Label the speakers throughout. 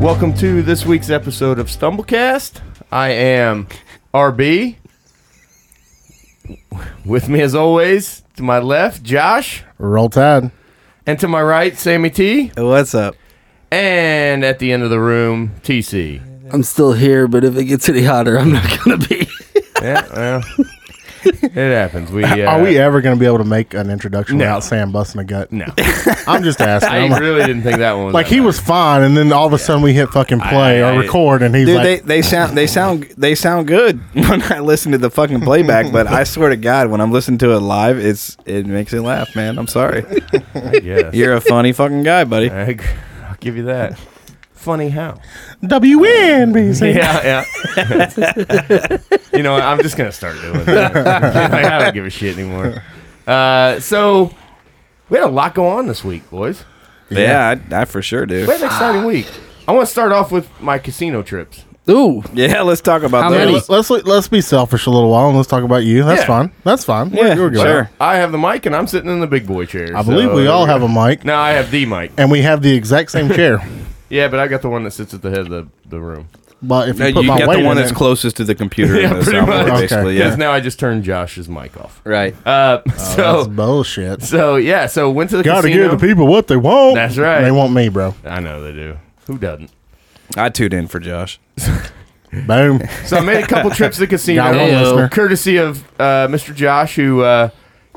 Speaker 1: Welcome to this week's episode of Stumblecast. I am RB. With me, as always, to my left, Josh,
Speaker 2: Roll Tide.
Speaker 1: and to my right, Sammy T,
Speaker 3: What's up?
Speaker 1: and at the end of the room, TC.
Speaker 3: I'm still here, but if it gets any hotter, I'm not gonna be.
Speaker 1: Yeah, well, it happens. We uh,
Speaker 2: Are we e- ever going to be able to make an introduction
Speaker 1: No.
Speaker 2: without Sam busting a gut?
Speaker 1: No,
Speaker 2: I'm just asking.
Speaker 1: I
Speaker 2: I'm like,
Speaker 1: really didn't think that one. Was
Speaker 2: like,
Speaker 1: that
Speaker 2: he
Speaker 1: bad.
Speaker 2: was fine, and then all of a sudden we hit fucking play
Speaker 1: I- I-
Speaker 2: or record, and he's
Speaker 3: Dude,
Speaker 2: like,
Speaker 3: they, they sound they sound they sound good when I listen to the fucking playback, but I swear to God, when I'm listening to it live, it's it makes me laugh, man. I'm sorry.
Speaker 1: Yes.
Speaker 3: You're a funny fucking guy, buddy.
Speaker 1: I agree. I'll give you that. Funny how.
Speaker 2: WNBC.
Speaker 1: Yeah, yeah. you know, what, I'm just gonna start doing that. Like, I don't give a shit anymore. Uh, so we had a lot go on this week, boys.
Speaker 3: Yeah, I, I for sure
Speaker 1: We
Speaker 3: do.
Speaker 1: had an
Speaker 2: Ah.
Speaker 1: exciting week. I want to start off with my casino trips.
Speaker 4: Ooh,
Speaker 3: Yeah, let's talk about
Speaker 2: Yeah,
Speaker 3: those.
Speaker 2: let's, let's let's be selfish a little while and let's talk about you. That's
Speaker 1: Yeah.
Speaker 2: fine. That's fine. We're-
Speaker 3: Yeah,
Speaker 2: we're good.
Speaker 3: sure.
Speaker 1: I have the mic, and I'm sitting in the big boy chair.
Speaker 2: I believe we all have a mic,
Speaker 1: Now I have the mic.
Speaker 2: and we have the exact same chair.
Speaker 1: Yeah, but I got the one that sits at the head of the, the room.
Speaker 2: But if you
Speaker 3: No,
Speaker 2: put
Speaker 3: you
Speaker 2: my
Speaker 3: got
Speaker 2: weight
Speaker 3: the one
Speaker 2: in
Speaker 3: that's
Speaker 2: it-
Speaker 3: closest to the computer
Speaker 1: Yeah,
Speaker 3: in the
Speaker 1: pretty
Speaker 3: soundboard,
Speaker 1: much.
Speaker 3: basically.
Speaker 1: Because
Speaker 3: Yeah.
Speaker 1: now I just turned Josh's mic off.
Speaker 4: right.
Speaker 1: Uh,
Speaker 2: Oh, that's
Speaker 1: so
Speaker 2: bullshit.
Speaker 1: so yeah, so went to the
Speaker 2: Got to
Speaker 1: casino.
Speaker 2: give the people what they want.
Speaker 1: That's right.
Speaker 2: They want me, bro.
Speaker 1: I know they do. Who doesn't?
Speaker 3: I tuned in for Josh.
Speaker 2: Boom.
Speaker 1: So I made a couple trips to the casino,
Speaker 2: Got one
Speaker 4: Hey-o.
Speaker 2: listener.
Speaker 1: courtesy of uh, Mr. Josh, who uh,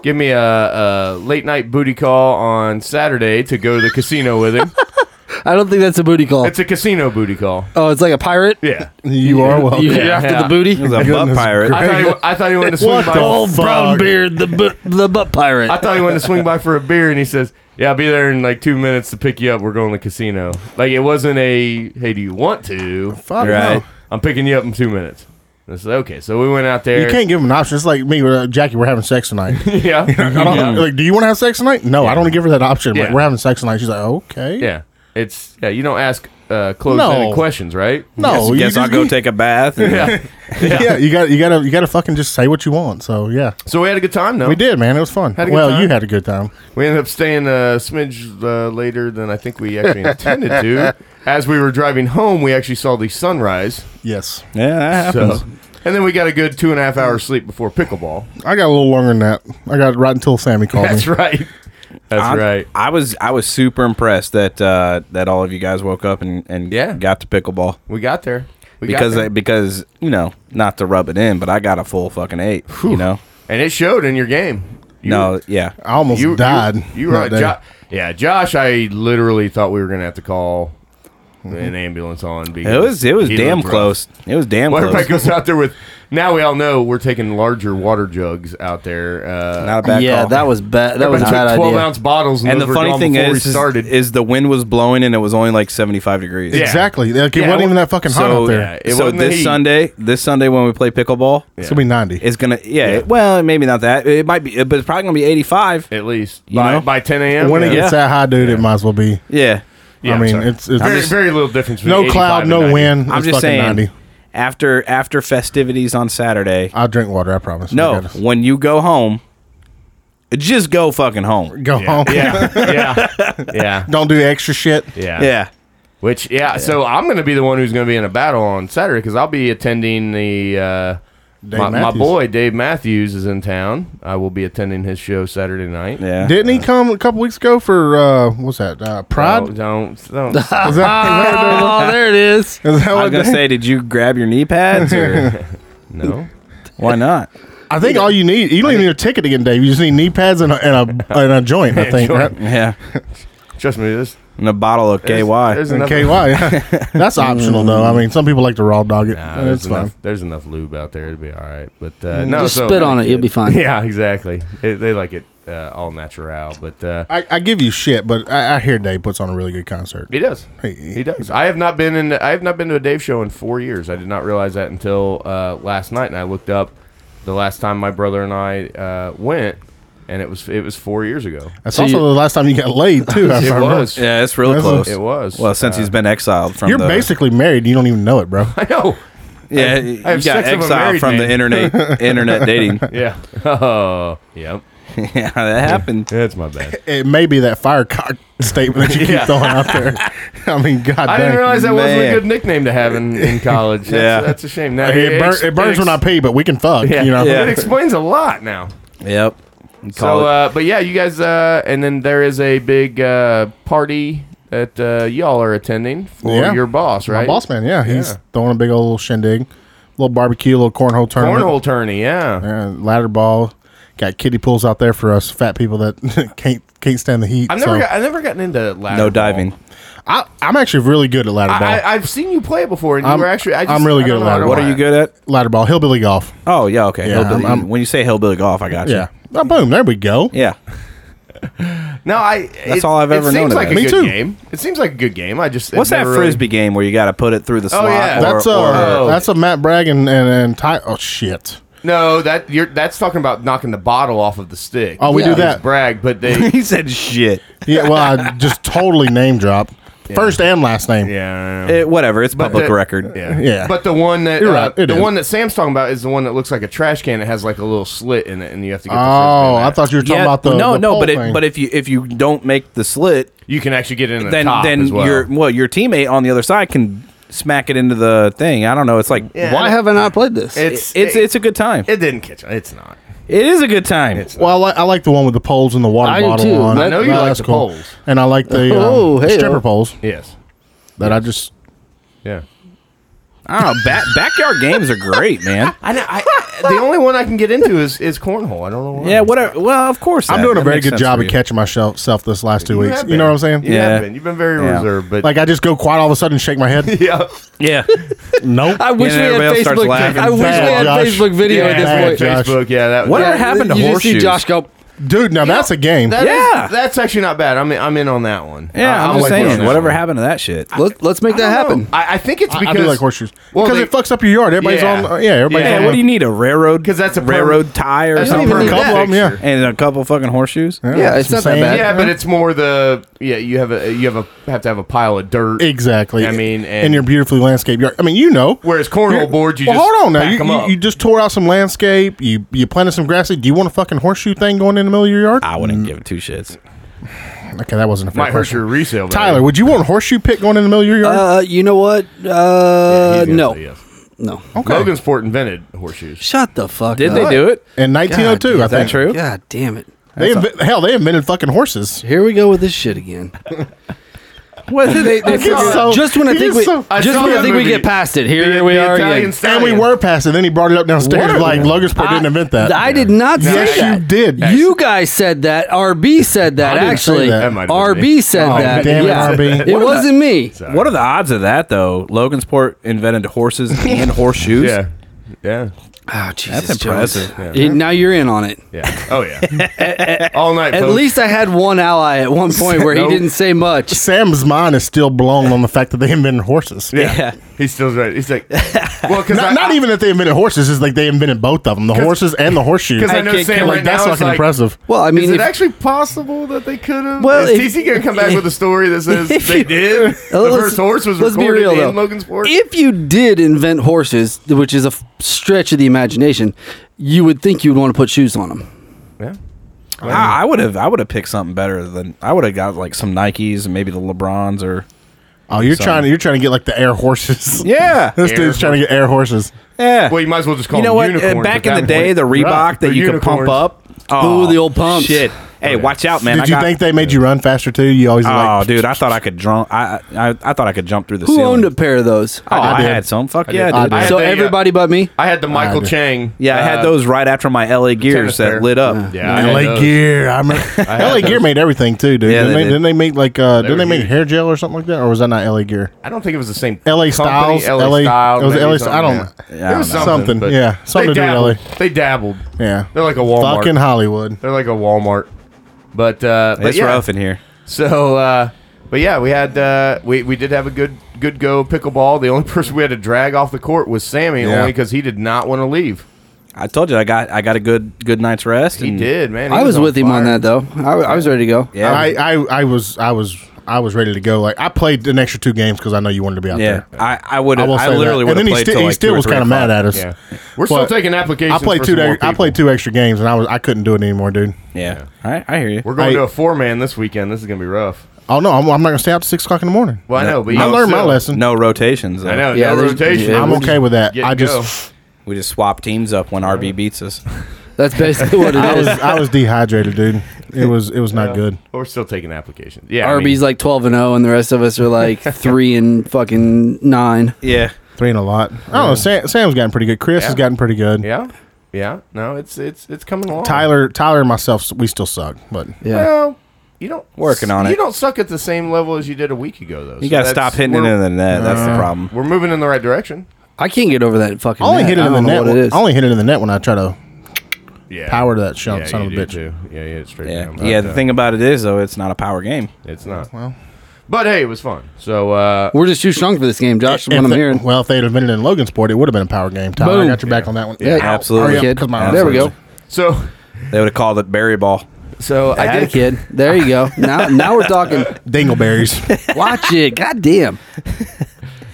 Speaker 1: gave me a, a late night booty call on Saturday to go to the casino with him.
Speaker 4: I don't think that's a booty call.
Speaker 1: It's a casino booty call.
Speaker 4: oh, it's like a pirate.
Speaker 1: Yeah,
Speaker 2: You are welcome.
Speaker 4: You- You're
Speaker 1: Yeah,
Speaker 4: after
Speaker 1: yeah.
Speaker 4: the booty.
Speaker 3: He's a butt
Speaker 2: goodness
Speaker 3: pirate.
Speaker 1: I thought, he, I thought he wanted to swing
Speaker 2: What
Speaker 1: by.
Speaker 2: the
Speaker 4: Old brown
Speaker 2: Fuck.
Speaker 4: beard, the bu- the butt pirate.
Speaker 1: I thought he wanted to swing by for a beer, and he says, "Yeah, I'll be there in like two minutes to pick you up. We're going to the casino." Like it wasn't a, "Hey, do you want to?"
Speaker 2: Fuck
Speaker 3: Right.
Speaker 2: no.
Speaker 1: I'm picking you up in two minutes. And I said, "Okay." So we went out there.
Speaker 2: You can't give them an option. It's like me, with, uh, Jackie. We're having sex tonight.
Speaker 1: yeah,
Speaker 2: I don't, like, do you want to have sex tonight? No, I don't give her that option. I'm like,
Speaker 1: Yeah.
Speaker 2: we're having sex tonight. She's like, okay.
Speaker 1: yeah. It's yeah. You don't ask uh, closed-ended
Speaker 2: No.
Speaker 1: questions, right?
Speaker 2: No,
Speaker 3: guess
Speaker 2: you
Speaker 3: I'll
Speaker 2: just-
Speaker 3: go take a bath. and-
Speaker 1: Yeah.
Speaker 2: Yeah. you got you got to you got to fucking just say what you want. So yeah,
Speaker 1: So we had a good time, though.
Speaker 2: we did, man. It was fun.
Speaker 1: Had a good
Speaker 2: Well,
Speaker 1: time.
Speaker 2: you had a good time.
Speaker 1: We ended up staying a smidge uh, later than I think we actually intended to. As we were driving home, we actually saw the sunrise.
Speaker 2: Yes,
Speaker 3: Yeah, that happens.
Speaker 1: So, and then we got a good two and a half hours sleep before pickleball.
Speaker 2: I got a little longer than that. I got right until Sammy called
Speaker 1: That's
Speaker 2: me.
Speaker 1: right. That's
Speaker 3: I'm-
Speaker 1: right.
Speaker 3: I was I was super impressed that uh, that all of you guys woke up and, and
Speaker 1: Yeah.
Speaker 3: got to pickleball
Speaker 1: We got there. We got
Speaker 3: because
Speaker 1: there.
Speaker 3: I, because you know not to rub it in, but I got a full fucking eight. You know,
Speaker 1: and it showed in your game. You- uh,
Speaker 3: no, yeah,
Speaker 2: I almost
Speaker 1: you
Speaker 2: died.
Speaker 1: You, you were
Speaker 2: that
Speaker 1: a
Speaker 2: day.
Speaker 1: jo- yeah, Josh. I literally thought we were gonna have to call
Speaker 2: Mm-hmm.
Speaker 1: an ambulance on. Because
Speaker 3: it was it was
Speaker 1: he
Speaker 3: damn
Speaker 1: looked rough.
Speaker 3: close. It was damn
Speaker 1: Well,
Speaker 3: close.
Speaker 1: everybody goes out there with. Now we all know we're taking larger water jugs out there. Uh,
Speaker 3: Not a bad
Speaker 4: yeah,
Speaker 3: call.
Speaker 4: that was bad. That was a
Speaker 1: everybody
Speaker 4: bad
Speaker 1: took Twelve
Speaker 4: idea.
Speaker 1: ounce bottles, and,
Speaker 3: and the
Speaker 1: those were
Speaker 3: funny
Speaker 1: gone
Speaker 3: thing
Speaker 1: before
Speaker 3: is,
Speaker 1: we
Speaker 3: is-
Speaker 1: started.
Speaker 3: is the wind was blowing and it was only like seventy five degrees.
Speaker 1: Yeah.
Speaker 2: Exactly. Like, it
Speaker 1: Yeah,
Speaker 2: wasn't
Speaker 1: well,
Speaker 2: even that fucking hot
Speaker 3: So
Speaker 2: out there.
Speaker 1: yeah, it
Speaker 3: so
Speaker 1: wasn't the
Speaker 3: this
Speaker 1: heat.
Speaker 3: Sunday, this Sunday when we play pickleball,
Speaker 2: It's gonna be ninety.
Speaker 3: it's gonna yeah. It, well, maybe not that. It might be, but it's probably gonna be eighty five.
Speaker 1: at least
Speaker 3: You
Speaker 1: by,
Speaker 3: know?
Speaker 1: by ten a.m.
Speaker 2: when it
Speaker 3: yeah.
Speaker 2: gets that high, dude, it might as well be.
Speaker 3: Yeah.
Speaker 1: Yeah,
Speaker 2: I mean,
Speaker 1: sorry.
Speaker 2: it's, it's
Speaker 1: very, very little difference. between
Speaker 2: no
Speaker 1: 85
Speaker 2: cloud,
Speaker 1: and
Speaker 2: no
Speaker 1: 90.
Speaker 2: wind.
Speaker 3: I'm
Speaker 2: it's
Speaker 3: just
Speaker 2: fucking
Speaker 3: saying.
Speaker 2: ninety.
Speaker 3: After after festivities on Saturday,
Speaker 2: I'll drink water. I promise. I
Speaker 3: No,
Speaker 2: gotta-
Speaker 3: when you go home, just go fucking home.
Speaker 2: go
Speaker 1: Yeah,
Speaker 2: home.
Speaker 1: yeah, yeah, yeah,
Speaker 2: Don't do extra shit.
Speaker 1: yeah,
Speaker 3: Yeah.
Speaker 1: Which, yeah, So I'm going to be the one who's going to be in a battle on Saturday because I'll be attending the. Uh,
Speaker 2: Dave
Speaker 1: my, my
Speaker 2: Matthews.
Speaker 1: boy Dave Matthews is in town. I will be attending his show Saturday night.
Speaker 3: Yeah.
Speaker 2: Didn't he come a couple weeks ago for uh, what's that? Uh, Pride?
Speaker 1: Oh, don't don't
Speaker 2: Is that,
Speaker 4: oh, there it is.
Speaker 2: is that
Speaker 3: I was
Speaker 2: what
Speaker 3: gonna
Speaker 2: they-
Speaker 3: say, did you grab your knee pads or
Speaker 1: no.
Speaker 3: why not?
Speaker 2: I think all you need, you don't even need a ticket to get in, Dave. You just need knee pads and a, and a, and a joint, I think.
Speaker 1: joint.
Speaker 2: Right?
Speaker 3: Yeah.
Speaker 1: Trust me, this
Speaker 3: And a bottle of KY.
Speaker 1: there's
Speaker 2: And
Speaker 1: enough.
Speaker 2: KY. yeah. That's optional, though. I mean, some people like to raw dog it.
Speaker 1: Nah,
Speaker 2: and
Speaker 1: there's,
Speaker 2: it's fine.
Speaker 1: enough, there's enough lube out there to be all right. But uh, no,
Speaker 4: Just
Speaker 1: so-
Speaker 4: spit on it. You'll be fine.
Speaker 1: Yeah, exactly. It, they like it uh, all natural, but uh,
Speaker 2: I, I give you shit, but I, I hear Dave puts on a really good concert.
Speaker 1: he does.
Speaker 2: He-
Speaker 1: He does. I have not been in. I have not been to a Dave show in four years. I did not realize that until uh, last night, and I looked up the last time my brother and I uh, went, and it was it was four years ago.
Speaker 2: That's
Speaker 4: So
Speaker 2: also
Speaker 4: you-
Speaker 2: the last time you got laid, too. if
Speaker 1: It
Speaker 2: I remember.
Speaker 1: was.
Speaker 3: yeah, it's really
Speaker 2: That's a-
Speaker 3: close.
Speaker 1: It was. Uh,
Speaker 3: Well, since he's been exiled from
Speaker 2: You're
Speaker 3: the
Speaker 2: basically married. You don't even know it, bro.
Speaker 1: I know. I
Speaker 3: yeah,
Speaker 1: have
Speaker 3: you got
Speaker 1: sex with a
Speaker 3: exiled
Speaker 1: married
Speaker 3: from the
Speaker 1: man.
Speaker 3: internet internet dating.
Speaker 1: Yeah. Oh. Yep.
Speaker 3: yeah, that happened.
Speaker 1: That's my bad.
Speaker 2: It may be that firecock statement that you keep
Speaker 1: Yeah.
Speaker 2: throwing out there. I mean, god
Speaker 1: I
Speaker 2: dang.
Speaker 1: didn't realize that wasn't a
Speaker 3: man.
Speaker 1: good nickname to have in, in college. That's,
Speaker 3: Yeah.
Speaker 1: that's a shame. Now,
Speaker 2: It, bur-
Speaker 1: ex-
Speaker 2: it burns
Speaker 1: ex-
Speaker 2: when I pee, but we can fuck.
Speaker 1: Yeah.
Speaker 2: You know,
Speaker 1: It
Speaker 3: Yeah.
Speaker 1: explains a lot now.
Speaker 3: Yep.
Speaker 1: so, uh, but yeah, you guys, uh, and then there is a big uh, party that uh, y'all are attending for
Speaker 2: Yeah.
Speaker 1: your boss,
Speaker 2: my
Speaker 1: right?
Speaker 2: boss man. Yeah, he's
Speaker 1: Yeah.
Speaker 2: throwing a big old shindig, little barbecue, little cornhole tournament,
Speaker 1: cornhole tourney. Yeah,
Speaker 2: Yeah, ladder ball. Got kiddie pools out there for us fat people that can't can't stand the heat.
Speaker 1: I've never,
Speaker 2: so.
Speaker 1: got, I've never gotten into ladder
Speaker 3: no
Speaker 1: ball.
Speaker 3: diving.
Speaker 2: I, I'm actually really good at ladder ball.
Speaker 1: I, I, I've seen you play it before, and you
Speaker 2: I'm-
Speaker 1: were actually. I just,
Speaker 2: I'm really
Speaker 1: I don't
Speaker 2: good
Speaker 1: know,
Speaker 2: at
Speaker 1: I
Speaker 2: ladder
Speaker 1: don't
Speaker 2: ball.
Speaker 3: What are
Speaker 1: know.
Speaker 3: you good at?
Speaker 2: ladder ball, hillbilly golf.
Speaker 3: Oh yeah, okay.
Speaker 2: Yeah, I'm-
Speaker 3: Hillbilly-
Speaker 2: I'm-
Speaker 3: when you say hillbilly golf, I got
Speaker 2: Yeah.
Speaker 3: you.
Speaker 2: Oh, boom. There we go.
Speaker 3: Yeah.
Speaker 1: No, I.
Speaker 3: That's all I've ever
Speaker 1: it
Speaker 3: known
Speaker 1: Seems
Speaker 3: of
Speaker 1: like
Speaker 3: it.
Speaker 1: a
Speaker 2: Me
Speaker 1: good
Speaker 2: too.
Speaker 1: game. It seems like a good game. I just
Speaker 3: What's
Speaker 1: it
Speaker 3: that
Speaker 1: never Oh,
Speaker 3: frisbee game where you got to put it through the slot?
Speaker 1: yeah.
Speaker 3: or-
Speaker 2: That's uh, a
Speaker 3: or- uh,
Speaker 1: or-
Speaker 2: that's a Matt Bragg and and, and Ty. Oh shit.
Speaker 1: Really, no, that you're that's talking about knocking the bottle off of the stick.
Speaker 2: Oh, we
Speaker 4: Yeah.
Speaker 2: do that.
Speaker 1: brag, but they.
Speaker 3: he said shit.
Speaker 1: Uh-huh.
Speaker 2: Yeah. Well, I just totally name drop first and last name.
Speaker 1: yeah.
Speaker 3: It, whatever. It's public
Speaker 1: the-
Speaker 3: record.
Speaker 1: yeah.
Speaker 2: Yeah.
Speaker 1: But the one that
Speaker 2: You're
Speaker 1: uh,
Speaker 2: right, it
Speaker 1: the
Speaker 2: is.
Speaker 1: one that Sam's talking about is the one that looks like a trash can. It has like a little slit in it, and you have to get. The frisbee
Speaker 2: Oh,
Speaker 1: in
Speaker 2: I
Speaker 1: that.
Speaker 2: thought you were talking about the
Speaker 3: no,
Speaker 2: the
Speaker 3: no,
Speaker 2: pole
Speaker 3: but
Speaker 2: thing.
Speaker 3: it, but if you if you don't make the slit,
Speaker 1: you can actually get it in the
Speaker 3: then
Speaker 1: top as
Speaker 3: then
Speaker 1: well.
Speaker 3: your well your teammate on the other side can smack it into the thing. I don't know. It's like
Speaker 1: Yeah.
Speaker 4: Why have I not played this?
Speaker 1: it's
Speaker 3: it's
Speaker 1: it,
Speaker 3: it's a good time.
Speaker 1: it didn't catch. on. It's not.
Speaker 3: it is a good time.
Speaker 2: well, I, li- I like the one with the poles and the water
Speaker 4: I do
Speaker 2: bottle
Speaker 4: too.
Speaker 2: on. it.
Speaker 4: I
Speaker 1: know you
Speaker 2: No,
Speaker 1: like
Speaker 2: that's
Speaker 1: the
Speaker 2: cool.
Speaker 1: poles.
Speaker 2: and I like the um,
Speaker 4: Oh, hey-o.
Speaker 2: stripper poles
Speaker 1: Yes.
Speaker 2: that I just.
Speaker 1: Yeah.
Speaker 3: I don't know. Back, backyard games are great, man.
Speaker 1: I know. I, the only one I can get into is is cornhole. I don't know why.
Speaker 3: Yeah, whatever. Well, of course.
Speaker 2: I'm
Speaker 3: that-
Speaker 2: doing a
Speaker 3: that
Speaker 2: very
Speaker 3: makes
Speaker 2: good
Speaker 3: sense
Speaker 2: job
Speaker 3: for
Speaker 2: at
Speaker 3: you.
Speaker 2: catching myself this last two
Speaker 1: You
Speaker 2: weeks.
Speaker 1: have
Speaker 2: You know
Speaker 1: been.
Speaker 2: what I'm saying?
Speaker 1: You
Speaker 3: Yeah.
Speaker 1: have been. You've been very
Speaker 3: Yeah.
Speaker 1: reserved, but
Speaker 2: Like I just go quiet all of a sudden, shake my head.
Speaker 1: yeah.
Speaker 3: Yeah,
Speaker 2: nope.
Speaker 4: I wish
Speaker 3: Yeah,
Speaker 4: we had
Speaker 3: everybody else starts
Speaker 4: Facebook.
Speaker 3: laughing.
Speaker 4: I wish we
Speaker 2: Bad,
Speaker 4: had
Speaker 2: Josh.
Speaker 4: Facebook video
Speaker 1: yeah,
Speaker 4: at this
Speaker 2: bad,
Speaker 4: point.
Speaker 2: Josh.
Speaker 1: Facebook. Yeah, that.
Speaker 3: What
Speaker 1: that-
Speaker 3: Whatever happened to
Speaker 4: you just see
Speaker 3: horseshoes?
Speaker 4: Josh go.
Speaker 2: Dude, now that's a game.
Speaker 1: that is-
Speaker 3: Yeah.
Speaker 1: that's actually not bad. I'm in, I'm in on that one.
Speaker 3: yeah.
Speaker 1: I-
Speaker 3: I'm,
Speaker 1: I
Speaker 3: just
Speaker 1: like
Speaker 3: saying,
Speaker 1: watching that
Speaker 3: whatever
Speaker 1: one.
Speaker 3: happened to that shit?
Speaker 4: Let, let's make that
Speaker 1: I don't know.
Speaker 4: happen.
Speaker 1: I, I think it's
Speaker 2: I-
Speaker 1: because
Speaker 2: I do like horseshoes
Speaker 1: Well,
Speaker 2: because
Speaker 1: they-
Speaker 2: it fucks up your yard. Everybody's
Speaker 1: Yeah.
Speaker 2: on. uh, yeah, everybody's
Speaker 1: Yeah,
Speaker 2: on.
Speaker 3: Yeah,
Speaker 1: the-
Speaker 3: what do you need a railroad?
Speaker 1: 'Cause that's a perm-
Speaker 3: railroad tie or
Speaker 1: I don't even
Speaker 3: something,
Speaker 1: need
Speaker 2: Couple
Speaker 1: that
Speaker 2: of 'em, yeah.
Speaker 1: picture.
Speaker 3: and a couple fucking horseshoes.
Speaker 4: Yeah, it's not that
Speaker 2: insane.
Speaker 4: bad.
Speaker 1: Yeah, but it's more the yeah. You have a you have a have to have a pile of dirt.
Speaker 2: Exactly.
Speaker 1: I mean, and-
Speaker 2: in your beautifully landscape yard. I mean, you know.
Speaker 1: Whereas cornhole boards, you
Speaker 2: well,
Speaker 1: just
Speaker 2: hold on now.
Speaker 1: pack
Speaker 2: You,
Speaker 1: 'em
Speaker 2: you,
Speaker 1: up.
Speaker 2: you just tore out some landscape. You you planted some grass. seed. Do you want a fucking horseshoe thing going in the middle of your yard?
Speaker 3: I wouldn't give two shits.
Speaker 2: okay, that wasn't a fair
Speaker 1: might hurt
Speaker 2: question.
Speaker 1: your resale. value.
Speaker 2: Tyler, would you want a horseshoe pit going in the middle of your yard?
Speaker 4: Uh, you know what? Uh,
Speaker 1: He's gonna
Speaker 4: no,
Speaker 1: say yes.
Speaker 4: no.
Speaker 2: okay.
Speaker 1: Logansport invented horseshoes.
Speaker 4: Shut the fuck.
Speaker 3: Did
Speaker 4: up.
Speaker 3: they do it?
Speaker 2: in 1902, I think.
Speaker 4: God,
Speaker 3: that true?
Speaker 4: God damn it.
Speaker 2: They inv- hell, they invented fucking horses.
Speaker 4: Here we go with this shit again.
Speaker 3: What did they? they
Speaker 2: It's so-
Speaker 4: just when I
Speaker 2: it
Speaker 4: think
Speaker 2: is
Speaker 4: we,
Speaker 2: so-
Speaker 1: I
Speaker 4: just
Speaker 1: saw
Speaker 4: when I
Speaker 1: that
Speaker 4: think we
Speaker 1: movie.
Speaker 4: get past it, here
Speaker 1: The-
Speaker 4: we
Speaker 1: the
Speaker 4: are
Speaker 1: Italian
Speaker 4: again.
Speaker 1: style.
Speaker 2: and we
Speaker 1: Italian.
Speaker 2: were passing. Then he brought it up downstairs.
Speaker 4: What?
Speaker 2: Like Logansport didn't invent that.
Speaker 4: I did not say
Speaker 2: yes,
Speaker 4: that.
Speaker 2: you did.
Speaker 4: You guys said that. RB said that.
Speaker 2: I didn't say
Speaker 4: actually,
Speaker 2: that.
Speaker 1: That might have been me.
Speaker 4: RB said
Speaker 2: Oh,
Speaker 4: that.
Speaker 2: damn it,
Speaker 4: yeah.
Speaker 2: RB.
Speaker 4: It wasn't me.
Speaker 3: what are the odds of that though? Logansport invented horses and horseshoes.
Speaker 1: Yeah, yeah,
Speaker 4: Oh, Jesus,
Speaker 3: That's
Speaker 4: Jones.
Speaker 3: impressive.
Speaker 4: You- Now you're in on it.
Speaker 1: yeah. Oh yeah. All night.
Speaker 4: At
Speaker 1: folks.
Speaker 4: least I had one ally at one point where he
Speaker 1: Nope.
Speaker 4: didn't say much.
Speaker 2: Sam's mind is still blown on the fact that they invented horses.
Speaker 1: Yeah.
Speaker 4: Yeah.
Speaker 1: He's still right. He's like, well, because
Speaker 2: Not, not even that they invented horses, is like they invented both of them, the horses and the horseshoe.
Speaker 1: because I know
Speaker 3: can't-
Speaker 1: Sam
Speaker 2: like
Speaker 1: right
Speaker 2: that's
Speaker 1: now is
Speaker 2: fucking
Speaker 1: like,
Speaker 2: impressive.
Speaker 4: Well, I
Speaker 1: Is
Speaker 4: mean,
Speaker 1: it
Speaker 4: if-
Speaker 1: actually possible that they could have?
Speaker 4: Well,
Speaker 1: is
Speaker 4: if-
Speaker 1: TC gonna come back with a story that says
Speaker 4: if
Speaker 1: they
Speaker 4: you-
Speaker 1: did? The
Speaker 4: Oh, Let's-
Speaker 1: first horse was
Speaker 4: let's be
Speaker 1: recorded
Speaker 4: real,
Speaker 1: in
Speaker 4: though.
Speaker 1: Logansport.
Speaker 4: if you did invent horses, which is a f- stretch of the imagination, you would think you'd want to put shoes on them.
Speaker 1: yeah.
Speaker 3: I, I would have. I would have picked something better than. I would have got like some Nikes and maybe the Lebrons or.
Speaker 2: Oh, you're
Speaker 3: So-
Speaker 2: trying to you're trying to get like the air horses.
Speaker 3: Yeah.
Speaker 2: this
Speaker 1: Air
Speaker 2: dude's trying to get air horses.
Speaker 3: Yeah.
Speaker 1: Well, you might as well just call
Speaker 3: you know what?
Speaker 1: them
Speaker 3: Uh,
Speaker 1: unicorns. at
Speaker 3: back in the
Speaker 1: that
Speaker 3: day,
Speaker 1: point.
Speaker 3: the Reebok
Speaker 1: Right.
Speaker 3: that
Speaker 1: They're
Speaker 3: you could pump
Speaker 1: unicorns.
Speaker 3: up. Oh,
Speaker 4: Ooh, the old pumps.
Speaker 3: Shit. Hey, watch out, man.
Speaker 2: Did
Speaker 3: I
Speaker 2: you
Speaker 3: got-
Speaker 2: think they made you run faster too? You always
Speaker 3: Oh,
Speaker 2: like
Speaker 3: dude, I thought I could jump. I, I I thought I could jump through the
Speaker 4: Who
Speaker 3: ceiling.
Speaker 4: owned a pair of those?
Speaker 3: Oh, I,
Speaker 2: did.
Speaker 3: had some. Fuck yeah, I
Speaker 2: I
Speaker 3: did.
Speaker 2: did.
Speaker 1: I had
Speaker 4: so
Speaker 1: the, uh,
Speaker 4: everybody but me.
Speaker 1: I had the Michael
Speaker 2: did.
Speaker 1: Chang.
Speaker 3: yeah, I
Speaker 1: uh,
Speaker 3: had those right after my LA
Speaker 1: tennis
Speaker 3: gears that
Speaker 1: pair.
Speaker 3: lit up.
Speaker 1: Yeah, I had
Speaker 2: LA
Speaker 1: those.
Speaker 2: Gear. I remember
Speaker 1: had
Speaker 2: LA Gear
Speaker 1: those.
Speaker 2: made everything too, dude.
Speaker 3: Yeah,
Speaker 2: didn't,
Speaker 3: they
Speaker 2: they,
Speaker 3: did.
Speaker 2: didn't they make like uh didn't
Speaker 1: were
Speaker 2: they make
Speaker 1: huge.
Speaker 2: hair gel or something like that? Or was that not LA Gear?
Speaker 1: I don't think it was the same.
Speaker 2: LA
Speaker 1: company,
Speaker 2: Styles,
Speaker 1: LA,
Speaker 2: LA
Speaker 1: Style.
Speaker 2: it was
Speaker 1: maybe
Speaker 2: LA
Speaker 1: something,
Speaker 2: I don't-
Speaker 1: Yeah. It was
Speaker 3: I
Speaker 1: something.
Speaker 3: don't
Speaker 2: know. Something,
Speaker 1: but
Speaker 2: yeah, something
Speaker 1: they
Speaker 2: to do with
Speaker 1: dabbled.
Speaker 2: LA.
Speaker 1: They dabbled.
Speaker 2: Yeah.
Speaker 1: They're like a Walmart.
Speaker 2: Fucking Hollywood.
Speaker 1: They're like a Walmart. But uh, but
Speaker 3: It's
Speaker 1: yeah.
Speaker 3: rough in here.
Speaker 1: So, uh, but yeah, we had uh, we we did have a good good go pickleball. The only person we had to drag off the court was Sammy, only 'cause
Speaker 2: Yeah.
Speaker 1: only because he did not want to leave.
Speaker 3: I told you, I got I got a good good night's rest.
Speaker 1: He
Speaker 3: and-
Speaker 1: did, man. He
Speaker 4: I was
Speaker 1: on
Speaker 4: with him on
Speaker 1: fire.
Speaker 4: that though. I, I was ready to go.
Speaker 3: Yeah,
Speaker 2: I, I I was I was I was ready to go. Like I played an extra two games because I know you wanted to be out
Speaker 3: Yeah,
Speaker 2: there.
Speaker 3: I, I would.
Speaker 2: I
Speaker 3: I,
Speaker 2: will say that.
Speaker 3: literally
Speaker 2: And
Speaker 3: would have
Speaker 2: then he
Speaker 3: played.
Speaker 2: sti-
Speaker 3: till,
Speaker 2: he
Speaker 3: like,
Speaker 2: still
Speaker 3: two or
Speaker 2: was
Speaker 3: three
Speaker 2: kinda
Speaker 3: or
Speaker 2: mad
Speaker 3: five.
Speaker 2: at us.
Speaker 1: Yeah, we're still
Speaker 2: But-
Speaker 1: taking applications.
Speaker 2: I played
Speaker 1: for
Speaker 2: two.
Speaker 1: some more
Speaker 2: ex- I
Speaker 1: people.
Speaker 2: played two extra games, and I was I couldn't do it anymore, dude.
Speaker 3: Yeah, All right, I hear you.
Speaker 1: We're going
Speaker 2: I-
Speaker 1: to a four man this weekend. This is gonna be rough.
Speaker 2: Oh no, I'm, I'm not gonna stay out to six o'clock in the morning.
Speaker 1: Well, I
Speaker 3: No,
Speaker 1: know, but
Speaker 3: I
Speaker 1: you
Speaker 2: I
Speaker 1: know,
Speaker 2: learned my
Speaker 1: still-
Speaker 2: lesson.
Speaker 3: No rotations. Though.
Speaker 1: I know.
Speaker 4: Yeah,
Speaker 1: no
Speaker 4: there's-
Speaker 1: rotation.
Speaker 4: yeah,
Speaker 2: I'm
Speaker 1: We're just
Speaker 2: okay with that.
Speaker 1: get
Speaker 2: I
Speaker 1: to
Speaker 2: just
Speaker 3: We just swap teams up when RB beats us.
Speaker 4: That's basically what it
Speaker 2: I was
Speaker 4: is.
Speaker 2: I was dehydrated, dude. It was it was not good.
Speaker 1: go. We're still taking applications. Yeah, I mean,
Speaker 4: RB's like 12 and 0, and the rest of us are like 3 and fucking 9.
Speaker 3: Yeah,
Speaker 2: Three and a lot. I don't know. Sam, Sam's gotten pretty good. Chris
Speaker 1: Yeah.
Speaker 2: has gotten pretty good.
Speaker 1: yeah, yeah. No, it's it's it's coming along.
Speaker 2: Tyler, Tyler, and myself, we still suck, but
Speaker 4: Yeah.
Speaker 1: Well, you don't
Speaker 3: Working on
Speaker 1: You
Speaker 3: it.
Speaker 1: don't suck at the same level as you did a week ago, though.
Speaker 3: you
Speaker 1: So
Speaker 3: got
Speaker 1: that's-
Speaker 3: to stop hitting it
Speaker 1: we're-
Speaker 3: into the net. That's the problem.
Speaker 1: We're moving in the right direction.
Speaker 4: I can't get over that fucking.
Speaker 2: I only
Speaker 4: net.
Speaker 2: hit it
Speaker 4: I
Speaker 2: in the
Speaker 4: don't know
Speaker 2: net.
Speaker 4: What it is.
Speaker 2: I only hit it in the net when I try to
Speaker 1: Yeah,
Speaker 2: power to that shot, son
Speaker 1: you
Speaker 2: of a
Speaker 1: do
Speaker 2: bitch.
Speaker 1: too. Yeah, yeah, it's straight
Speaker 3: Yeah,
Speaker 1: down.
Speaker 3: yeah.
Speaker 1: But,
Speaker 3: The
Speaker 1: uh,
Speaker 3: thing about it is, though, it's not a power game.
Speaker 1: it's not.
Speaker 2: Well.
Speaker 1: but hey, it was fun. So uh,
Speaker 4: We're just too strong for this game, Josh. That's
Speaker 2: If
Speaker 4: what I'm
Speaker 2: they-
Speaker 4: hearing.
Speaker 2: Well, if they'd have been in Logansport, it would have been a power game. Tyler, I
Speaker 4: Boom.
Speaker 2: got your back on that one.
Speaker 4: Yeah,
Speaker 2: Ow,
Speaker 3: absolutely.
Speaker 2: hurry up,
Speaker 4: Kid.
Speaker 2: 'cause my arm's
Speaker 4: There we
Speaker 2: hurting.
Speaker 4: go.
Speaker 1: so
Speaker 3: They would have called it Barry Ball.
Speaker 1: so
Speaker 4: I
Speaker 1: I
Speaker 4: had a
Speaker 1: did.
Speaker 4: kid. There you go. Now, now we're talking.
Speaker 2: Dingleberries.
Speaker 4: Watch it. God damn.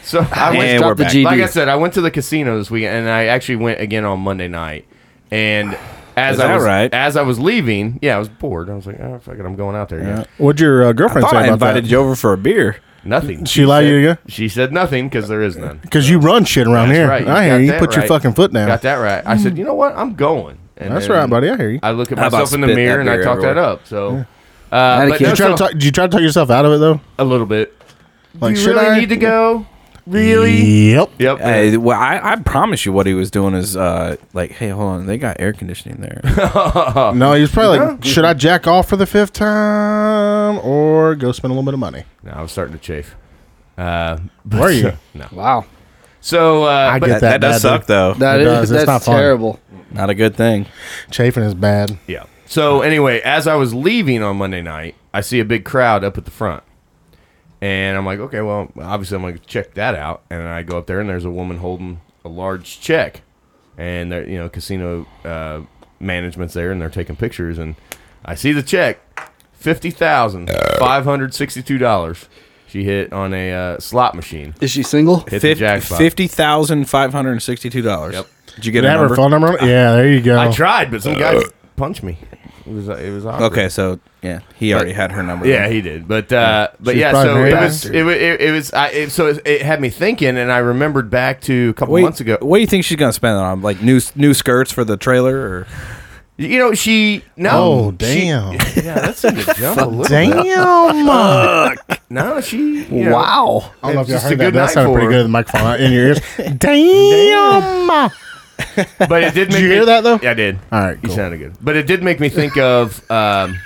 Speaker 1: So I went
Speaker 3: And
Speaker 4: Drop
Speaker 3: we're
Speaker 4: the
Speaker 3: back.
Speaker 4: GD.
Speaker 1: like I said, I went to the casino this weekend, and I actually went again on Monday night. And as
Speaker 3: Is
Speaker 1: I
Speaker 3: that
Speaker 1: was
Speaker 3: right?
Speaker 1: as I was leaving, yeah, I was bored. I was like, oh, fuck it, I'm going out there. again."
Speaker 2: What'd your uh,
Speaker 3: I
Speaker 2: girlfriend
Speaker 3: thought
Speaker 2: say
Speaker 3: I
Speaker 2: about
Speaker 3: invited
Speaker 2: that?
Speaker 3: you over for a beer.
Speaker 1: Nothing.
Speaker 2: She lied to
Speaker 1: said-
Speaker 2: you again?
Speaker 1: She said nothing because there is none.
Speaker 2: Because you run shit around
Speaker 1: That's
Speaker 2: here.
Speaker 1: right, you
Speaker 2: I
Speaker 1: got
Speaker 2: hear you.
Speaker 1: that
Speaker 2: put your
Speaker 1: right.
Speaker 2: fucking foot down. Mm.
Speaker 1: Got that right. I said, you know what? I'm going. And
Speaker 2: That's
Speaker 1: then
Speaker 2: right, buddy. I hear you.
Speaker 1: I look at
Speaker 3: How about
Speaker 1: myself in the
Speaker 3: spit that
Speaker 1: mirror and I
Speaker 3: beer
Speaker 1: talk that
Speaker 3: everywhere?
Speaker 1: up. So, uh,
Speaker 4: Had a
Speaker 1: but
Speaker 2: Did
Speaker 4: kid.
Speaker 1: no,
Speaker 2: you, try to
Speaker 1: so-
Speaker 2: talk, did you try to talk yourself out of it though?
Speaker 1: a little bit.
Speaker 2: Like,
Speaker 1: Do you
Speaker 2: should
Speaker 1: really
Speaker 2: I
Speaker 1: need to go? Really?
Speaker 2: Yep.
Speaker 1: Yep.
Speaker 3: Hey, well, I, I promise you, what he was doing is uh, like, hey, hold on, they got air conditioning there.
Speaker 2: No, he was probably like, should I jack off for the fifth time or go spend a little bit of money?
Speaker 1: no, I was starting to chafe. Uh,
Speaker 2: Where are you?
Speaker 1: no.
Speaker 4: Wow.
Speaker 1: So, uh,
Speaker 2: I
Speaker 1: but-
Speaker 2: get
Speaker 3: that,
Speaker 2: that
Speaker 3: does
Speaker 2: bad,
Speaker 3: suck, though.
Speaker 4: That
Speaker 2: It
Speaker 4: is
Speaker 2: does. It's
Speaker 4: that's
Speaker 2: not fun.
Speaker 4: terrible.
Speaker 3: Not a good thing.
Speaker 2: Chafing is bad.
Speaker 1: Yeah. So anyway, as I was leaving on Monday night, I see a big crowd up at the front. And I'm like, okay, well, obviously I'm going to check that out. And I go up there, and there's a woman holding a large check. And, there, you know, casino uh, management's there, and they're taking pictures. And I see the check, $50,562 she hit on a uh, slot machine.
Speaker 4: Is she single?
Speaker 1: Hit the jackpot.
Speaker 3: Fifty thousand five hundred sixty-two dollars.
Speaker 1: Yep.
Speaker 3: Did you get
Speaker 2: Did
Speaker 3: a
Speaker 2: I have her
Speaker 3: number?
Speaker 2: phone number? on it? Yeah, there you go.
Speaker 1: I tried, but some guy punched me. It was, it was awkward.
Speaker 3: Okay, so yeah, he already had her number.
Speaker 1: Yeah, he did. But uh, but
Speaker 2: She's
Speaker 1: yeah,
Speaker 2: probably
Speaker 1: so
Speaker 2: married
Speaker 1: it
Speaker 2: to
Speaker 1: was,
Speaker 2: him.
Speaker 1: it was it, it was I, it, so it, it had me thinking, and I remembered back to a couple
Speaker 3: Wait,
Speaker 1: months ago.
Speaker 3: What do you think she's gonna spend it on? Like new new skirts for the trailer, or
Speaker 1: You know, she no,
Speaker 2: oh
Speaker 1: she-
Speaker 2: damn.
Speaker 1: yeah, that seemed to jump a little bit.
Speaker 2: Damn.
Speaker 1: No, she you know,
Speaker 4: Wow.
Speaker 2: I don't know if
Speaker 1: It's
Speaker 2: y'all
Speaker 1: just a
Speaker 2: heard that.
Speaker 1: good
Speaker 2: but That
Speaker 1: night
Speaker 2: sounded pretty
Speaker 1: for
Speaker 2: good in the microphone in your ears. Damn. All
Speaker 1: But it did. Make
Speaker 2: you
Speaker 1: me-
Speaker 2: hear that, though?
Speaker 1: Yeah, I did.
Speaker 2: right.
Speaker 1: You
Speaker 2: Cool.
Speaker 1: sounded good. But it did make me think of um,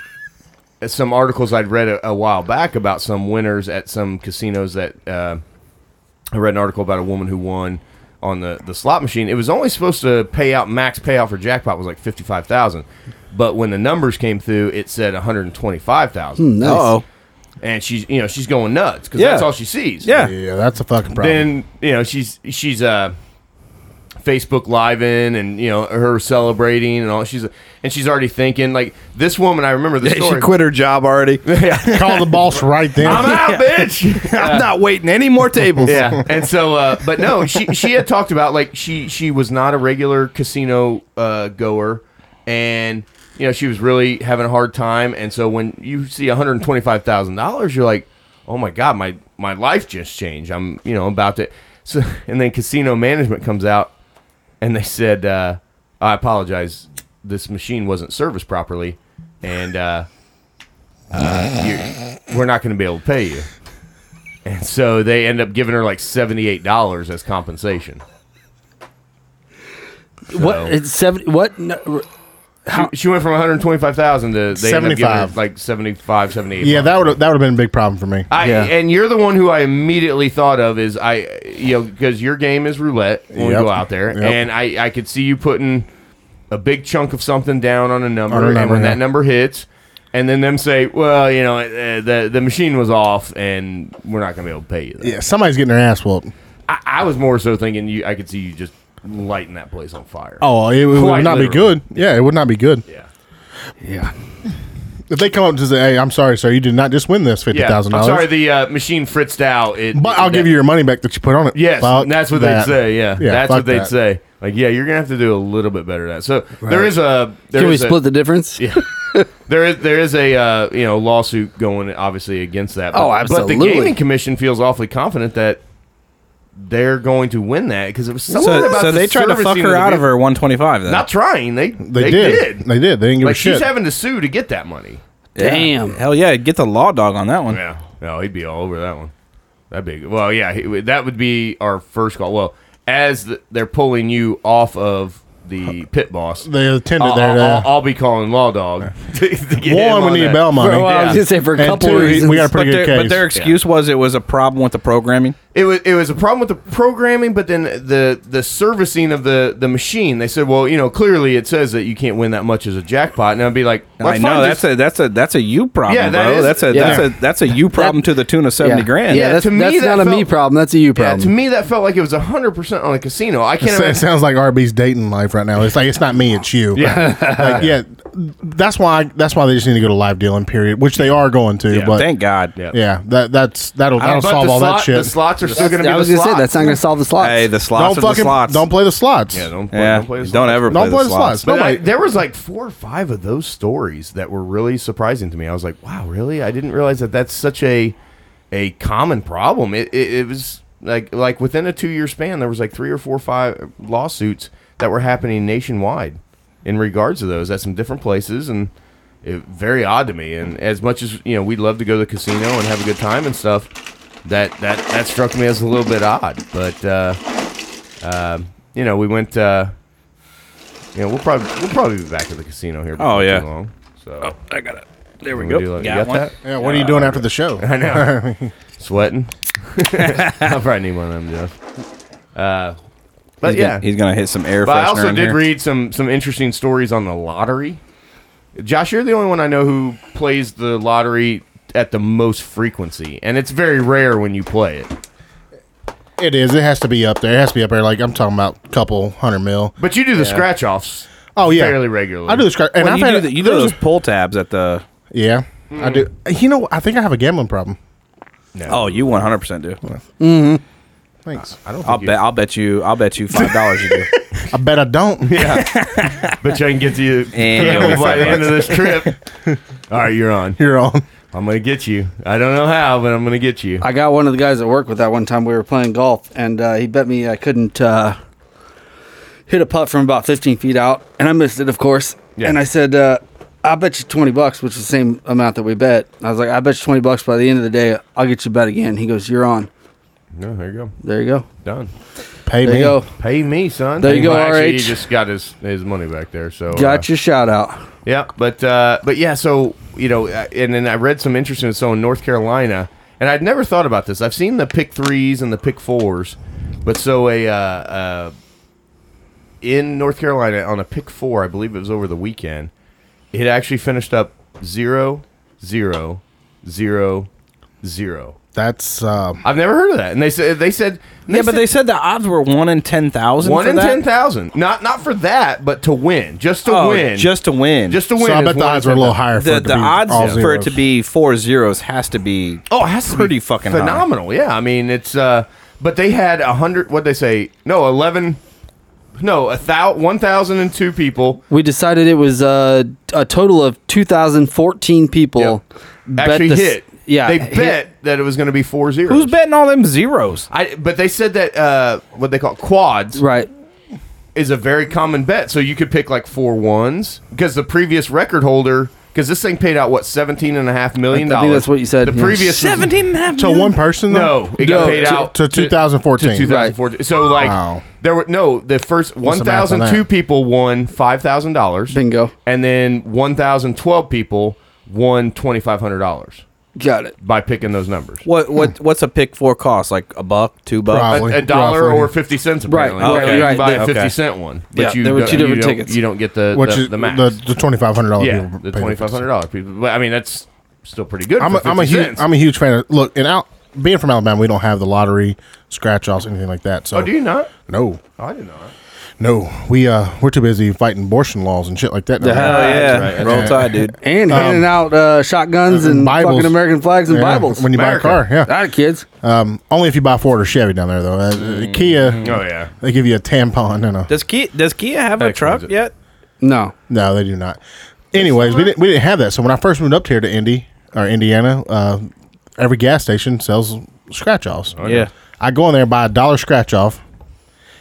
Speaker 1: some articles I'd read a, a while back about some winners at some casinos that uh, I read an article about a woman who won on the, the slot machine. It was only supposed to pay out max payout for jackpot was like 55,000. But when the numbers came through, it said 125,000.
Speaker 2: Hmm,
Speaker 4: Nice.
Speaker 3: oh,
Speaker 1: And she's, you know, she's going nuts cuz
Speaker 3: Yeah.
Speaker 1: that's all she sees.
Speaker 3: yeah,
Speaker 2: Yeah, that's a fucking problem.
Speaker 1: Then, you know, she's she's uh Facebook live in and you know her celebrating and all she's and she's already thinking like this woman I remember the story
Speaker 3: she quit her job already.
Speaker 2: Call the boss right then.
Speaker 1: I'm out bitch
Speaker 3: I'm not waiting any more tables.
Speaker 1: yeah and so uh, but no she she had talked about like she she was not a regular casino uh, goer and you know she was really having a hard time and so when you see $125000 you're like oh my god my my life just changed i'm you know about to so and then casino management comes out and they said uh, i apologize this machine wasn't serviced properly and uh, uh, you, we're not going to be able to pay you and so they end up giving her like seventy-eight dollars as compensation.
Speaker 4: What? It's seven. What? No, r-
Speaker 1: She, she went from one hundred twenty-five thousand to they end up giving her
Speaker 2: 75.
Speaker 1: like 75, 78.
Speaker 2: yeah, that would that would have been a big problem for me.
Speaker 1: I,
Speaker 4: Yeah.
Speaker 1: And you're the one who I immediately thought of is I, you know, because your game is roulette when we
Speaker 2: Yep.
Speaker 1: go out there,
Speaker 2: Yep.
Speaker 1: and I, I could see you putting a big chunk of something down on a number,
Speaker 2: On a
Speaker 1: and
Speaker 2: number,
Speaker 1: when
Speaker 2: yeah.
Speaker 1: that number hits, and then them say, well, you know, uh, the the machine was off, and we're not going to be able to pay you. That.
Speaker 2: yeah, somebody's getting their ass whooped.
Speaker 1: I, I was more so thinking you, I could see you just lighting that place on fire.
Speaker 2: Oh, it, would
Speaker 1: Quite
Speaker 2: not be
Speaker 1: literally.
Speaker 2: good. Yeah, it would not be good.
Speaker 1: yeah.
Speaker 4: yeah.
Speaker 2: If they come up and say, "Hey, I'm sorry, sir, you did not just win this fifty
Speaker 1: Yeah,
Speaker 2: thousand
Speaker 1: I'm sorry,
Speaker 2: dollars,"
Speaker 1: the uh, machine fritzed out. It,
Speaker 2: but I'll give you your money back that you put on it.
Speaker 1: Yes,
Speaker 2: Fuck
Speaker 1: and that's what
Speaker 2: that.
Speaker 1: they'd say. Yeah, that's
Speaker 2: fuck
Speaker 1: what they'd
Speaker 2: that.
Speaker 1: say. Like, yeah, you're gonna have to do a little bit better. Than that so there is a there
Speaker 4: Can we
Speaker 1: is a-
Speaker 4: split the difference?
Speaker 1: there is there is a uh, you know lawsuit going obviously against that.
Speaker 4: Oh,
Speaker 1: But
Speaker 4: absolutely.
Speaker 1: the gaming commission feels awfully confident that they're going to win that because it was something
Speaker 3: So,
Speaker 1: about
Speaker 3: so
Speaker 1: the
Speaker 3: they tried to fuck
Speaker 1: servicing
Speaker 3: her
Speaker 1: the
Speaker 3: out of
Speaker 1: vehicle-
Speaker 3: her 125. Then.
Speaker 1: Not trying, they
Speaker 2: They, did. They did. They didn't give
Speaker 1: Like
Speaker 2: a shit.
Speaker 1: she's having to sue to get that money.
Speaker 3: Yeah.
Speaker 4: Damn.
Speaker 3: Hell yeah, get the law dog on that one.
Speaker 1: Yeah, no, he'd be all over that one. That'd be well, yeah, he, that would be our first call. Well, as the, they're pulling you off of the pit boss,
Speaker 2: they attended
Speaker 1: I'll,
Speaker 2: there. uh,
Speaker 1: I'll-
Speaker 2: to-
Speaker 1: I'll- I'll be calling Law Dog. to- to get him
Speaker 2: One,
Speaker 1: on
Speaker 2: we need
Speaker 1: that.
Speaker 2: bail money.
Speaker 4: For- well, I was gonna say for a
Speaker 2: And
Speaker 4: couple
Speaker 2: two, he-
Speaker 4: reasons.
Speaker 2: we got a
Speaker 3: But
Speaker 2: pretty
Speaker 3: their,
Speaker 2: good case.
Speaker 3: but their excuse was it was a problem with the programming.
Speaker 1: It was it was a problem with the programming, but then the the servicing of the the machine. They said, well, you know, clearly it says that you can't win that much as a jackpot, and I'd be like, well,
Speaker 3: I
Speaker 1: fine,
Speaker 3: know
Speaker 1: just-
Speaker 3: that's a that's a that's a you problem,
Speaker 1: Yeah, that
Speaker 3: bro.
Speaker 1: is-
Speaker 3: that's a
Speaker 4: yeah.
Speaker 3: that's a that's a you problem to the tune of seventy
Speaker 4: yeah.
Speaker 3: grand.
Speaker 4: Yeah,
Speaker 1: Yeah,
Speaker 4: that's,
Speaker 1: to me,
Speaker 4: that's
Speaker 1: that
Speaker 4: not a me
Speaker 1: felt-
Speaker 4: problem. That's a you
Speaker 1: yeah,
Speaker 4: problem.
Speaker 1: to me that felt like it was hundred percent on a casino. I can't.
Speaker 2: It sa-
Speaker 1: imagine-
Speaker 2: it sounds like RB's dating life right now. It's like it's not me, it's you. Yeah, like, yeah. That's why. That's why they just need to go to live dealing. Period, which they are going to.
Speaker 1: Yeah.
Speaker 2: But
Speaker 3: Thank God.
Speaker 1: Yeah.
Speaker 2: yeah, that that's that'll that'll
Speaker 1: But the
Speaker 2: solve all that
Speaker 1: slot-
Speaker 2: shit.
Speaker 1: The slots are still going to be.
Speaker 4: I was
Speaker 1: the
Speaker 4: gonna say
Speaker 1: slots.
Speaker 4: that's not gonna solve the slots.
Speaker 3: Hey, the slots
Speaker 2: don't
Speaker 3: are
Speaker 2: fucking
Speaker 3: the slots.
Speaker 2: don't play the slots.
Speaker 1: Yeah, don't play,
Speaker 3: Yeah.
Speaker 1: don't play the
Speaker 3: Don't
Speaker 1: slots.
Speaker 3: ever
Speaker 2: Don't
Speaker 3: play,
Speaker 2: play
Speaker 3: the
Speaker 2: the
Speaker 3: slots.
Speaker 2: slots.
Speaker 1: But I,
Speaker 2: Nobody-
Speaker 1: there was like four or five of those stories that were really surprising to me. I was like, wow, really? I didn't realize that that's such a a common problem. It, it, it was like like within a two year span, there was like three or four or five lawsuits that were happening nationwide in regards to those at some different places and. It, very odd to me, and as much as you know, we'd love to go to the casino and have a good time and stuff. That that that struck me as a little bit odd, but uh, um, you know, we went. Uh, you know, we'll probably we'll probably be back at the casino here. before
Speaker 3: Oh, yeah.
Speaker 1: too long. So
Speaker 3: I got it. There we
Speaker 1: we
Speaker 3: go.
Speaker 1: do like- you
Speaker 3: Got
Speaker 1: got
Speaker 3: one.
Speaker 1: that?
Speaker 2: Yeah, what are you doing after the show?
Speaker 1: I know. Sweating. I'll probably need one of them, Jeff. Uh, but
Speaker 3: He's
Speaker 1: yeah,
Speaker 3: gonna, he's gonna hit some air.
Speaker 1: but I
Speaker 3: freshener
Speaker 1: also
Speaker 3: in
Speaker 1: did
Speaker 3: here.
Speaker 1: read some some interesting stories on the lottery. Josh, you're the only one I know who plays the lottery at the most frequency, and it's very rare when you play it.
Speaker 2: It is. It has to be up there. It has to be up there. Like I'm talking about a couple hundred mil.
Speaker 1: But you do the scratch offs.
Speaker 2: Oh yeah,
Speaker 1: fairly regularly.
Speaker 2: I do the scratch. And
Speaker 3: Well,
Speaker 2: I've
Speaker 3: you,
Speaker 2: had
Speaker 3: do the, you do those pull tabs at the.
Speaker 2: Yeah, I do.
Speaker 1: Hmm.
Speaker 2: You know, I think I have a gambling problem.
Speaker 3: Oh, you one hundred percent do.
Speaker 2: Thanks.
Speaker 1: I don't. Think
Speaker 3: I'll
Speaker 1: you-
Speaker 3: bet. I'll bet you. I'll bet you five dollars. you do.
Speaker 2: I bet I don't.
Speaker 1: Bet you I can get to you
Speaker 3: And you owe me
Speaker 1: by
Speaker 3: five
Speaker 1: the end of this trip. All right, you're on.
Speaker 2: You're on.
Speaker 1: I'm gonna get you. I don't know how, but I'm gonna get you.
Speaker 4: I got one of the guys at work with that one time. We were playing golf, and uh, he bet me I couldn't uh, hit a putt from about 15 feet out, and I missed it, of course.
Speaker 1: Yeah.
Speaker 4: And I said, uh, "I bet you 20 bucks," which is the same amount that we bet. I was like, "I bet you 20 bucks by the end of the day, I'll get you bet again." He goes, "You're on."
Speaker 1: No, there you go.
Speaker 4: There you go.
Speaker 1: Done.
Speaker 2: Pay
Speaker 4: There
Speaker 2: me.
Speaker 4: you go.
Speaker 1: Pay me, son.
Speaker 4: There you go,
Speaker 1: Well, Actually,
Speaker 4: RH.
Speaker 1: he just got his, his money back there. So uh,
Speaker 4: Got your shout out.
Speaker 1: Yeah, but uh, but yeah. So you know, uh, and then I read some interesting. So in North Carolina, and I'd never thought about this. I've seen the pick threes and the pick fours, but so a uh, uh, in North Carolina on a pick four, I believe it was over the weekend. It actually finished up zero, zero, zero, zero.
Speaker 2: That's um,
Speaker 1: I've never heard of that. And they said they said
Speaker 3: yeah, but they said the odds were one in ten thousand.
Speaker 1: one in ten thousand. Not not for that, but to win, just to
Speaker 3: Oh,
Speaker 1: win,
Speaker 3: just to win.
Speaker 1: just to win.
Speaker 2: so I
Speaker 1: is
Speaker 2: bet the
Speaker 1: one in
Speaker 2: odds were a little
Speaker 1: 10,000.
Speaker 2: higher for
Speaker 3: the,
Speaker 2: it to
Speaker 3: the
Speaker 2: be
Speaker 3: odds
Speaker 2: all
Speaker 3: for it
Speaker 2: zeros.
Speaker 3: to be four zeros has to be
Speaker 1: Oh, it has to
Speaker 3: pretty
Speaker 1: be
Speaker 3: fucking high.
Speaker 1: phenomenal. Yeah, I mean it's. uh But they had a hundred. What they say? No, eleven. No, a thou one thousand and two people
Speaker 4: We decided it was uh, a total of 2,014 people bet
Speaker 1: actually
Speaker 4: this-
Speaker 1: hit.
Speaker 4: Yeah,
Speaker 1: they
Speaker 4: hit-
Speaker 1: bet that it was going to be four zeros.
Speaker 3: Who's betting all them zeros?
Speaker 1: I, but they said that uh, what they call quads
Speaker 4: Right.
Speaker 1: is a very common bet. So you could pick like four ones because the previous record holder, because this thing paid out what seventeen and a half million
Speaker 4: I
Speaker 1: dollars.
Speaker 4: think that's what you said,
Speaker 1: The
Speaker 4: yeah.
Speaker 1: previous
Speaker 3: Seventeen and a half.
Speaker 2: to one person. though?
Speaker 1: No, it got
Speaker 4: No,
Speaker 1: paid
Speaker 4: to-
Speaker 1: out
Speaker 2: to 2014.
Speaker 1: To 2014. So like
Speaker 2: Wow.
Speaker 1: there were no the first
Speaker 2: the math on
Speaker 1: 1002
Speaker 2: that?
Speaker 1: people won $5,000.
Speaker 4: Bingo.
Speaker 1: And then 1012 people won $2500
Speaker 4: Got it.
Speaker 1: by picking those numbers.
Speaker 3: What what what's a pick four cost? Like a buck, two bucks.
Speaker 1: A,
Speaker 2: Probably.
Speaker 1: a dollar
Speaker 2: Roughly.
Speaker 1: or 50 cents
Speaker 4: Right,
Speaker 1: apparently.
Speaker 4: right,
Speaker 1: Okay, you
Speaker 4: right.
Speaker 1: can buy a
Speaker 3: Okay.
Speaker 1: 50 cent one. But
Speaker 4: Yeah,
Speaker 1: you
Speaker 4: there were
Speaker 1: don't-
Speaker 4: two
Speaker 1: you
Speaker 4: different
Speaker 1: don't-
Speaker 4: tickets.
Speaker 1: You don't get the
Speaker 2: which
Speaker 1: the,
Speaker 2: is
Speaker 1: the max.
Speaker 2: the, the twenty five hundred dollars.
Speaker 1: yeah, the $2500 people. But I mean that's still pretty good
Speaker 2: I'm
Speaker 1: for
Speaker 2: a, I'm a
Speaker 1: 50
Speaker 2: huge
Speaker 1: cents.
Speaker 2: I'm a huge fan. Of, look, and out being from Alabama, we don't have the lottery, scratch offs, anything like that. So
Speaker 1: Oh, do you Oh, not?
Speaker 2: no,
Speaker 1: Oh, I did not.
Speaker 2: No, we uh we're too busy fighting abortion laws and shit like that. now.
Speaker 3: Hell yeah.
Speaker 1: right, that's
Speaker 3: Roll
Speaker 2: right.
Speaker 3: tide, dude.
Speaker 4: and handing out uh, shotguns
Speaker 2: and
Speaker 4: and
Speaker 2: Um, Bibles.
Speaker 4: fucking American flags and
Speaker 2: Yeah,
Speaker 4: Bibles.
Speaker 2: when you buy a car. Yeah,
Speaker 4: All right, kids.
Speaker 2: um, only if you buy a Ford or Chevy down there though. Uh, Kia,
Speaker 1: Oh yeah.
Speaker 2: they give you a tampon and a
Speaker 3: Does Kia does Kia have a truck
Speaker 1: it.
Speaker 3: yet?
Speaker 4: No.
Speaker 2: no, they do not. Anyways, we didn't we didn't have that. So when I first moved up here to Indy or Indiana, uh, every gas station sells scratch offs.
Speaker 1: Oh,
Speaker 3: yeah.
Speaker 2: I go in there buy a dollar scratch off,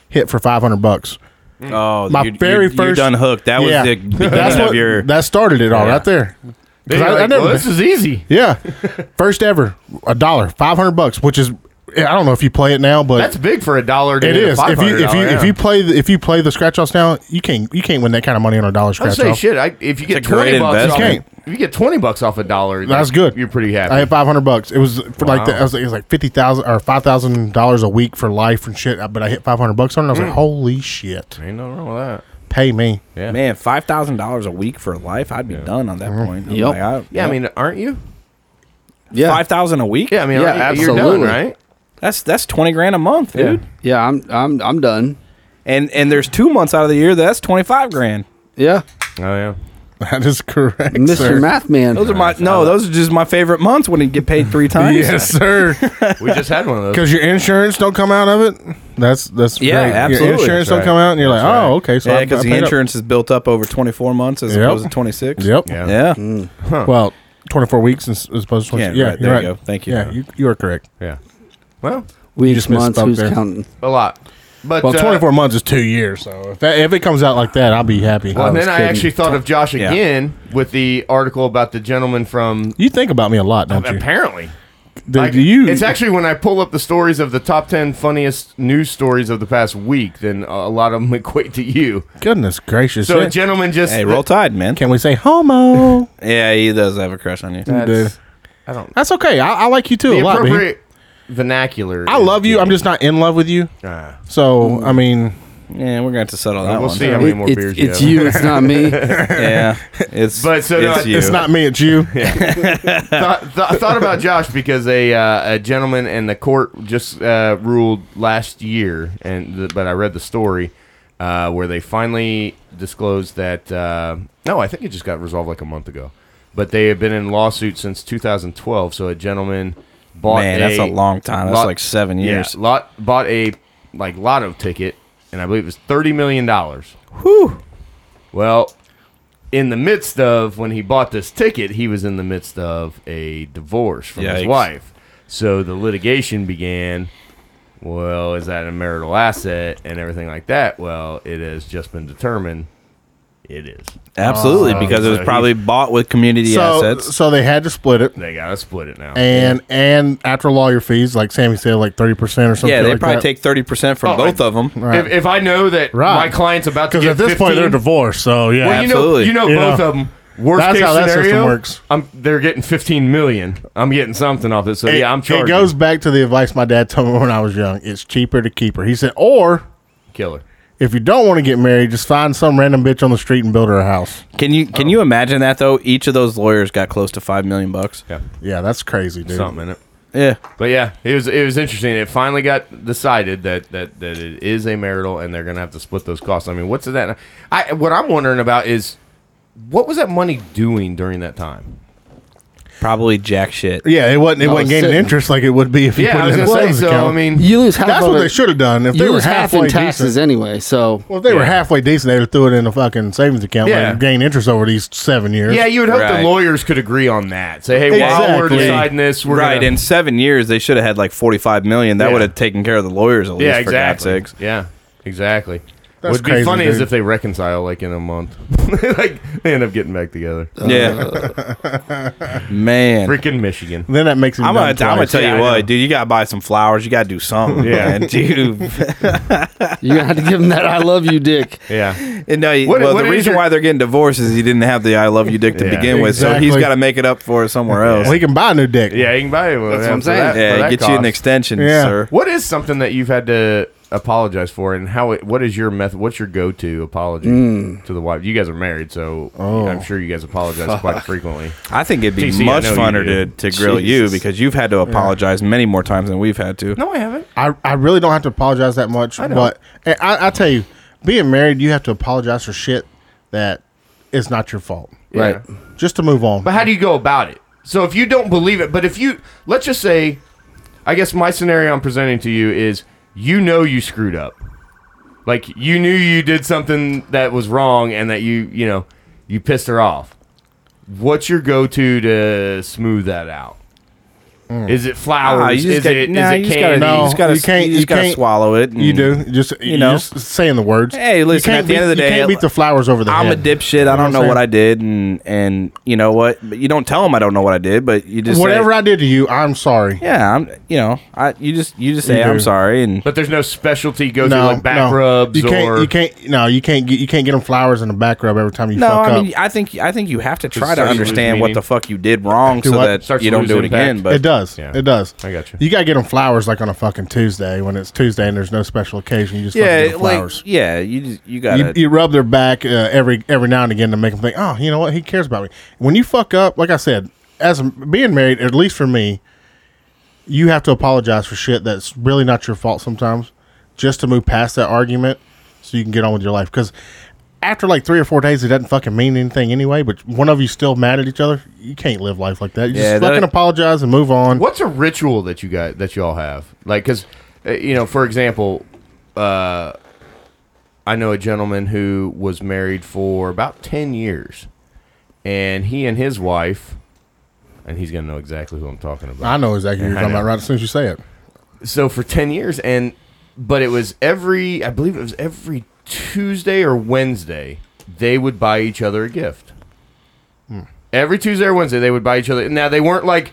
Speaker 2: hit for five hundred bucks.
Speaker 3: Oh,
Speaker 2: My
Speaker 3: you- you-
Speaker 2: very
Speaker 3: you're
Speaker 2: first-
Speaker 3: done hooked. That was
Speaker 2: Yeah.
Speaker 3: the beginning of your.
Speaker 2: that started it all right
Speaker 3: Yeah.
Speaker 2: there. 'Cause
Speaker 1: They're
Speaker 2: I- I
Speaker 1: like,
Speaker 2: never-
Speaker 1: "Well, this is easy.
Speaker 2: Yeah, first ever a dollar five hundred bucks, which is I don't know if you play it now, but
Speaker 1: That's big for a dollar. to
Speaker 2: It
Speaker 1: get a
Speaker 2: is. If you if you
Speaker 1: $500,
Speaker 2: if you
Speaker 1: yeah.
Speaker 2: play the, if you play the scratch offs now, you can't you can't win that kind of money on a dollar
Speaker 1: I
Speaker 2: scratch
Speaker 1: say
Speaker 2: off.
Speaker 1: shit. I, if you get
Speaker 3: a great
Speaker 1: twenty bucks, off,
Speaker 2: investment.
Speaker 1: if you get twenty bucks off a dollar,
Speaker 2: That's good.
Speaker 1: You're pretty happy.
Speaker 2: I had five hundred bucks. It was for like
Speaker 1: Wow.
Speaker 2: the, I was like, it was like fifty thousand or five thousand dollars a week for life and shit. But I hit five hundred bucks on it. I was
Speaker 1: Mm.
Speaker 2: like, holy shit,
Speaker 1: Ain't nothing wrong with that.
Speaker 2: pay me.
Speaker 1: Yeah.
Speaker 3: Man, five thousand dollars a week for life, I'd be done on that
Speaker 2: Mm-hmm.
Speaker 3: point. I'm
Speaker 4: Yep.
Speaker 3: like, I-
Speaker 1: Yeah, I mean, aren't you?
Speaker 4: Yeah.
Speaker 3: five thousand a week.
Speaker 1: Yeah, I mean,
Speaker 4: Yeah,
Speaker 1: aren't you- you're done,
Speaker 4: absolutely.
Speaker 1: right?
Speaker 3: that's that's twenty grand a month, dude.
Speaker 4: Yeah, I'm I'm I'm done.
Speaker 3: And and there's two months out of the year that's twenty five grand.
Speaker 4: Yeah.
Speaker 1: Oh yeah.
Speaker 2: That is correct,
Speaker 4: Mr.
Speaker 2: sir.
Speaker 4: Math Man.
Speaker 3: Those are my no, those are just my favorite months when you get paid three times.
Speaker 2: Yes, sir.
Speaker 1: We just had one of those.
Speaker 2: Because your insurance don't come out of it. That's that's
Speaker 3: Yeah,
Speaker 2: great.
Speaker 3: absolutely.
Speaker 2: Your insurance
Speaker 1: That's
Speaker 2: don't
Speaker 1: right.
Speaker 2: come out, and you're like,
Speaker 1: That's right.
Speaker 2: oh, okay. So
Speaker 3: Yeah,
Speaker 2: I- I
Speaker 3: because the
Speaker 2: paid up.
Speaker 3: insurance is built up over twenty four months as
Speaker 2: Yep.
Speaker 3: opposed to twenty six.
Speaker 2: Yep.
Speaker 1: Yeah.
Speaker 3: Yeah. Mm.
Speaker 2: Well, twenty four weeks as as opposed to twenty.
Speaker 3: Yeah,
Speaker 2: Yeah,
Speaker 3: right,
Speaker 2: you're
Speaker 3: there
Speaker 2: right.
Speaker 3: you go. Thank you.
Speaker 2: Yeah, you you are correct.
Speaker 1: Yeah. Well,
Speaker 4: weeks,
Speaker 2: just
Speaker 4: months,
Speaker 2: misspoke
Speaker 4: who's
Speaker 2: there.
Speaker 4: counting?
Speaker 1: a lot. But
Speaker 2: Well,
Speaker 1: uh,
Speaker 2: 24 months is two years, so if, that, if it comes out like that, I'll be happy.
Speaker 1: Well, and
Speaker 2: I was
Speaker 1: then I
Speaker 2: kidding.
Speaker 1: actually thought of Josh
Speaker 3: Yeah.
Speaker 1: again with the article about the gentleman from.
Speaker 2: you think about me a lot, don't you?
Speaker 1: Apparently,
Speaker 2: Do,
Speaker 1: Like,
Speaker 2: do you?
Speaker 1: It's actually when I pull up the stories of the top ten funniest news stories of the past week, then a lot of them equate to you.
Speaker 2: goodness gracious!
Speaker 1: So
Speaker 2: yeah.
Speaker 1: a gentleman just
Speaker 3: Hey, roll tide, man.
Speaker 2: Can we say homo?
Speaker 3: Yeah, he does have a crush on you.
Speaker 2: Dude,
Speaker 1: I don't.
Speaker 2: That's okay. I, I like you too
Speaker 1: The
Speaker 2: a lot. B.
Speaker 1: appropriate vernacular.
Speaker 2: I
Speaker 1: is
Speaker 2: love you.
Speaker 1: gay.
Speaker 2: I'm just not in love with you.
Speaker 1: Ah.
Speaker 2: So I mean,
Speaker 3: Yeah, we're gonna have to settle that
Speaker 1: We'll
Speaker 3: one.
Speaker 1: see how many more
Speaker 4: It-
Speaker 1: beers
Speaker 4: it's
Speaker 1: you
Speaker 4: it's
Speaker 1: have.
Speaker 4: you, it's not me.
Speaker 3: Yeah, it's
Speaker 1: But so no,
Speaker 3: it's you.
Speaker 2: it's not me. It's you.
Speaker 1: thought, thought, thought about Josh because a uh, a gentleman in the court just uh, ruled last year, and th- but I read the story uh, where they finally disclosed that uh, no, I think it just got resolved like a month ago. But they have been in lawsuit since 2012. So a gentleman bought
Speaker 3: Man, that's a long time. That's
Speaker 1: lot-
Speaker 3: like seven
Speaker 1: yeah,
Speaker 3: years.
Speaker 1: lot bought a like lotto ticket, and I believe it was thirty million dollars.
Speaker 3: Whew.
Speaker 1: Well, in the midst of when he bought this ticket, he was in the midst of a divorce from his
Speaker 3: Yikes.
Speaker 1: wife. So the litigation began. Well, is that a marital asset and everything like that? Well, it has just been determined it is.
Speaker 3: Absolutely, because it was
Speaker 1: Oh, so
Speaker 3: probably bought with community
Speaker 2: so
Speaker 3: assets.
Speaker 2: so they had to split it,
Speaker 1: They got to split it now.
Speaker 2: and and after lawyer fees, like Sammy said, like thirty percent or something.
Speaker 3: Yeah, they
Speaker 2: like
Speaker 3: probably
Speaker 2: that.
Speaker 3: take thirty percent from
Speaker 1: Oh,
Speaker 3: both
Speaker 1: I-
Speaker 3: of them.
Speaker 2: Right.
Speaker 1: If, if I know that
Speaker 2: Right.
Speaker 1: my client's about to
Speaker 2: because
Speaker 1: get
Speaker 2: at this
Speaker 1: 15,
Speaker 2: point they're divorced. So yeah,
Speaker 1: Well, you know,
Speaker 3: Absolutely.
Speaker 1: you know
Speaker 2: You
Speaker 1: both
Speaker 2: know.
Speaker 1: of them. Worst
Speaker 2: That's
Speaker 1: case
Speaker 2: how that
Speaker 1: scenario,
Speaker 2: system works.
Speaker 1: I'm they're getting 15 million. I'm getting something off it. So
Speaker 2: it,
Speaker 1: yeah, I'm charging.
Speaker 2: It goes back to the advice my dad told me when I was young. It's cheaper to keep her. He said, or
Speaker 1: killer.
Speaker 2: if you don't want to get married, just find some random bitch on the street and build her a house.
Speaker 3: Can you can
Speaker 1: Oh.
Speaker 3: you imagine that though? Each of those lawyers got close to five million bucks.
Speaker 1: Yeah,
Speaker 2: Yeah, that's crazy, dude.
Speaker 1: something in it.
Speaker 3: Yeah,
Speaker 1: But yeah, it was it was interesting. It finally got decided that that that it is a marital, and they're gonna have to split those costs. I mean, what's that? I what I'm wondering about is what was that money doing during that time?
Speaker 3: probably jack shit.
Speaker 2: Yeah, it wasn't. It
Speaker 4: I
Speaker 2: wasn't
Speaker 4: was
Speaker 2: gaining
Speaker 4: sitting.
Speaker 2: interest like it would be if you
Speaker 1: Yeah, I
Speaker 2: put
Speaker 1: was
Speaker 2: it in a
Speaker 1: gonna say.
Speaker 2: savings
Speaker 1: So
Speaker 2: account.
Speaker 1: I mean,
Speaker 4: You lose half
Speaker 2: that's
Speaker 4: of
Speaker 2: what
Speaker 4: it.
Speaker 2: they should have done if
Speaker 4: You
Speaker 2: they were
Speaker 4: lose half
Speaker 2: halfway
Speaker 4: in taxes
Speaker 2: decent.
Speaker 4: anyway, so
Speaker 2: Well, if they were
Speaker 1: Yeah.
Speaker 2: halfway decent, they'd have threw it in a fucking savings account
Speaker 1: Yeah.
Speaker 2: and gain interest over these seven years.
Speaker 1: yeah, you would hope
Speaker 3: Right.
Speaker 1: the lawyers could agree on that. Say, hey, while we're
Speaker 2: Exactly.
Speaker 1: deciding this, we're
Speaker 3: right,
Speaker 1: gonna-
Speaker 3: in seven years they should have had like forty-five million. That
Speaker 1: Yeah.
Speaker 3: would have taken care of the lawyers at least.
Speaker 1: yeah,
Speaker 3: for God's
Speaker 1: exactly.
Speaker 3: sakes.
Speaker 1: Yeah, exactly.
Speaker 2: That's
Speaker 1: What'd be
Speaker 2: crazy,
Speaker 1: funny is
Speaker 2: dude.
Speaker 1: if they reconcile like in a month, like they end up getting back together.
Speaker 3: Yeah, man.
Speaker 1: Freaking Michigan.
Speaker 2: Then that makes it.
Speaker 3: I'm gonna, I'm gonna tell
Speaker 1: Yeah, I
Speaker 3: you what,
Speaker 1: know.
Speaker 3: dude. You gotta buy some flowers. You gotta do something.
Speaker 1: Yeah.
Speaker 3: man, dude.
Speaker 4: you're gonna have to give him that I love you dick.
Speaker 1: Yeah,
Speaker 3: And no, you-
Speaker 1: What-
Speaker 3: well,
Speaker 1: what
Speaker 3: the
Speaker 1: is
Speaker 3: reason
Speaker 1: your-
Speaker 3: why they're getting divorced is he didn't have the "I love you" dick to
Speaker 1: Yeah.
Speaker 3: begin with, so
Speaker 2: Exactly.
Speaker 3: he's got to make it up for it somewhere else.
Speaker 2: Well, he can buy a new dick.
Speaker 1: yeah, you can buy one.
Speaker 4: That's what I'm
Speaker 1: for
Speaker 4: saying.
Speaker 1: that- for
Speaker 3: yeah,
Speaker 1: that
Speaker 3: get you an
Speaker 1: cost.
Speaker 3: extension,
Speaker 2: Yeah.
Speaker 3: sir.
Speaker 1: What is something that you've had to apologize for, and how? It, what is your method? What's your go-to apology to the wife? You guys are married, so I'm sure you guys apologize quite frequently.
Speaker 3: I think it'd be
Speaker 1: TC, I
Speaker 3: much
Speaker 1: know you
Speaker 3: funner to,
Speaker 1: did.
Speaker 3: to grill you
Speaker 4: Jesus.
Speaker 3: because you've had to apologize many more times than we've had to.
Speaker 1: No, I haven't.
Speaker 2: I, I really don't have to apologize that much, but and I, I tell you, being married, you have to apologize for shit that is not your fault.
Speaker 1: Right.
Speaker 2: Just to move on.
Speaker 1: But how do you go about it? So if you don't believe it, but if you let's just say, I guess my scenario I'm presenting to you is you know you screwed up, like you knew you did something that was wrong and that you you know you pissed her off. What's your go-to to smooth that out? Is it flowers?
Speaker 3: Mm. Nah, Ah, you just
Speaker 1: is,
Speaker 3: got-
Speaker 1: it, is
Speaker 3: nah,
Speaker 1: it
Speaker 3: you just gotta-
Speaker 1: candy?
Speaker 3: you
Speaker 2: no,
Speaker 3: just gotta-
Speaker 2: you can't.
Speaker 3: you just gotta
Speaker 2: can't-
Speaker 3: swallow it
Speaker 1: Mm.
Speaker 2: You
Speaker 3: and-
Speaker 2: do. You Just you,
Speaker 3: know?
Speaker 2: know, just saying the words.
Speaker 3: Hey, listen,
Speaker 2: You
Speaker 3: at
Speaker 2: can't
Speaker 3: the end of the
Speaker 2: beat-
Speaker 3: day,
Speaker 2: you can't beat the flowers over the
Speaker 3: I'm
Speaker 2: head.
Speaker 3: a dipshit. I don't know
Speaker 2: I'm
Speaker 3: what
Speaker 2: saying?
Speaker 3: I did, and and you know what? But you don't tell them I don't know what I did, but you just
Speaker 2: Whatever
Speaker 3: Say,
Speaker 2: I did to you, I'm sorry.
Speaker 3: yeah, I'm. You know, I you just you just say
Speaker 2: You
Speaker 3: I'm
Speaker 2: do.
Speaker 3: sorry, and
Speaker 1: But there's no specialty go-to like back rubs
Speaker 2: You can't.
Speaker 1: or
Speaker 2: you can't. No, you can't. Get, you can't get them flowers in a back rub every time you
Speaker 3: no,
Speaker 2: fuck
Speaker 3: I mean,
Speaker 2: up.
Speaker 3: I think I think you have to try to
Speaker 1: starts to lose
Speaker 3: understand what
Speaker 1: meaning.
Speaker 3: the fuck you did wrong, so
Speaker 2: what?
Speaker 3: that
Speaker 1: Starts
Speaker 3: you
Speaker 1: to
Speaker 3: don't
Speaker 1: lose
Speaker 3: do it
Speaker 1: impact.
Speaker 3: again. But
Speaker 2: it does.
Speaker 1: Yeah.
Speaker 2: It does.
Speaker 1: I got you.
Speaker 2: You gotta get them flowers like on a fucking Tuesday when it's Tuesday and there's no special occasion. You just fucking get
Speaker 3: yeah,
Speaker 2: 'em
Speaker 3: like
Speaker 2: flowers.
Speaker 3: yeah, you just, you
Speaker 2: you,
Speaker 3: gotta
Speaker 2: you rub their back uh, every every now and again to make them think, oh, you know what, he cares about me. When you fuck up, like I said, as a- being married, at least for me, you have to apologize for shit that's really not your fault sometimes, just to move past that argument so you can get on with your life. Because after like three or four days, it doesn't fucking mean anything anyway. But one of you still mad at each other, you can't live life like that. You
Speaker 3: Yeah,
Speaker 2: just
Speaker 3: that-
Speaker 2: fucking apologize and move on.
Speaker 1: What's a ritual that you got that you all have? Like, because you know, for example, uh, I know a gentleman who was married for about ten years, and he and his wife, and he's gonna know exactly who I'm talking about.
Speaker 2: I know exactly what you're
Speaker 1: I
Speaker 2: talking
Speaker 1: know.
Speaker 2: about right as soon as you say it.
Speaker 1: So for ten years, and but it was every, I believe it was every Tuesday or Wednesday, they would buy each other a gift.
Speaker 2: Hmm.
Speaker 1: Every Tuesday or Wednesday, they would buy each other. Now they weren't like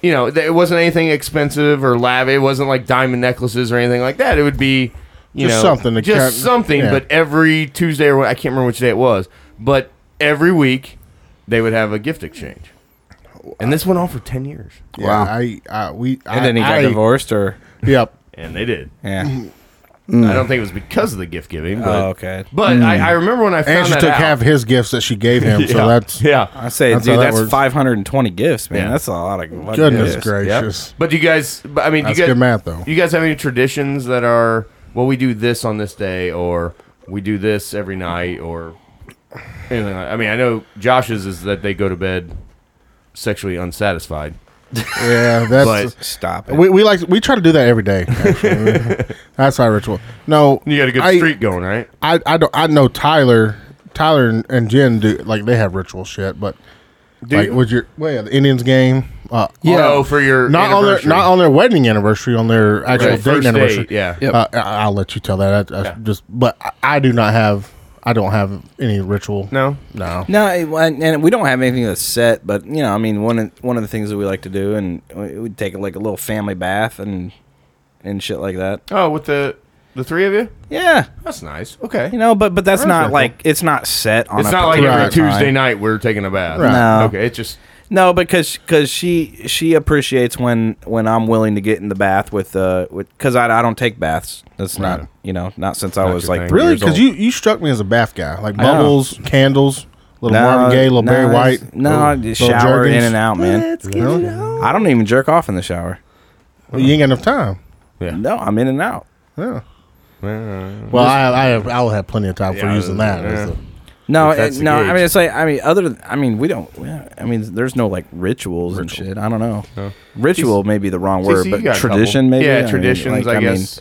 Speaker 1: you know, th- it wasn't anything expensive or lavish. It wasn't like diamond necklaces or anything like that. It would be, you
Speaker 2: Just
Speaker 1: know,
Speaker 2: something to
Speaker 1: just
Speaker 2: cut-
Speaker 1: something.
Speaker 2: yeah.
Speaker 1: But every Tuesday or I can't remember which day it was, but every week they would have a gift exchange, and this went on for ten years.
Speaker 2: Yeah, I, I, we, I,
Speaker 3: and then he got
Speaker 2: I- Mm-hmm.
Speaker 3: divorced, or
Speaker 2: Yep.
Speaker 1: And they did.
Speaker 3: yeah,
Speaker 1: I don't think it was because of the gift giving, but
Speaker 3: Hmm. oh, okay.
Speaker 1: but I, I remember when I found
Speaker 2: Hmm. And she
Speaker 1: that
Speaker 2: took
Speaker 1: out.
Speaker 2: half his gifts that she gave him. So that's
Speaker 1: yeah.
Speaker 3: I say,
Speaker 2: That's how
Speaker 3: dude,
Speaker 2: that
Speaker 3: that's
Speaker 2: works.
Speaker 3: 520 gifts, man.
Speaker 1: Yeah.
Speaker 3: That's a lot of fucking
Speaker 2: goodness
Speaker 3: gifts.
Speaker 2: gracious.
Speaker 1: But do you guys? But I mean, do
Speaker 2: That's
Speaker 1: you guys,
Speaker 2: good math, though.
Speaker 1: You guys have any traditions that are well, we do this on this day, or we do this every night, or anything? Like, I mean, I know Josh's is that they go to bed sexually unsatisfied.
Speaker 2: Yeah, that's.
Speaker 1: But-
Speaker 3: Stop it.
Speaker 2: we, we like we try to do that every day. Actually. that's our ritual. No,
Speaker 1: You got a good
Speaker 2: I,
Speaker 1: streak going, right?
Speaker 2: I I don't I know Tyler, Tyler and, and Jen do like they have ritual shit, but
Speaker 1: Do
Speaker 2: like
Speaker 1: you-
Speaker 2: with your well, yeah, the Indians game. Uh,
Speaker 1: Oh, for your
Speaker 2: not on their
Speaker 1: anniversary.
Speaker 2: not on their wedding anniversary, on their actual
Speaker 1: Right,
Speaker 2: dating
Speaker 1: first
Speaker 2: anniversary.
Speaker 1: date, yeah.
Speaker 4: Yep.
Speaker 2: Uh, I, I'll let you tell that. I, I
Speaker 1: Yeah.
Speaker 2: Just but I, I do not have I don't have any ritual.
Speaker 1: No.
Speaker 2: no.
Speaker 3: No, it- and and we don't have anything that's set, but you know, I mean, one of, one of the things that we like to do, and we- we'd take like a little family bath and and shit like that.
Speaker 1: Oh, with the the three of you.
Speaker 3: Yeah,
Speaker 1: That's nice. Okay.
Speaker 3: you know, but but that's not
Speaker 2: cool.
Speaker 3: like it's not set on.
Speaker 1: it's
Speaker 3: a
Speaker 1: not like
Speaker 3: particular
Speaker 1: every
Speaker 2: Right.
Speaker 1: Tuesday
Speaker 3: time.
Speaker 1: night we're taking a bath.
Speaker 2: Right.
Speaker 3: No.
Speaker 1: Okay. It's just
Speaker 3: No, because because she she appreciates when when I'm willing to get in the bath with uh with because I, I don't take baths. That's
Speaker 1: Right.
Speaker 3: not you know not since I
Speaker 1: Not
Speaker 3: was
Speaker 1: your
Speaker 3: like
Speaker 1: thing.
Speaker 3: three
Speaker 2: Really?
Speaker 3: years
Speaker 2: Because
Speaker 3: old.
Speaker 2: you, you struck me as a bath guy. Like
Speaker 3: I know.
Speaker 2: bubbles, candles, little Marvin Gaye, little
Speaker 3: no,
Speaker 2: Barry
Speaker 3: it's-
Speaker 2: White.
Speaker 3: No, I just
Speaker 2: little
Speaker 3: shower in
Speaker 2: Jergens.
Speaker 3: and out, man.
Speaker 2: No?
Speaker 3: I don't even jerk off in the shower.
Speaker 2: Well, you ain't got enough time.
Speaker 3: No, I'm in and out.
Speaker 2: Yeah. Well, I, I have, I'll have plenty of time for
Speaker 1: Yeah,
Speaker 2: using that.
Speaker 1: yeah.
Speaker 2: as a-
Speaker 3: No,
Speaker 1: If that's
Speaker 3: it-
Speaker 1: the
Speaker 3: no. I
Speaker 1: gauge.
Speaker 3: mean, it's like I mean, other. Than, I mean, we don't. yeah, I mean, there's no like rituals and shit. I don't know. Ritual may be the wrong word,
Speaker 1: TC, you got
Speaker 3: but
Speaker 1: a couple.
Speaker 3: tradition maybe. I
Speaker 1: Yeah,
Speaker 3: mean,
Speaker 1: traditions.
Speaker 3: like,
Speaker 1: I,
Speaker 3: mean,
Speaker 1: guess.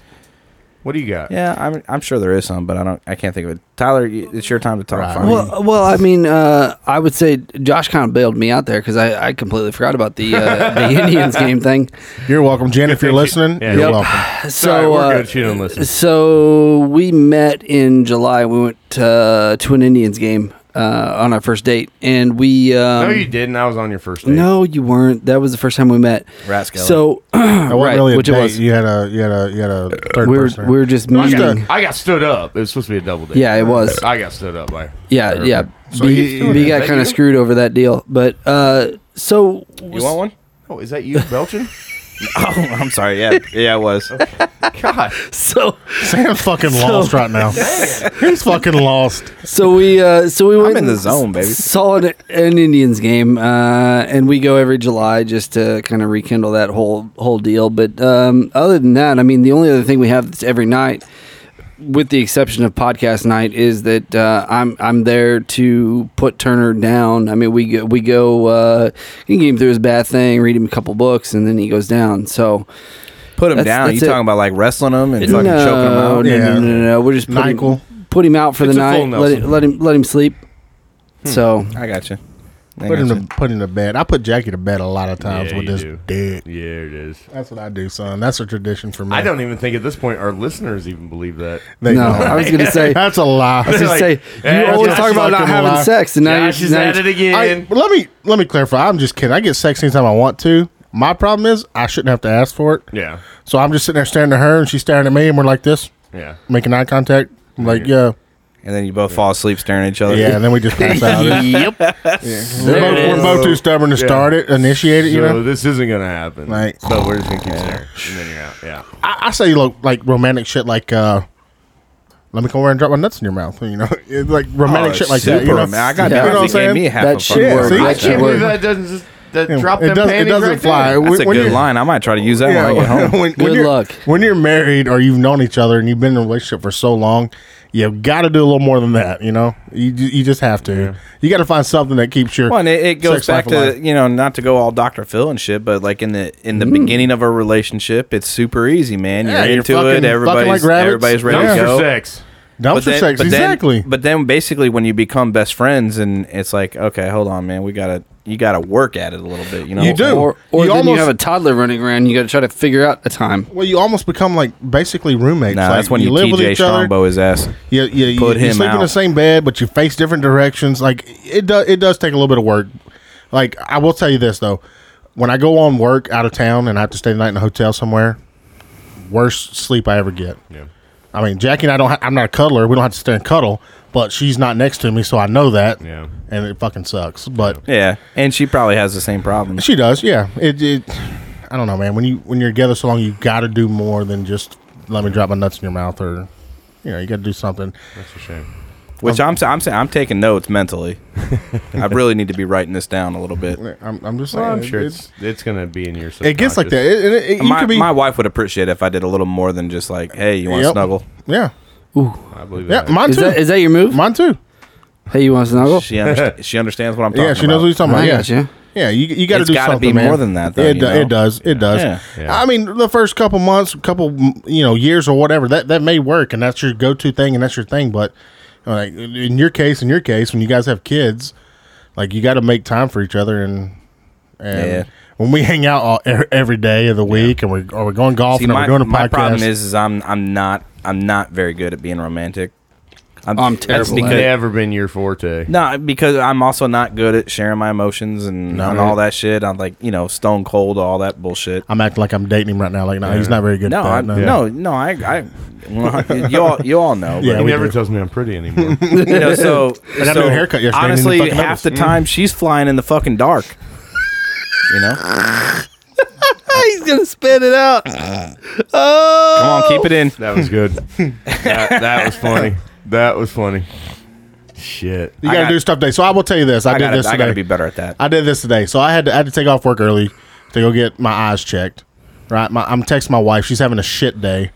Speaker 1: what do you got?
Speaker 3: yeah, I'm, I'm sure there is some, but I don't. I can't think of it. Tyler, y- it's your time to talk.
Speaker 2: Right.
Speaker 3: Fine.
Speaker 4: Well, well, I mean, uh, I would say Josh kind of bailed me out there because I, I completely forgot about the uh, the Indians game thing.
Speaker 2: You're welcome, Jen. If you're
Speaker 1: thank you.
Speaker 2: listening,
Speaker 1: Yeah.
Speaker 2: you're
Speaker 1: Yep.
Speaker 2: welcome.
Speaker 4: So
Speaker 1: Sorry, we're
Speaker 4: uh,
Speaker 1: good. She didn't listen.
Speaker 4: So we met in July. We went to, to an Indians game uh, on our first date, and we.
Speaker 1: no,
Speaker 4: Um,
Speaker 1: you didn't. I was on your first date.
Speaker 4: no, you weren't. That was the first time we met.
Speaker 3: Rascal.
Speaker 4: So
Speaker 2: That wasn't
Speaker 4: right,
Speaker 2: really a
Speaker 4: which
Speaker 2: date.
Speaker 4: it was.
Speaker 2: You had a you had a you had a third
Speaker 4: we were
Speaker 2: person.
Speaker 4: we were just
Speaker 1: I
Speaker 4: meeting.
Speaker 1: got, I got stood up. It was supposed to be a double date.
Speaker 4: Yeah, it was.
Speaker 1: I got stood up by.
Speaker 4: Yeah, yeah.
Speaker 2: So
Speaker 4: B,
Speaker 2: he's doing
Speaker 4: B
Speaker 1: it.
Speaker 4: got
Speaker 1: Is that
Speaker 4: kind
Speaker 1: you?
Speaker 4: of screwed over that deal, but uh, so
Speaker 3: you want one?
Speaker 1: Oh, is that you belching?
Speaker 3: Oh, I'm sorry. Yeah, yeah, it was.
Speaker 1: God,
Speaker 4: so
Speaker 2: Sam's fucking lost right now. He's fucking lost.
Speaker 4: so we uh, so we went
Speaker 3: in the
Speaker 4: and
Speaker 3: zone, baby.
Speaker 4: Saw an, an Indians game, uh, and we go every July just to kind of rekindle that whole whole deal. But um, other than that, I mean, the only other thing we have that's every night with the exception of podcast night, is that uh, I'm I'm there to put Turner down. I mean, we go, we go uh, you can get him through his bad thing, read him a couple books, and then he goes down. So
Speaker 3: Put him
Speaker 4: That's-
Speaker 3: down.
Speaker 4: that's
Speaker 3: you
Speaker 4: it.
Speaker 3: talking about like wrestling him and fucking
Speaker 4: no,
Speaker 3: choking him out?
Speaker 4: No,
Speaker 2: Yeah.
Speaker 4: no, no, no, no. We're just put
Speaker 2: Nyquil.
Speaker 4: him, put him out for
Speaker 1: It's
Speaker 4: the
Speaker 1: a full
Speaker 4: night. Let
Speaker 1: Nelson.
Speaker 4: him, let him let him sleep. So
Speaker 3: I got you. I
Speaker 2: Put
Speaker 3: got
Speaker 2: him
Speaker 3: you.
Speaker 2: to put him to bed. I put Jackie to bed a lot of times
Speaker 1: Yeah,
Speaker 2: with
Speaker 1: you
Speaker 2: this
Speaker 1: do.
Speaker 2: dick.
Speaker 1: Yeah, it is.
Speaker 2: That's what I do, son. That's a tradition for me.
Speaker 1: I don't even think at this point our listeners even believe that.
Speaker 2: They
Speaker 4: no,
Speaker 2: don't.
Speaker 4: I was gonna say. I
Speaker 2: That's a lie.
Speaker 4: was gonna
Speaker 1: Like,
Speaker 4: say
Speaker 1: eh,
Speaker 4: you always
Speaker 1: Josh
Speaker 4: talk about not
Speaker 2: fucking
Speaker 4: having
Speaker 2: lie.
Speaker 4: sex, and now
Speaker 1: Josh
Speaker 4: you're
Speaker 1: is
Speaker 4: now
Speaker 1: at
Speaker 4: you're-
Speaker 1: it again.
Speaker 2: I, let me let me clarify. I'm just kidding. I get sex anytime I want to. My problem is I shouldn't have to ask for it.
Speaker 1: yeah,
Speaker 2: So I'm just sitting there staring at her, and she's staring at me, and we're like this,
Speaker 1: yeah.
Speaker 2: making eye contact. I'm like, yeah,
Speaker 3: And then you both fall asleep staring at each other.
Speaker 2: yeah. And then we just pass out.
Speaker 4: yep.
Speaker 2: we're,
Speaker 1: There
Speaker 2: both,
Speaker 1: it
Speaker 2: we're
Speaker 1: is.
Speaker 2: both too stubborn to
Speaker 1: Yeah.
Speaker 2: start it, initiate it. You
Speaker 1: so
Speaker 2: know,
Speaker 1: this isn't gonna happen.
Speaker 2: Like-
Speaker 1: but we're just gonna keep staring, and then you're out. Yeah.
Speaker 2: I, I say look like romantic shit, like uh, let me come over and drop my nuts in your mouth. You know, It's like romantic
Speaker 3: Oh,
Speaker 2: shit like
Speaker 3: super
Speaker 2: that. You know,
Speaker 3: romantic. I got
Speaker 2: You know
Speaker 3: that.
Speaker 2: what I'm
Speaker 3: It gave
Speaker 2: saying?
Speaker 3: me half
Speaker 4: That
Speaker 3: a
Speaker 4: shit
Speaker 3: fucking
Speaker 2: worked.
Speaker 3: laugh.
Speaker 2: I
Speaker 1: I
Speaker 4: That's
Speaker 1: can't
Speaker 4: the
Speaker 1: believe
Speaker 4: word.
Speaker 1: that doesn't just that
Speaker 2: Yeah,
Speaker 1: drop
Speaker 2: it
Speaker 1: them
Speaker 2: does- it
Speaker 1: panties
Speaker 2: doesn't
Speaker 1: right
Speaker 2: fly.
Speaker 1: there.
Speaker 3: That's a
Speaker 2: When
Speaker 3: good
Speaker 2: you-
Speaker 3: line. I might try to use that
Speaker 2: Yeah,
Speaker 3: when I get home.
Speaker 2: when,
Speaker 4: Good
Speaker 2: you're,
Speaker 4: luck.
Speaker 2: When you're married or you've known each other and you've been in a relationship for so long, you've got to do a little more than that. You know, you ju- you just have to. You got to find something that keeps your.
Speaker 3: Well, and it, it goes
Speaker 2: sex
Speaker 3: back
Speaker 2: life alive.
Speaker 3: to you know not to go all Dr. Phil and shit, but like in the in the beginning of a relationship, it's super easy, man. You're
Speaker 2: Mm. Yeah, you're
Speaker 3: into
Speaker 2: fucking-
Speaker 3: it.
Speaker 2: fucking
Speaker 3: Everybody's
Speaker 2: like rabbits.
Speaker 3: everybody's ready
Speaker 1: Dumbs
Speaker 3: to
Speaker 2: Yeah.
Speaker 1: for
Speaker 3: go.
Speaker 1: sex.
Speaker 2: Dumpster sex, exactly.
Speaker 3: Then, but then basically when you become best friends and it's like, okay, hold on, man, we gotta you gotta work at it a little bit, you know.
Speaker 2: You do.
Speaker 4: Or, or
Speaker 2: You
Speaker 4: then
Speaker 2: almost-
Speaker 4: you have a toddler running around. and You got to try to figure out a time.
Speaker 2: well, you almost become like basically roommates.
Speaker 3: Nah,
Speaker 2: like,
Speaker 3: that's when you, TJ Strongbow his ass.
Speaker 2: Yeah, yeah. You,
Speaker 3: Put
Speaker 2: you
Speaker 3: him
Speaker 2: sleep in
Speaker 3: out.
Speaker 2: the same bed, but you face different directions. Like it does. It does take a little bit of work. Like I will tell you this though, when I go on work out of town and I have to stay the night in a hotel somewhere, worst sleep I ever get.
Speaker 1: Yeah.
Speaker 2: I mean, Jackie and I don't. Ha- I'm not a cuddler. We don't have to stay and cuddle, but she's not next to me, so I know that.
Speaker 1: Yeah.
Speaker 2: And it fucking sucks, but
Speaker 3: Yeah. And she probably has the same problem.
Speaker 2: she does. Yeah. It. it I don't know, man. When you when you're together so long, you got to do more than just let me drop my nuts in your mouth, or you know, you got to do something.
Speaker 1: That's a shame.
Speaker 3: Which
Speaker 2: Um,
Speaker 3: I'm sa- I'm saying I'm taking notes mentally. I really need to be writing this down a little bit.
Speaker 2: I'm, I'm just saying.
Speaker 1: Well, I'm
Speaker 2: it-
Speaker 1: sure
Speaker 2: it's-
Speaker 1: it's it's gonna be in your.
Speaker 2: It gets like that.
Speaker 1: subconscious.
Speaker 2: It, it, it, you
Speaker 3: My,
Speaker 2: could be,
Speaker 3: my wife would appreciate if I did a little more than just like, hey, you want to
Speaker 2: Yep.
Speaker 3: snuggle?
Speaker 2: yeah,
Speaker 1: I believe
Speaker 2: yeah,
Speaker 1: that.
Speaker 2: mine
Speaker 4: Is
Speaker 2: too.
Speaker 4: that is that your move?
Speaker 2: mine too.
Speaker 4: Hey, you want to snuggle?
Speaker 3: She underst- she understands what I'm talking
Speaker 2: Yeah,
Speaker 3: about.
Speaker 2: she knows what you're talking
Speaker 4: I
Speaker 2: about. Yeah,
Speaker 4: gotcha.
Speaker 2: yeah, you, you got to
Speaker 3: It's
Speaker 2: do
Speaker 3: gotta
Speaker 2: something.
Speaker 3: be
Speaker 2: man.
Speaker 3: more than that, though,
Speaker 2: it,
Speaker 3: you
Speaker 2: do-
Speaker 3: know?
Speaker 2: it does. It does.
Speaker 3: Yeah.
Speaker 1: Yeah.
Speaker 2: I mean, the first couple months, couple mm, you know years or whatever, that that may work, and that's your go-to thing, and that's your thing. But like in your case, in your case, when you guys have kids, like you got to make time for each other, and and
Speaker 3: Yeah.
Speaker 2: when we hang out all, e- every day of the week, and we're or we're going golfing,
Speaker 3: See,
Speaker 2: and
Speaker 3: my,
Speaker 2: we're doing a podcast.
Speaker 3: my problem is, is I'm I'm not I'm not very good at being romantic.
Speaker 4: I'm
Speaker 3: that's
Speaker 4: terrible at
Speaker 1: It's
Speaker 3: because-
Speaker 1: never been your forte.
Speaker 3: No, because I'm also not good at sharing my emotions and, and all that shit. I'm like, you know, stone cold, all that bullshit.
Speaker 2: I'm acting like I'm dating him right now. Like, no, he's not very good.
Speaker 3: No,
Speaker 2: at that,
Speaker 3: I, no, no, I, I, well, you all, you all know.
Speaker 2: Yeah,
Speaker 1: he
Speaker 2: we
Speaker 1: never
Speaker 2: do.
Speaker 1: tells me I'm pretty anymore.
Speaker 3: But, you know, so
Speaker 2: I got a
Speaker 3: so
Speaker 2: new haircut yesterday and
Speaker 3: Honestly,
Speaker 2: didn't fucking Mm.
Speaker 3: half
Speaker 2: notice.
Speaker 3: the time she's flying in the fucking dark. You know, come
Speaker 4: He's gonna spit it out. Oh,
Speaker 3: on, keep it in.
Speaker 1: that was good. that, that was funny. That was funny. Shit.
Speaker 2: You
Speaker 3: I
Speaker 2: gotta
Speaker 3: got-
Speaker 2: do stuff today. So I will tell you this. I,
Speaker 3: I
Speaker 2: did
Speaker 3: gotta,
Speaker 2: this
Speaker 3: I
Speaker 2: today. I,
Speaker 3: gotta be better at that.
Speaker 2: did this today. So I had to I had to take off work early to go get my eyes checked. Right. My, I'm texting my wife. She's having a shit day.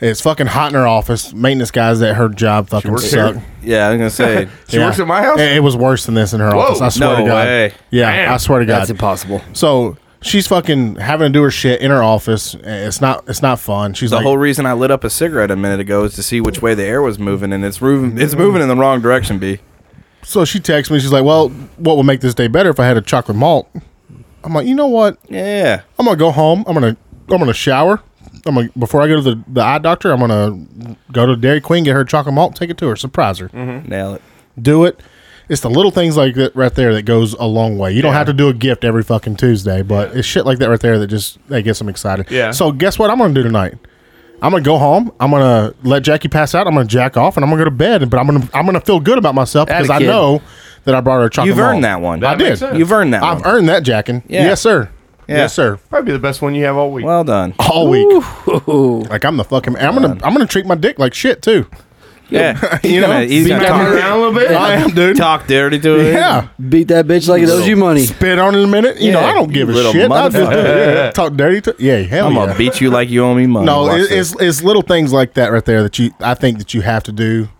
Speaker 2: It's fucking hot in her office. Maintenance guys at her job fucking
Speaker 1: works
Speaker 2: suck.
Speaker 1: here?
Speaker 3: yeah, I'm gonna say.
Speaker 1: She works at my house?
Speaker 2: It, it was worse than this in her office. I swear
Speaker 3: no
Speaker 2: to God.
Speaker 3: way.
Speaker 2: Yeah,
Speaker 1: Damn.
Speaker 2: I swear to God.
Speaker 4: that's impossible.
Speaker 2: so she's fucking having to do her shit in her office. It's not it's not fun. She's
Speaker 3: The
Speaker 2: like,
Speaker 3: whole reason I lit up a cigarette a minute ago is to see which way the air was moving, and it's moving. It's moving in the wrong direction. B.
Speaker 2: so she texts me. She's like, well, what would make this day better if I had a chocolate malt? I'm like, you know what?
Speaker 3: Yeah.
Speaker 2: I'm gonna go home. I'm gonna I'm gonna shower. I'm gonna before I go to the, the eye doctor. I'm gonna go to Dairy Queen, get her chocolate malt, take it to her, surprise her,
Speaker 3: Nail it.
Speaker 2: do it. It's the little things like that right there that goes a long way. You don't have to do a gift every fucking Tuesday, but it's shit like that right there that just that gets them excited.
Speaker 1: Yeah.
Speaker 2: So guess what I'm gonna do tonight? I'm gonna go home. I'm gonna let Jackie pass out. I'm gonna jack off, and I'm gonna go to bed. But I'm gonna I'm gonna feel good about myself
Speaker 4: Atta
Speaker 2: because I
Speaker 4: kid.
Speaker 2: know that I brought her a chocolate.
Speaker 3: You've earned that
Speaker 2: malt.
Speaker 3: one.
Speaker 1: That
Speaker 2: I did.
Speaker 1: makes sense.
Speaker 3: You've earned that.
Speaker 2: I've
Speaker 3: one.
Speaker 2: earned that, Jacking.
Speaker 3: Yeah.
Speaker 2: Yes, sir.
Speaker 3: Yeah.
Speaker 2: Yes, sir.
Speaker 1: Probably the best one you have all week.
Speaker 3: Well done.
Speaker 2: All week. Like I'm the fucking. I'm gonna. I'm gonna treat my dick like shit too.
Speaker 3: Yeah, you know, he's
Speaker 2: beat
Speaker 3: gonna
Speaker 2: down
Speaker 3: talk,
Speaker 2: your-
Speaker 1: around a little bit.
Speaker 2: I am, dude.
Speaker 3: talk dirty to it.
Speaker 2: Yeah.
Speaker 4: Beat that bitch like it owes you money.
Speaker 2: Spit on it in a minute. You know,
Speaker 3: Yeah,
Speaker 2: I don't give a
Speaker 3: you little
Speaker 2: shit. I'll just do it.
Speaker 1: motherfucker.
Speaker 2: Yeah. Talk dirty to. Yeah, hell
Speaker 3: I'm
Speaker 2: yeah.
Speaker 3: gonna beat you like you owe me money.
Speaker 2: No,
Speaker 3: Watch
Speaker 2: it,
Speaker 3: this.
Speaker 2: it's it's little things like that right there that you I think that you have to do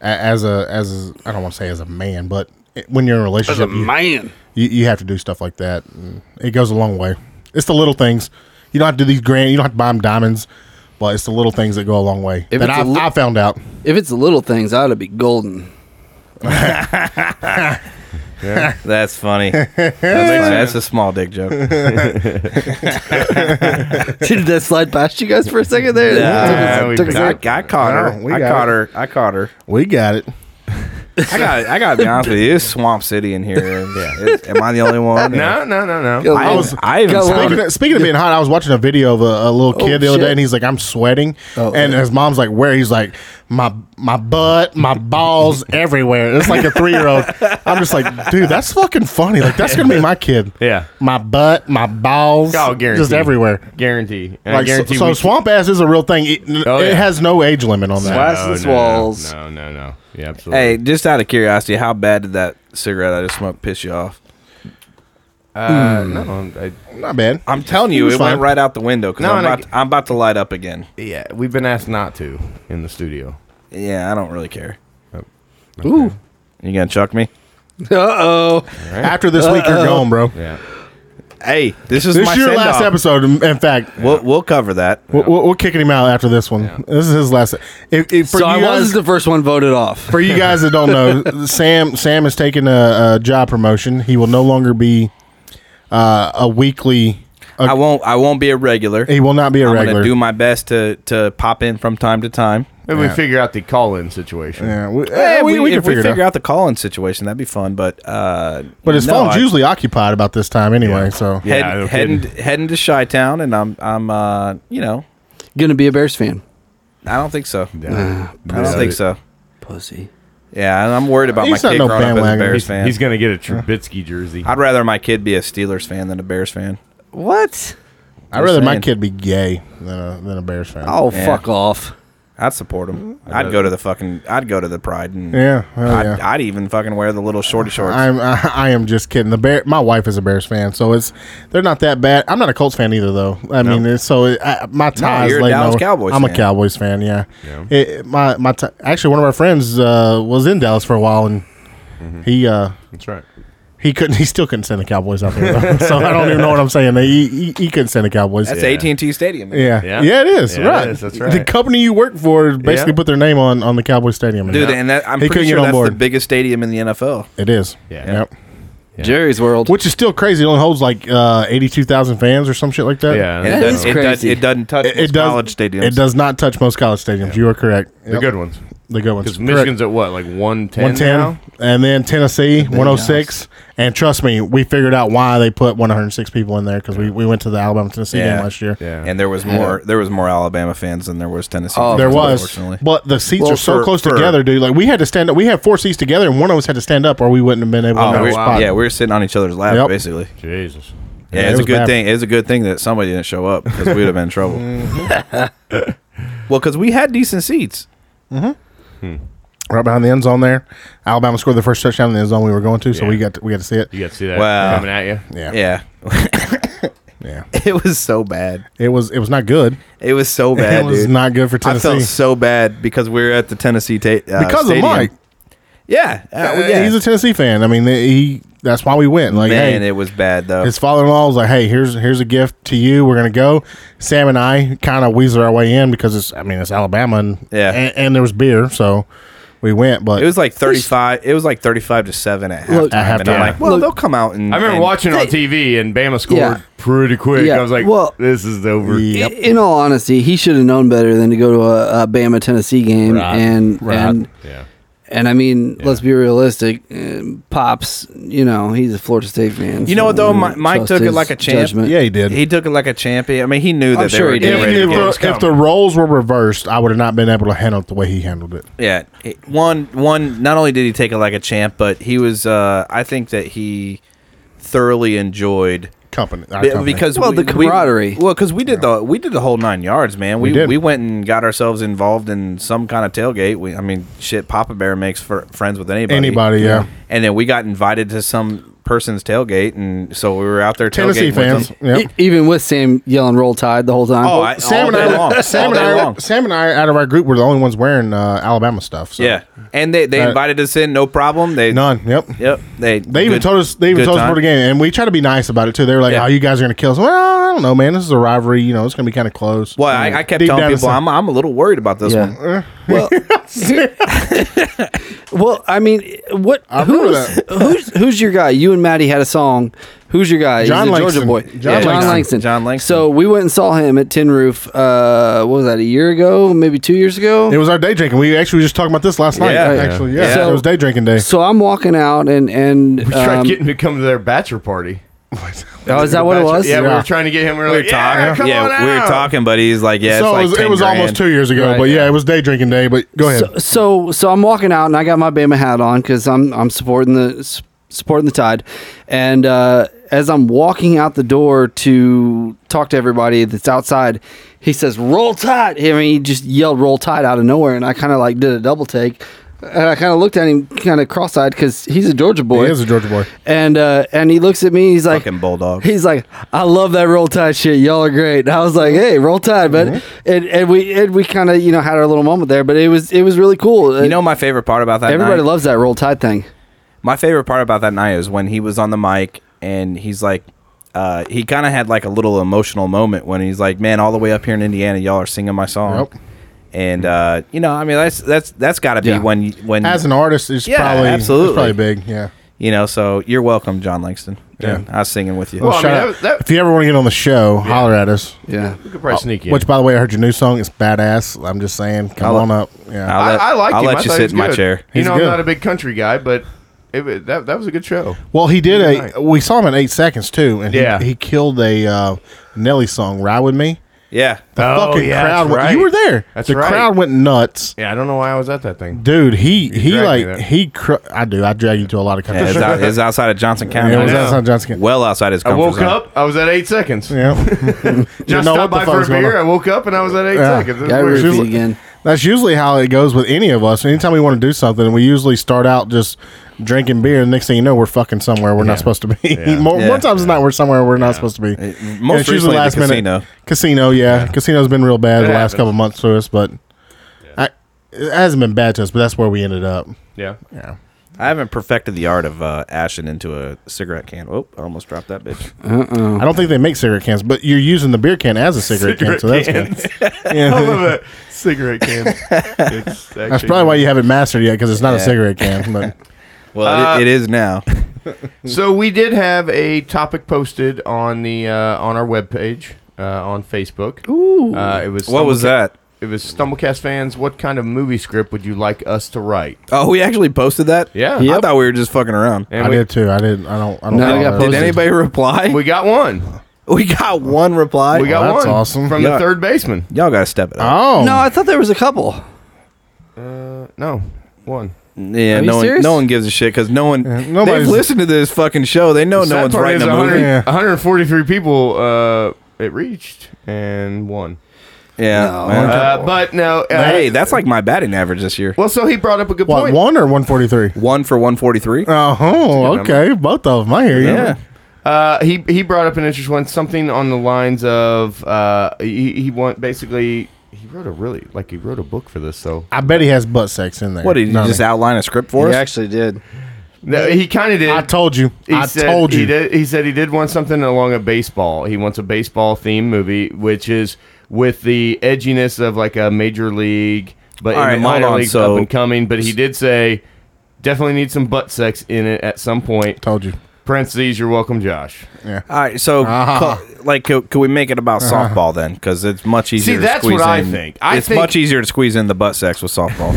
Speaker 2: a- as a as a, I don't want to say as a man, but it- when you're in a
Speaker 4: As a
Speaker 2: relationship, you,
Speaker 4: man.
Speaker 2: you, you have to do stuff like that. And it goes a long way. It's the little things. You don't have to do these grand. You don't have to buy them diamonds, but it's the little things that go a long way.
Speaker 4: If
Speaker 2: that
Speaker 4: it's a
Speaker 2: I,
Speaker 4: li-
Speaker 2: I found out.
Speaker 4: If it's the little things, I ought to be golden.
Speaker 3: That's funny. That's, funny. That's a small dick joke.
Speaker 4: Did that slide past you guys for a second there?
Speaker 1: Yeah,
Speaker 4: Took
Speaker 1: we
Speaker 4: us- took us
Speaker 1: got-
Speaker 4: there.
Speaker 3: I, I caught
Speaker 2: Oh,
Speaker 3: her.
Speaker 2: we
Speaker 3: I
Speaker 2: got
Speaker 3: caught
Speaker 2: it.
Speaker 3: her. I caught her.
Speaker 2: We got it.
Speaker 3: I got. I got to be honest with you. It's Swamp City in here. Is- am I the only one?
Speaker 1: No, no, no,
Speaker 4: Go
Speaker 1: no.
Speaker 3: I,
Speaker 4: was-
Speaker 3: was, I even
Speaker 4: got a
Speaker 3: sounded-
Speaker 2: Speaking of, speaking of being hot, I was watching a video of a, a little kid the other
Speaker 4: shit.
Speaker 2: day, and he's like, "I'm sweating,"
Speaker 4: Oh,
Speaker 2: and
Speaker 4: yeah.
Speaker 2: his mom's like, "Where?" He's like, "My my butt, my balls everywhere." It's like a three year old. I'm just like, dude, that's fucking funny. Like that's gonna be my kid.
Speaker 1: Yeah.
Speaker 2: my butt, my balls,
Speaker 1: Oh, guaranteed.
Speaker 2: just everywhere.
Speaker 1: Guarantee. And I
Speaker 2: Like so,
Speaker 1: guarantee.
Speaker 2: so
Speaker 1: we-
Speaker 2: swamp ass is a real thing. It,
Speaker 1: Oh,
Speaker 2: it
Speaker 1: yeah.
Speaker 2: has no age limit on that.
Speaker 4: Swamp-
Speaker 1: No,
Speaker 4: Glassless
Speaker 1: no, no,
Speaker 4: walls.
Speaker 1: No, no, no. Yeah, absolutely.
Speaker 3: Hey, just out of curiosity, how bad did that cigarette I just smoked piss you off?
Speaker 1: Uh, no, I,
Speaker 2: Not bad.
Speaker 3: I'm telling you,
Speaker 2: was
Speaker 3: it
Speaker 2: fine.
Speaker 3: went right out the window because
Speaker 1: No,
Speaker 3: I'm,
Speaker 1: and I
Speaker 3: about to- I'm about to light up again.
Speaker 1: yeah, we've been asked not to in the studio.
Speaker 3: Yeah, I don't really care.
Speaker 4: Ooh.
Speaker 3: You gonna chuck me?
Speaker 4: Uh oh.
Speaker 2: After this week, you're gone, bro.
Speaker 1: Yeah.
Speaker 3: Hey, this is
Speaker 2: This
Speaker 3: my
Speaker 2: is your last
Speaker 3: send-off.
Speaker 2: episode. In in fact,
Speaker 3: We'll, we'll cover that.
Speaker 2: We're, we're, we're kicking him out after this one. This is his last. If, if for
Speaker 4: So I
Speaker 2: you
Speaker 4: was
Speaker 2: guys,
Speaker 4: the first one voted off.
Speaker 2: for you guys that don't know, Sam Sam has taken a, a job promotion. He will no longer be uh, a weekly.
Speaker 3: I won't. I won't be a regular.
Speaker 2: He will not be a
Speaker 3: I'm
Speaker 2: regular.
Speaker 3: gonna do my best to to pop in from time to time.
Speaker 1: Maybe we figure out the call-in situation.
Speaker 2: yeah, we,
Speaker 3: Eh,
Speaker 2: eh, we, we can
Speaker 3: if we
Speaker 2: figure it
Speaker 3: figure
Speaker 2: out.
Speaker 3: out the call-in situation, that'd be fun. But uh,
Speaker 2: But his
Speaker 3: no,
Speaker 2: phone's
Speaker 3: I-
Speaker 2: usually occupied about this time anyway. So
Speaker 1: Yeah,
Speaker 3: head,
Speaker 1: no
Speaker 3: heading
Speaker 1: kidding.
Speaker 3: heading to Chi Town, and I'm I'm uh, you know
Speaker 4: Gonna be a Bears fan.
Speaker 3: I don't think so.
Speaker 1: Yeah.
Speaker 3: I don't think so.
Speaker 4: Pussy.
Speaker 3: Yeah, and I'm worried about
Speaker 2: He's
Speaker 3: my
Speaker 2: not
Speaker 3: kid
Speaker 2: no
Speaker 3: growing up as a
Speaker 2: bandwagon.
Speaker 3: Bears
Speaker 1: He's,
Speaker 3: fan.
Speaker 1: he's gonna get a Trubisky jersey.
Speaker 3: I'd rather my kid be a Steelers fan than a Bears fan.
Speaker 4: What?
Speaker 2: I'd rather my
Speaker 3: saying.
Speaker 2: kid be gay than a, than a Bears fan.
Speaker 4: Oh,
Speaker 3: Yeah.
Speaker 4: fuck off.
Speaker 3: I'd support him.
Speaker 1: Mm-hmm.
Speaker 3: I'd go to the fucking. I'd go to the Pride and
Speaker 2: Yeah, hell
Speaker 3: I'd,
Speaker 2: yeah.
Speaker 3: I'd even fucking wear the little shorty shorts.
Speaker 2: I'm I, I am just kidding. The bear, my wife is a Bears fan, so it's they're not that bad. I'm not a Colts fan either, though. I mean, it's, so it, I, my ties.
Speaker 3: you're a
Speaker 2: lay
Speaker 3: Dallas Cowboys
Speaker 2: I'm a
Speaker 3: fan.
Speaker 2: Cowboys fan. Yeah, It, my my ti- actually one of our friends uh, was in Dallas for a while, and
Speaker 3: Mm-hmm.
Speaker 2: he uh,
Speaker 1: That's right.
Speaker 2: he couldn't he still couldn't send the Cowboys out there, though. so I don't even know what I'm saying. He he, he couldn't send the Cowboys.
Speaker 3: That's
Speaker 1: Yeah.
Speaker 3: AT&T Stadium.
Speaker 2: yeah.
Speaker 1: Yeah.
Speaker 2: yeah, it is
Speaker 1: Yeah, it
Speaker 2: right.
Speaker 1: is. That's
Speaker 2: The
Speaker 1: right.
Speaker 2: company you work for basically
Speaker 1: Yeah.
Speaker 2: put their name on on the Cowboys stadium.
Speaker 3: Dude,
Speaker 2: Yeah.
Speaker 3: and that, I'm
Speaker 2: He couldn't
Speaker 3: pretty
Speaker 2: get
Speaker 3: sure
Speaker 2: on
Speaker 3: that's the
Speaker 2: board.
Speaker 3: biggest stadium in the NFL.
Speaker 2: it is.
Speaker 1: Yeah.
Speaker 2: Yep.
Speaker 4: Jerry's World.
Speaker 2: Which is still crazy. It only holds like uh, eighty-two thousand fans or some shit like that.
Speaker 1: Yeah,
Speaker 3: It,
Speaker 1: that's
Speaker 3: does,
Speaker 4: is
Speaker 3: it, does,
Speaker 4: crazy.
Speaker 3: it doesn't touch
Speaker 2: It, it does.
Speaker 3: college stadiums.
Speaker 2: It does not touch most college stadiums. You are correct.
Speaker 1: the good ones.
Speaker 2: The good ones.
Speaker 1: Because Michigan's at what, like one ten?
Speaker 2: one ten, and then Tennessee one hundred six. And trust me, we figured out why they put one hundred six people in there because we, we went to the Alabama Tennessee
Speaker 3: Yeah.
Speaker 2: game last year.
Speaker 1: Yeah.
Speaker 3: And there was more. There was more Alabama fans than there was Tennessee.
Speaker 4: Oh,
Speaker 3: fans,
Speaker 2: There was,
Speaker 3: Unfortunately.
Speaker 2: but the seats
Speaker 3: Well,
Speaker 2: are so
Speaker 3: for-
Speaker 2: close
Speaker 3: for-
Speaker 2: together, dude. Like we had to stand up. We had four seats together, and one of us had to stand up, or we wouldn't have been able to
Speaker 3: Oh,
Speaker 2: know
Speaker 3: we
Speaker 2: our
Speaker 3: were-
Speaker 2: spot.
Speaker 3: yeah, we were sitting on each other's lap
Speaker 2: Yep.
Speaker 3: basically.
Speaker 1: Jesus.
Speaker 3: Yeah,
Speaker 2: it
Speaker 3: it's
Speaker 2: was
Speaker 3: a good
Speaker 2: bad.
Speaker 3: thing. It's a good thing that somebody didn't show up because we'd have been in trouble. well, because we had decent seats.
Speaker 2: right behind the end zone there. Alabama scored the first touchdown in the end zone we were going to, so
Speaker 1: Yeah.
Speaker 2: we got to, we got to see it.
Speaker 1: You got to see that
Speaker 3: Wow.
Speaker 1: coming at you.
Speaker 2: Yeah. yeah,
Speaker 3: Yeah, it was so bad.
Speaker 2: It was it was not good.
Speaker 3: It was so bad.
Speaker 2: it was
Speaker 3: dude.
Speaker 2: not good for
Speaker 3: I
Speaker 2: Tennessee
Speaker 3: felt so bad because we were at the Tennessee ta- uh,
Speaker 2: because
Speaker 3: stadium.
Speaker 2: of Mike.
Speaker 3: Yeah, uh, well,
Speaker 2: Uh,
Speaker 3: yeah.
Speaker 2: He's a Tennessee fan. I mean, he that's why we went. Like,
Speaker 3: man.
Speaker 2: hey,
Speaker 3: It was bad though.
Speaker 2: his father-in-law was like, "Hey, here's here's a gift to you. We're gonna go." Sam and I kind of weaseled our way in because it's I mean it's Alabama and
Speaker 3: Yeah.
Speaker 2: and, and there was beer, so we went. But
Speaker 3: It was like thirty five. It was like thirty five to seven at halftime.
Speaker 4: Look-
Speaker 2: At
Speaker 3: and I'm
Speaker 2: halftime.
Speaker 3: like, well,
Speaker 4: Look-
Speaker 3: they'll come out and.
Speaker 1: I remember
Speaker 3: and-
Speaker 1: watching on TV and Bama scored
Speaker 4: Yeah.
Speaker 1: pretty quick.
Speaker 4: Yeah,
Speaker 1: I was like,
Speaker 4: well-
Speaker 1: this is over.
Speaker 2: Yeah.
Speaker 4: I- In all honesty, he should have known better than to go to a, a Bama Tennessee game
Speaker 1: Right.
Speaker 4: and
Speaker 2: Right.
Speaker 4: and
Speaker 1: Yeah.
Speaker 4: and I mean, let's be realistic. uh, Pops, you know, he's a Florida State fan.
Speaker 3: You know what, though? Mi- Mike took it like a champ.
Speaker 4: champion.
Speaker 2: yeah, he did.
Speaker 3: He took it like a champion. I mean, he knew that they
Speaker 4: sure
Speaker 3: were
Speaker 4: he
Speaker 3: getting
Speaker 4: did.
Speaker 3: ready to
Speaker 2: if,
Speaker 3: get us
Speaker 2: if the, if the
Speaker 3: coming.
Speaker 2: roles were reversed, I would have not been able to handle it the way he handled it.
Speaker 3: yeah, he- one one. Not only did he take it like a champ, but he was. Uh, I think that he thoroughly enjoyed
Speaker 2: company. Our
Speaker 3: Be-
Speaker 2: company.
Speaker 3: because
Speaker 4: Well,
Speaker 3: we-
Speaker 4: the
Speaker 3: we-
Speaker 4: camaraderie.
Speaker 3: well, because we did the we did the whole nine yards, man. We
Speaker 2: We did.
Speaker 3: we went and got ourselves involved in some kind of tailgate. We, I mean, shit, Papa Bear makes fr- friends with anybody.
Speaker 2: Anybody, yeah.
Speaker 3: And then we got invited to some person's tailgate, and so we were out there.
Speaker 2: Tennessee
Speaker 3: tailgating with
Speaker 2: fans.
Speaker 3: them.
Speaker 2: Yep.
Speaker 4: E- even with Sam yelling "Roll Tide" the whole time.
Speaker 3: Oh, I,
Speaker 2: Sam
Speaker 3: all
Speaker 2: and
Speaker 3: day
Speaker 2: I,
Speaker 3: long.
Speaker 2: Sam
Speaker 3: all
Speaker 2: and
Speaker 3: day
Speaker 2: I,
Speaker 3: long.
Speaker 2: Sam and I, out of our group, were the only ones wearing uh, Alabama stuff. So.
Speaker 3: Yeah, and they, they
Speaker 2: Uh,
Speaker 3: invited us in, no problem. They
Speaker 2: none. Yep.
Speaker 3: Yep. They
Speaker 2: They even told us. They even told us before the game, and we tried to be nice about it too. They were like,
Speaker 3: Yeah.
Speaker 2: "Oh, you guys are gonna kill us." Well, I don't know, man. This is a rivalry. You know, it's gonna be kind of close.
Speaker 3: Well, I, I kept
Speaker 2: Deep down
Speaker 3: telling people
Speaker 2: inside-
Speaker 3: I'm, I'm a little worried about this one.
Speaker 4: yeah. well, well, I mean, what?
Speaker 2: Eh. I remember
Speaker 4: who's, who's who's your guy? You and Maddie had a song. Who's your guy?
Speaker 2: John
Speaker 4: He's a
Speaker 2: Langston.
Speaker 4: Georgia boy.
Speaker 2: John Langston.
Speaker 3: John Langston.
Speaker 4: So we went and saw him at Tin Roof. Uh, what was that? A year ago? Maybe two years ago?
Speaker 2: It was our day drinking. We actually were just talking about this last night.
Speaker 3: Yeah.
Speaker 2: actually, yeah,
Speaker 3: Yeah.
Speaker 2: it was day drinking day.
Speaker 4: so I'm walking out and and
Speaker 1: We tried
Speaker 4: um,
Speaker 1: getting him to come to their bachelor party.
Speaker 4: oh, is that what it
Speaker 1: Bachelor-
Speaker 4: was?
Speaker 1: Yeah, we
Speaker 2: Yeah.
Speaker 1: were trying to get him. We were
Speaker 3: we were
Speaker 1: like, yeah,
Speaker 3: talking.
Speaker 1: come
Speaker 3: Yeah,
Speaker 1: on
Speaker 3: we were
Speaker 1: out."
Speaker 3: talking, but he's like, yeah,
Speaker 2: so
Speaker 3: it's
Speaker 2: it
Speaker 3: like
Speaker 2: was,
Speaker 3: 10
Speaker 2: it was
Speaker 3: grand.
Speaker 2: almost two years ago,
Speaker 4: Right,
Speaker 2: but yeah, it was day drinking day. But go ahead.
Speaker 3: mm.
Speaker 4: So, so so I'm walking out and I got my Bama hat on because I'm I'm supporting the s- supporting the tide, and uh, as I'm walking out the door to talk to everybody that's outside, he says "Roll Tide." I mean, he just yelled "Roll Tide" out of nowhere, and I kind of like did a double take, and I kind of looked at him kind of cross-eyed because he's a Georgia boy,
Speaker 2: he is a Georgia boy.
Speaker 4: and uh, and he looks at me, he's like
Speaker 3: Fucking bulldog.
Speaker 4: He's like, I love that roll tide shit. Y'all are great. And I was like, hey, roll tide, but and, and we and we kind of you know had our little moment there, but it was it was really cool.
Speaker 3: You know my favorite part about that
Speaker 4: everybody
Speaker 3: night?
Speaker 4: loves that roll tide thing.
Speaker 3: my favorite part about that night is when he was on the mic and he's like uh, he kind of had like a little emotional moment when he's like, "Man, all the way up here in Indiana, y'all are singing my song."
Speaker 2: Yep.
Speaker 3: And uh, you know, I mean, that's that's that's got to be
Speaker 4: Yeah.
Speaker 3: when you- when
Speaker 2: As an artist, it's
Speaker 3: Yeah,
Speaker 2: probably
Speaker 3: absolutely.
Speaker 2: it's probably big. Yeah.
Speaker 3: you know. So you're welcome, John Langston.
Speaker 2: Yeah.
Speaker 3: I was singing with you.
Speaker 1: Well, I mean,
Speaker 2: Shout
Speaker 1: that
Speaker 2: out.
Speaker 1: was- that-
Speaker 2: if you ever want to get on the show, holler at us.
Speaker 4: Yeah,
Speaker 1: We could probably sneak in.
Speaker 2: Oh, Which, by the way, I heard your new song. It's badass. I'm just saying, come
Speaker 3: I'll-
Speaker 2: on up. Yeah.
Speaker 3: I'll-
Speaker 1: I,
Speaker 3: let-
Speaker 1: I liked
Speaker 3: I'll
Speaker 1: him.
Speaker 3: let
Speaker 1: I thought
Speaker 3: you
Speaker 1: he
Speaker 3: sit
Speaker 1: was
Speaker 3: in my
Speaker 1: good.
Speaker 3: chair.
Speaker 1: You
Speaker 2: He's
Speaker 1: know,
Speaker 2: good.
Speaker 1: I'm not a big country guy, but it, wa- that that was a good show.
Speaker 2: well, he did a.
Speaker 1: Nice.
Speaker 2: We saw him in eight seconds too, and he-
Speaker 1: Yeah.
Speaker 2: he, killed a uh, Nelly song, "Ride with Me."
Speaker 3: yeah.
Speaker 2: The
Speaker 1: Oh,
Speaker 2: fucking
Speaker 1: yeah,
Speaker 2: crowd.
Speaker 1: that's
Speaker 2: went-
Speaker 1: right.
Speaker 2: You were there.
Speaker 1: That's
Speaker 2: the
Speaker 1: right.
Speaker 2: crowd went nuts.
Speaker 1: Yeah, I don't know why I was at that thing.
Speaker 2: Dude, he he
Speaker 1: dragged me
Speaker 2: like
Speaker 1: there.
Speaker 2: he. Cr- I do. I drag you to a lot of
Speaker 3: yeah
Speaker 2: country.
Speaker 3: it's,
Speaker 2: shows.
Speaker 3: out, it's outside of Johnson County.
Speaker 2: Yeah, it was
Speaker 1: know.
Speaker 2: outside Johnson.
Speaker 3: well outside his
Speaker 1: I
Speaker 3: comfort
Speaker 1: woke
Speaker 3: zone.
Speaker 1: up. I was at eight seconds.
Speaker 2: Yeah.
Speaker 1: Just
Speaker 2: know
Speaker 1: stopped
Speaker 2: what the
Speaker 1: by for a
Speaker 2: fuck's going
Speaker 1: beer. I
Speaker 2: on.
Speaker 1: woke up and I was at eight
Speaker 2: Yeah.
Speaker 1: seconds. It was
Speaker 4: yeah,
Speaker 1: weird.
Speaker 4: repeat
Speaker 2: usually-
Speaker 4: again.
Speaker 2: That's usually how it goes with any of us. Anytime we want to do something, we usually start out just drinking beer. And next thing you know, we're fucking somewhere we're not supposed to be. more,
Speaker 3: Yeah.
Speaker 2: more times than not, we're somewhere we're not supposed to be. And
Speaker 3: most recently the casino.
Speaker 2: Casino, yeah. Casino's been real bad
Speaker 1: It
Speaker 2: the
Speaker 1: happens.
Speaker 2: last couple months to us, but I, it hasn't been bad to us. But that's where we ended up.
Speaker 1: Yeah.
Speaker 2: Yeah.
Speaker 3: I haven't perfected the art of uh, ashing into a cigarette can. Oh, I almost dropped that bitch.
Speaker 2: I don't think they make cigarette cans, but you're using the beer can as a cigarette, can, so that's good.
Speaker 1: I love that cigarette can. It's
Speaker 2: That's probably why you haven't mastered it yet because it's not a cigarette can. But
Speaker 3: Well,
Speaker 1: Uh,
Speaker 3: it, it is now.
Speaker 1: So we did have a topic posted on the uh, on our webpage uh, on Facebook. Ooh, uh, it was
Speaker 3: What was
Speaker 1: Stumbleca-
Speaker 3: that?
Speaker 1: It was Stumblecast fans. What kind of movie script would you like us to write?
Speaker 3: Oh, we actually posted that.
Speaker 1: Yeah.
Speaker 3: I
Speaker 1: Yep.
Speaker 3: thought we were just fucking around.
Speaker 1: And
Speaker 2: I
Speaker 1: we,
Speaker 2: did too. I did. I don't. I don't.
Speaker 4: No,
Speaker 2: follow
Speaker 4: I got
Speaker 2: that.
Speaker 3: Did
Speaker 4: posted.
Speaker 3: anybody reply?
Speaker 1: we got one.
Speaker 3: We got one reply.
Speaker 1: We got
Speaker 2: that's
Speaker 1: one.
Speaker 2: awesome.
Speaker 1: From
Speaker 3: Yeah.
Speaker 1: the third baseman.
Speaker 3: Y'all gotta step it up.
Speaker 2: Oh
Speaker 4: No, I thought there was a couple.
Speaker 1: No, one.
Speaker 3: yeah,
Speaker 4: you
Speaker 3: no one,
Speaker 4: serious?
Speaker 3: no one gives a shit because no one.
Speaker 2: nobody's-
Speaker 3: they've listened to this fucking show. They know
Speaker 1: The
Speaker 3: Oh, no
Speaker 1: sad
Speaker 3: one's
Speaker 1: part
Speaker 3: writing
Speaker 1: is
Speaker 3: a
Speaker 1: 100
Speaker 3: movie.
Speaker 2: Yeah.
Speaker 1: 143 people uh, it reached and one.
Speaker 3: Yeah.
Speaker 4: No.
Speaker 3: well,
Speaker 1: Uh, but no. Uh,
Speaker 3: hey, that's like my batting average this year.
Speaker 1: Well, so he brought up a good
Speaker 2: What
Speaker 1: point.
Speaker 2: one or one forty three?
Speaker 3: One for one forty three.
Speaker 2: Oh,
Speaker 1: number.
Speaker 2: okay. Both of them. I hear you.
Speaker 3: Yeah.
Speaker 1: Uh, he he brought up an interesting one, something on the lines of uh, he he want basically he wrote a really like he wrote a book for this, so
Speaker 2: I bet he has butt sex in there.
Speaker 3: What did you
Speaker 2: No,
Speaker 3: just
Speaker 2: no.
Speaker 3: outline a script for us?
Speaker 4: actually did.
Speaker 1: No, he kind of did.
Speaker 2: I told you.
Speaker 1: He
Speaker 2: I
Speaker 1: said
Speaker 2: told
Speaker 1: He,
Speaker 2: you.
Speaker 1: did, he said he did want something along a baseball. He wants a baseball themed movie, which is with the edginess of like a major league, but
Speaker 3: All
Speaker 1: in
Speaker 3: right,
Speaker 1: the
Speaker 3: hold
Speaker 1: minor
Speaker 3: on,
Speaker 1: league
Speaker 3: so-
Speaker 1: up and coming. But he did say definitely need some butt sex in it at some point.
Speaker 2: Told you.
Speaker 1: Parentheses, you're welcome, Josh.
Speaker 3: All right, so
Speaker 2: Ah.
Speaker 3: co- like, could, could we make it about softball then? Because it's much easier. to
Speaker 1: that's
Speaker 3: squeeze
Speaker 1: what I
Speaker 3: in-
Speaker 1: think. I
Speaker 3: it's
Speaker 1: think-
Speaker 3: much easier to squeeze in the butt sex with softball.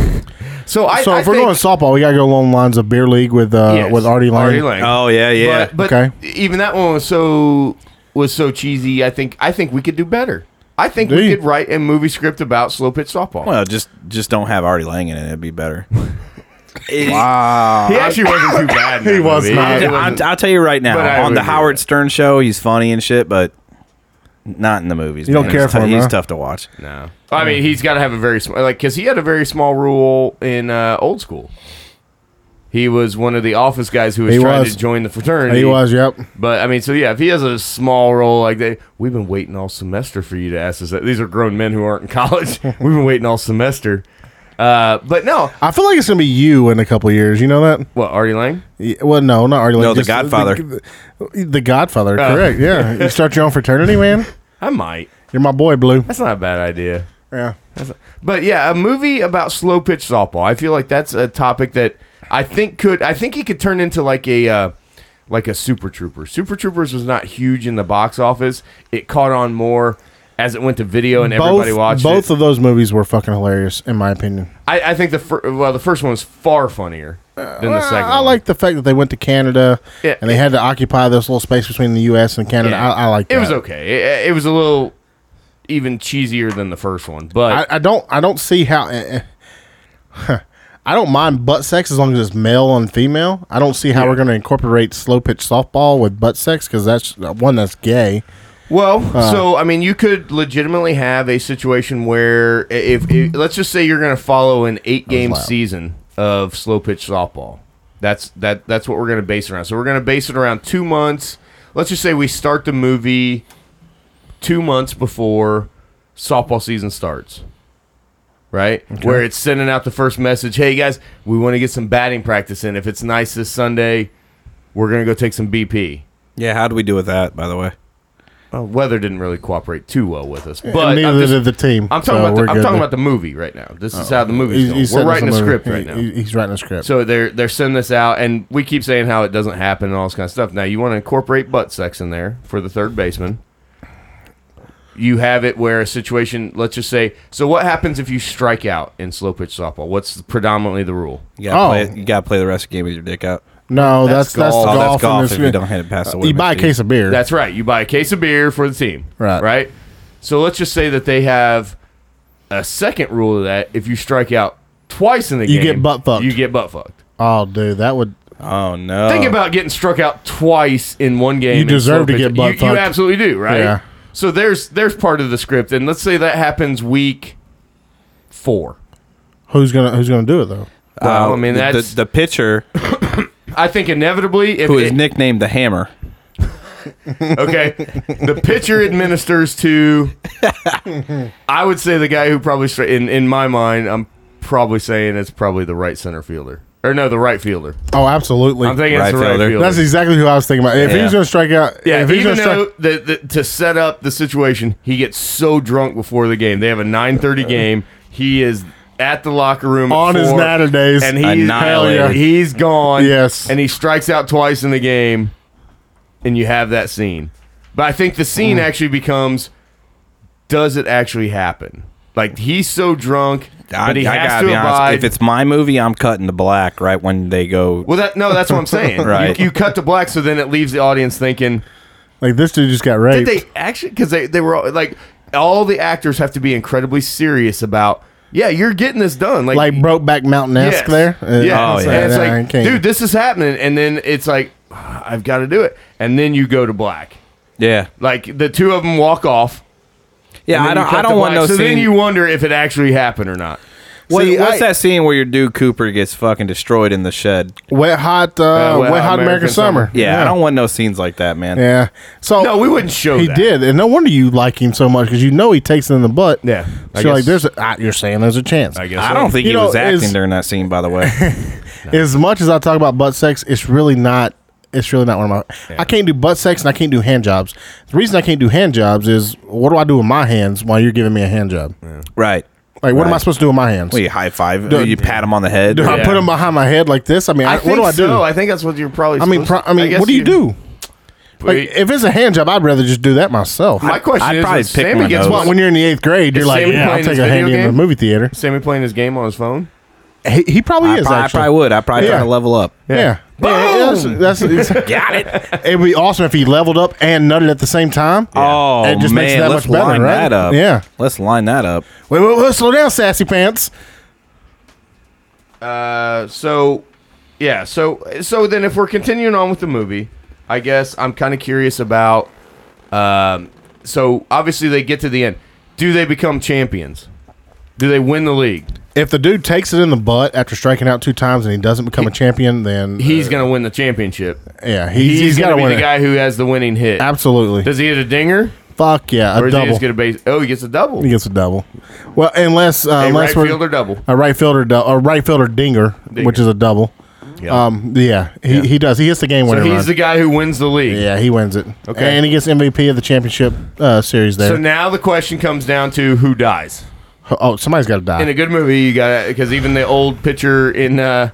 Speaker 1: So I
Speaker 2: so
Speaker 1: I
Speaker 2: if we're
Speaker 1: think-
Speaker 2: going softball, we gotta go along the lines of beer league with uh
Speaker 1: Yes,
Speaker 2: with Artie Lane.
Speaker 3: oh yeah, yeah.
Speaker 1: But, but
Speaker 2: Okay.
Speaker 1: even that one was so was so cheesy. I think I think we could do better. I think
Speaker 2: Do
Speaker 1: we
Speaker 2: you?
Speaker 1: could write a movie script about slow pitch softball.
Speaker 3: well, just just don't have Artie Langan in it. It'd be better. It-
Speaker 1: He actually wasn't too bad.
Speaker 2: He was not.
Speaker 3: I,
Speaker 2: it
Speaker 3: I'll, I'll tell you right now,
Speaker 1: But I
Speaker 3: on the
Speaker 1: would-
Speaker 3: Howard Stern show, he's funny and shit, but not in the movies.
Speaker 2: You don't
Speaker 3: man.
Speaker 2: care
Speaker 3: He's
Speaker 2: for
Speaker 3: tou-
Speaker 2: him,
Speaker 3: He's
Speaker 2: huh?
Speaker 3: tough to watch.
Speaker 1: No. I mean, he's got to have a very small, like, because he had a very small rule in uh, old school. He was one of the office guys who was
Speaker 2: He
Speaker 1: trying
Speaker 2: was.
Speaker 1: to join the fraternity.
Speaker 2: He was, yep.
Speaker 1: But, I mean, so yeah, if he has a small role like that, we've been waiting all semester for you to ask us that. These are grown men who aren't in college. we've been waiting all semester. Uh, but no.
Speaker 2: I feel like it's gonna be you in a couple of years. You know that?
Speaker 1: What, Artie Lang?
Speaker 2: Yeah, well, no, not already.
Speaker 3: No, The Godfather.
Speaker 2: The, the Godfather,
Speaker 1: Oh.
Speaker 2: correct? Yeah, you start your own fraternity, man.
Speaker 1: I might.
Speaker 2: You're my boy, Blue.
Speaker 1: That's not a bad idea.
Speaker 2: Yeah,
Speaker 1: But yeah, a movie about slow pitch softball. I feel like that's a topic that I think could I think it could turn into like a uh, like a Super Trooper. Super Troopers was not huge in the box office. It caught on more as it went to video and everybody
Speaker 2: both
Speaker 1: watched
Speaker 2: both
Speaker 1: it.
Speaker 2: of those movies were fucking hilarious, in my opinion.
Speaker 1: I, I think the fir- well the first one was far funnier than the
Speaker 2: Well,
Speaker 1: second.
Speaker 2: Uh, I
Speaker 1: one.
Speaker 2: like the fact that they went to Canada
Speaker 1: Yeah.
Speaker 2: and they had to occupy this little space between the U.S. and Canada.
Speaker 1: Yeah.
Speaker 2: I, I like that.
Speaker 1: it was okay. It, it was a little even cheesier than the first one,
Speaker 2: I,
Speaker 1: but
Speaker 2: I don't. I don't see how. eh, eh. I don't mind butt sex as long as it's male and female. I don't see how we're going to incorporate slow pitch softball with butt sex because that's one that's gay.
Speaker 1: Well, so I mean, you could legitimately have a situation where if, if let's just say you're going to follow an eight game
Speaker 2: loud.
Speaker 1: season of slow pitch softball. That's that that's what we're going to base it around. So we're going to base it around two months. Let's just say we start the movie two months before softball season starts. Right? Where it's sending out the first message, hey guys, we want to get some batting practice in. If it's nice this Sunday, we're going to go take some BP.
Speaker 3: Yeah, how do we do with that, by the way?
Speaker 1: Well, weather didn't really cooperate too well with us,
Speaker 2: And
Speaker 1: but I'm,
Speaker 2: neither
Speaker 1: just-
Speaker 2: did the team.
Speaker 1: I'm
Speaker 2: so
Speaker 1: talking about the,
Speaker 2: we're
Speaker 1: I'm
Speaker 2: good
Speaker 1: talking
Speaker 2: there.
Speaker 1: about the movie right now. This is how the movie's
Speaker 2: He's- he's
Speaker 1: going.
Speaker 2: sending
Speaker 1: We're writing a
Speaker 2: us
Speaker 1: script
Speaker 2: movie.
Speaker 1: right now,
Speaker 2: He- he- He's writing a script.
Speaker 1: so they're they're sending this out, and we keep saying how it doesn't happen and all this kind of stuff. Now you want to incorporate butt sex in there for the third baseman. You have it where a situation. Let's just say. So what happens if you strike out in slow pitch softball? What's predominantly the rule?
Speaker 3: You gotta,
Speaker 2: Oh.
Speaker 3: play, you gotta play the rest of the game with your dick out.
Speaker 2: no, that's that's,
Speaker 1: golf.
Speaker 2: the
Speaker 3: Oh,
Speaker 2: golf.
Speaker 3: that's golf
Speaker 2: and
Speaker 3: if
Speaker 2: this-
Speaker 3: you don't hit it
Speaker 1: Uh,
Speaker 3: past the
Speaker 2: you buy a
Speaker 3: women's tee.
Speaker 2: case of beer.
Speaker 1: That's right. You buy a case of beer for the team.
Speaker 2: Right.
Speaker 1: Right. So let's just say that they have a second rule of that. If you strike out twice in the
Speaker 2: You
Speaker 1: game,
Speaker 2: get butt fucked.
Speaker 1: You get butt fucked.
Speaker 2: oh, dude, that would
Speaker 3: Oh, no.
Speaker 1: Think about getting struck out twice in one game.
Speaker 2: You
Speaker 1: in
Speaker 2: deserve
Speaker 1: slow
Speaker 2: to get
Speaker 1: pitch.
Speaker 2: butt
Speaker 1: You- You,
Speaker 2: fucked.
Speaker 1: absolutely do, right?
Speaker 2: Yeah.
Speaker 1: So there's there's part of the script, and let's say that happens week four.
Speaker 2: who's gonna who's gonna do it though?
Speaker 1: Well, I mean
Speaker 3: Uh, the-
Speaker 1: that's
Speaker 3: the, the pitcher
Speaker 1: I think inevitably if
Speaker 3: who is
Speaker 1: it-
Speaker 3: nicknamed the Hammer.
Speaker 1: Okay. The pitcher administers to. I would say the guy who probably stra- in in my mind, I'm probably saying it's probably the right center fielder or no, the right fielder.
Speaker 2: Oh, absolutely.
Speaker 1: I'm thinking
Speaker 3: Right
Speaker 1: it's the right
Speaker 3: fielder.
Speaker 1: fielder.
Speaker 2: that's exactly who I was thinking about. If he
Speaker 3: Yeah.
Speaker 2: was gonna strike out,
Speaker 1: yeah,
Speaker 2: if he was
Speaker 1: even
Speaker 2: gonna strike,
Speaker 1: though the, the, to set up the situation, he gets so drunk before the game. They have a 9:30 game. He is at the locker room at
Speaker 2: On his
Speaker 1: four,
Speaker 2: natter days.
Speaker 1: and he's
Speaker 3: Annihilated. Hell yeah.
Speaker 1: he's gone.
Speaker 2: Yes.
Speaker 1: and he strikes out twice in the game, and you have that scene. But I think the scene actually becomes: Does it actually happen? Like he's so drunk, but he has to abide.
Speaker 3: If it's my movie, I'm cutting the black right when they go.
Speaker 1: well, that no, that's what I'm saying.
Speaker 3: Right.
Speaker 1: you, you cut to black, so then it leaves the audience thinking.
Speaker 2: like this dude just got raped.
Speaker 1: Did they actually? Because they, they were all, like, all the actors have to be incredibly serious about. Yeah, you're getting this done. Like,
Speaker 2: like broke back mountain esque there. Uh,
Speaker 1: yeah,
Speaker 3: Oh,
Speaker 2: so
Speaker 3: yeah.
Speaker 1: And it's
Speaker 2: I
Speaker 1: like,
Speaker 2: can't-
Speaker 1: dude, this is happening, and then it's like, "Ah, I've got to do it, and then you go to black.
Speaker 3: yeah,
Speaker 1: Like the two of them walk off.
Speaker 3: yeah.
Speaker 1: and
Speaker 3: I
Speaker 1: then you
Speaker 3: don't.
Speaker 1: cut
Speaker 3: I
Speaker 1: to
Speaker 3: don't want
Speaker 1: black.
Speaker 3: no
Speaker 1: So
Speaker 3: scene.
Speaker 1: then you wonder if it actually happened or not.
Speaker 3: What-
Speaker 2: See,
Speaker 3: what's
Speaker 2: I-
Speaker 3: that scene where your dude Cooper gets fucking destroyed in the shed?
Speaker 2: wet hot, uh, wet, hot American, summer.
Speaker 3: Yeah, I don't want no scenes like that, man.
Speaker 2: Yeah. So
Speaker 1: No, we wouldn't show.
Speaker 2: he
Speaker 1: that.
Speaker 2: did, and no wonder you like him so much because you know he takes it in the butt.
Speaker 1: Yeah, I
Speaker 2: So you're like
Speaker 1: guess-
Speaker 2: there's, a, ah, you're saying there's a chance.
Speaker 1: I guess.
Speaker 3: I
Speaker 1: so.
Speaker 3: don't think
Speaker 2: You
Speaker 3: he
Speaker 2: know,
Speaker 3: was acting
Speaker 2: is-
Speaker 3: during that scene, by the way.
Speaker 2: As much as I talk about butt sex, it's really not. It's really not one of my. I can't do butt sex and I can't do hand jobs. The reason I can't do hand jobs is what do I do with my hands while you're giving me a hand job?
Speaker 3: right.
Speaker 2: Like what am I
Speaker 3: Right.
Speaker 2: supposed to do with my hands?
Speaker 3: Well, you high five.
Speaker 2: Dude.
Speaker 3: you pat him on the head.
Speaker 2: do I
Speaker 1: Yeah.
Speaker 2: put them behind my head like this? I mean, I
Speaker 1: I
Speaker 2: what
Speaker 1: think
Speaker 2: do I do?
Speaker 1: so.
Speaker 2: I,
Speaker 1: I think that's what you're probably.
Speaker 2: mean, pro-
Speaker 1: supposed-
Speaker 2: I mean,
Speaker 1: guess
Speaker 2: what do you, do? Like if it's a hand job, I'd rather just do that myself.
Speaker 1: My question
Speaker 3: I'd
Speaker 1: is,
Speaker 3: probably
Speaker 1: when
Speaker 3: pick one
Speaker 1: Sammy
Speaker 3: of
Speaker 1: gets
Speaker 3: those.
Speaker 2: Well, when you're in the eighth grade, you're
Speaker 1: Is
Speaker 2: like,
Speaker 1: Sammy
Speaker 2: yeah, I'll
Speaker 1: playing
Speaker 2: take
Speaker 1: his
Speaker 2: a hand
Speaker 1: video
Speaker 2: in the
Speaker 1: game?
Speaker 2: movie theater.
Speaker 1: Sammy playing his game on his phone.
Speaker 2: He, he probably
Speaker 3: I,
Speaker 2: is.
Speaker 3: prob- I
Speaker 2: actually.
Speaker 3: probably would. I probably
Speaker 2: Yeah.
Speaker 3: try to level up.
Speaker 2: Yeah. Yeah,
Speaker 1: Boom!
Speaker 2: that's, that's, it's-
Speaker 3: Got it.
Speaker 2: it'd be awesome if he leveled up and nutted at the same time.
Speaker 3: Oh
Speaker 2: It just
Speaker 3: man,
Speaker 2: makes it that
Speaker 3: let's
Speaker 2: much better,
Speaker 3: line
Speaker 2: right?
Speaker 3: that up.
Speaker 2: Yeah.
Speaker 3: let's line that up.
Speaker 2: Wait, wait, wait, slow down, sassy pants.
Speaker 1: Uh, so yeah, so so then if we're continuing on with the movie, I guess I'm kind of curious about. Um, so obviously they get to the end. Do they become champions? Do they win the league?
Speaker 2: If the dude takes it in the butt after striking out two times and he doesn't become a champion, then uh,
Speaker 1: He's gonna win the championship.
Speaker 2: yeah,
Speaker 1: He's,
Speaker 2: he's, he's got
Speaker 1: gonna
Speaker 2: to
Speaker 1: be
Speaker 2: win.
Speaker 1: the
Speaker 2: it.
Speaker 1: guy who has the winning hit.
Speaker 2: Absolutely.
Speaker 1: Does he hit a dinger
Speaker 2: Fuck yeah,
Speaker 1: or
Speaker 2: a
Speaker 1: is he
Speaker 2: double.
Speaker 1: just gonna base? Oh, he gets a double.
Speaker 2: He gets a double. Well, unless uh,
Speaker 1: a
Speaker 2: unless
Speaker 1: right
Speaker 2: we're
Speaker 1: fielder double.
Speaker 2: a right fielder, dou- a right fielder dinger,
Speaker 1: Dinger.
Speaker 2: which is a double.
Speaker 1: Yeah.
Speaker 2: Um, yeah, he, he does. He hits the game
Speaker 1: so
Speaker 2: winner.
Speaker 1: he's
Speaker 2: run.
Speaker 1: the guy who wins the league.
Speaker 2: yeah, he wins it.
Speaker 1: Okay.
Speaker 2: Okay, and he gets MVP of the championship uh, series there.
Speaker 1: So now the question comes down to who dies.
Speaker 2: oh, somebody's got to die.
Speaker 1: in a good movie, you got because even the old pitcher in uh,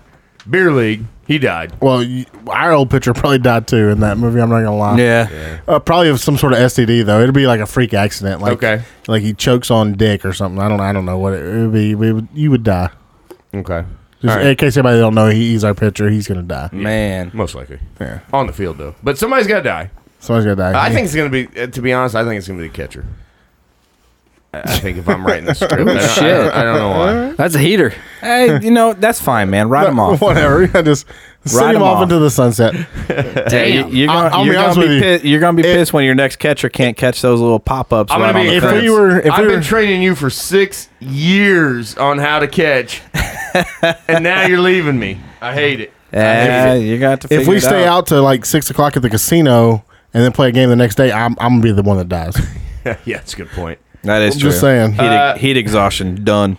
Speaker 1: beer league, he died.
Speaker 2: well, you, our old pitcher probably died too in that movie. I'm not gonna lie.
Speaker 3: Yeah.
Speaker 2: Uh, probably of some sort of STD though. It'd be like a freak accident. Like,
Speaker 1: Okay.
Speaker 2: Like he chokes on dick or something. I don't. I don't know what it, it would be. We would, you would die.
Speaker 1: Okay,
Speaker 2: Just
Speaker 1: All right.
Speaker 2: In case anybody don't know, he, he's our pitcher. He's gonna die.
Speaker 3: Man.
Speaker 1: most likely
Speaker 2: Yeah.
Speaker 1: on the field though, but somebody's got to die.
Speaker 2: Somebody's gonna die.
Speaker 1: I think it's gonna be. uh, To be honest, I think it's gonna be the catcher. I I think if I'm writing the script, I don't, I don't- I don't know why.
Speaker 4: That's a heater.
Speaker 3: Hey, you know, that's fine, man. Ride him off.
Speaker 2: Whatever. I just send
Speaker 3: Ride
Speaker 2: him
Speaker 3: him
Speaker 2: off
Speaker 3: off.
Speaker 2: into the sunset.
Speaker 3: Hey,
Speaker 4: Damn.
Speaker 3: you- you're
Speaker 2: I'll-
Speaker 3: gonna,
Speaker 2: I'll
Speaker 3: you're
Speaker 2: be
Speaker 3: gonna
Speaker 2: honest
Speaker 3: be
Speaker 2: with you.
Speaker 3: pissed, you're gonna be
Speaker 2: It-
Speaker 3: pissed when your next catcher can't catch those little pop ups.
Speaker 1: I'm
Speaker 3: right
Speaker 1: gonna
Speaker 3: on
Speaker 1: be.
Speaker 3: the
Speaker 2: If
Speaker 3: fence.
Speaker 2: we were- if
Speaker 1: I've
Speaker 2: we
Speaker 1: been
Speaker 2: were-
Speaker 1: training you for six years on how to catch, and now you're leaving me. I hate it. I
Speaker 3: yeah,
Speaker 1: hate it.
Speaker 3: you got to.
Speaker 2: If
Speaker 3: figure
Speaker 2: we
Speaker 3: it
Speaker 2: stay
Speaker 3: out.
Speaker 2: out till like six o'clock at the casino and then play a game the next day, I'm I'm gonna be the one that dies.
Speaker 1: yeah, it's a good point.
Speaker 3: that is
Speaker 2: I'm
Speaker 3: true.
Speaker 2: just saying.
Speaker 3: Heat, e-
Speaker 1: Uh,
Speaker 3: heat exhaustion done.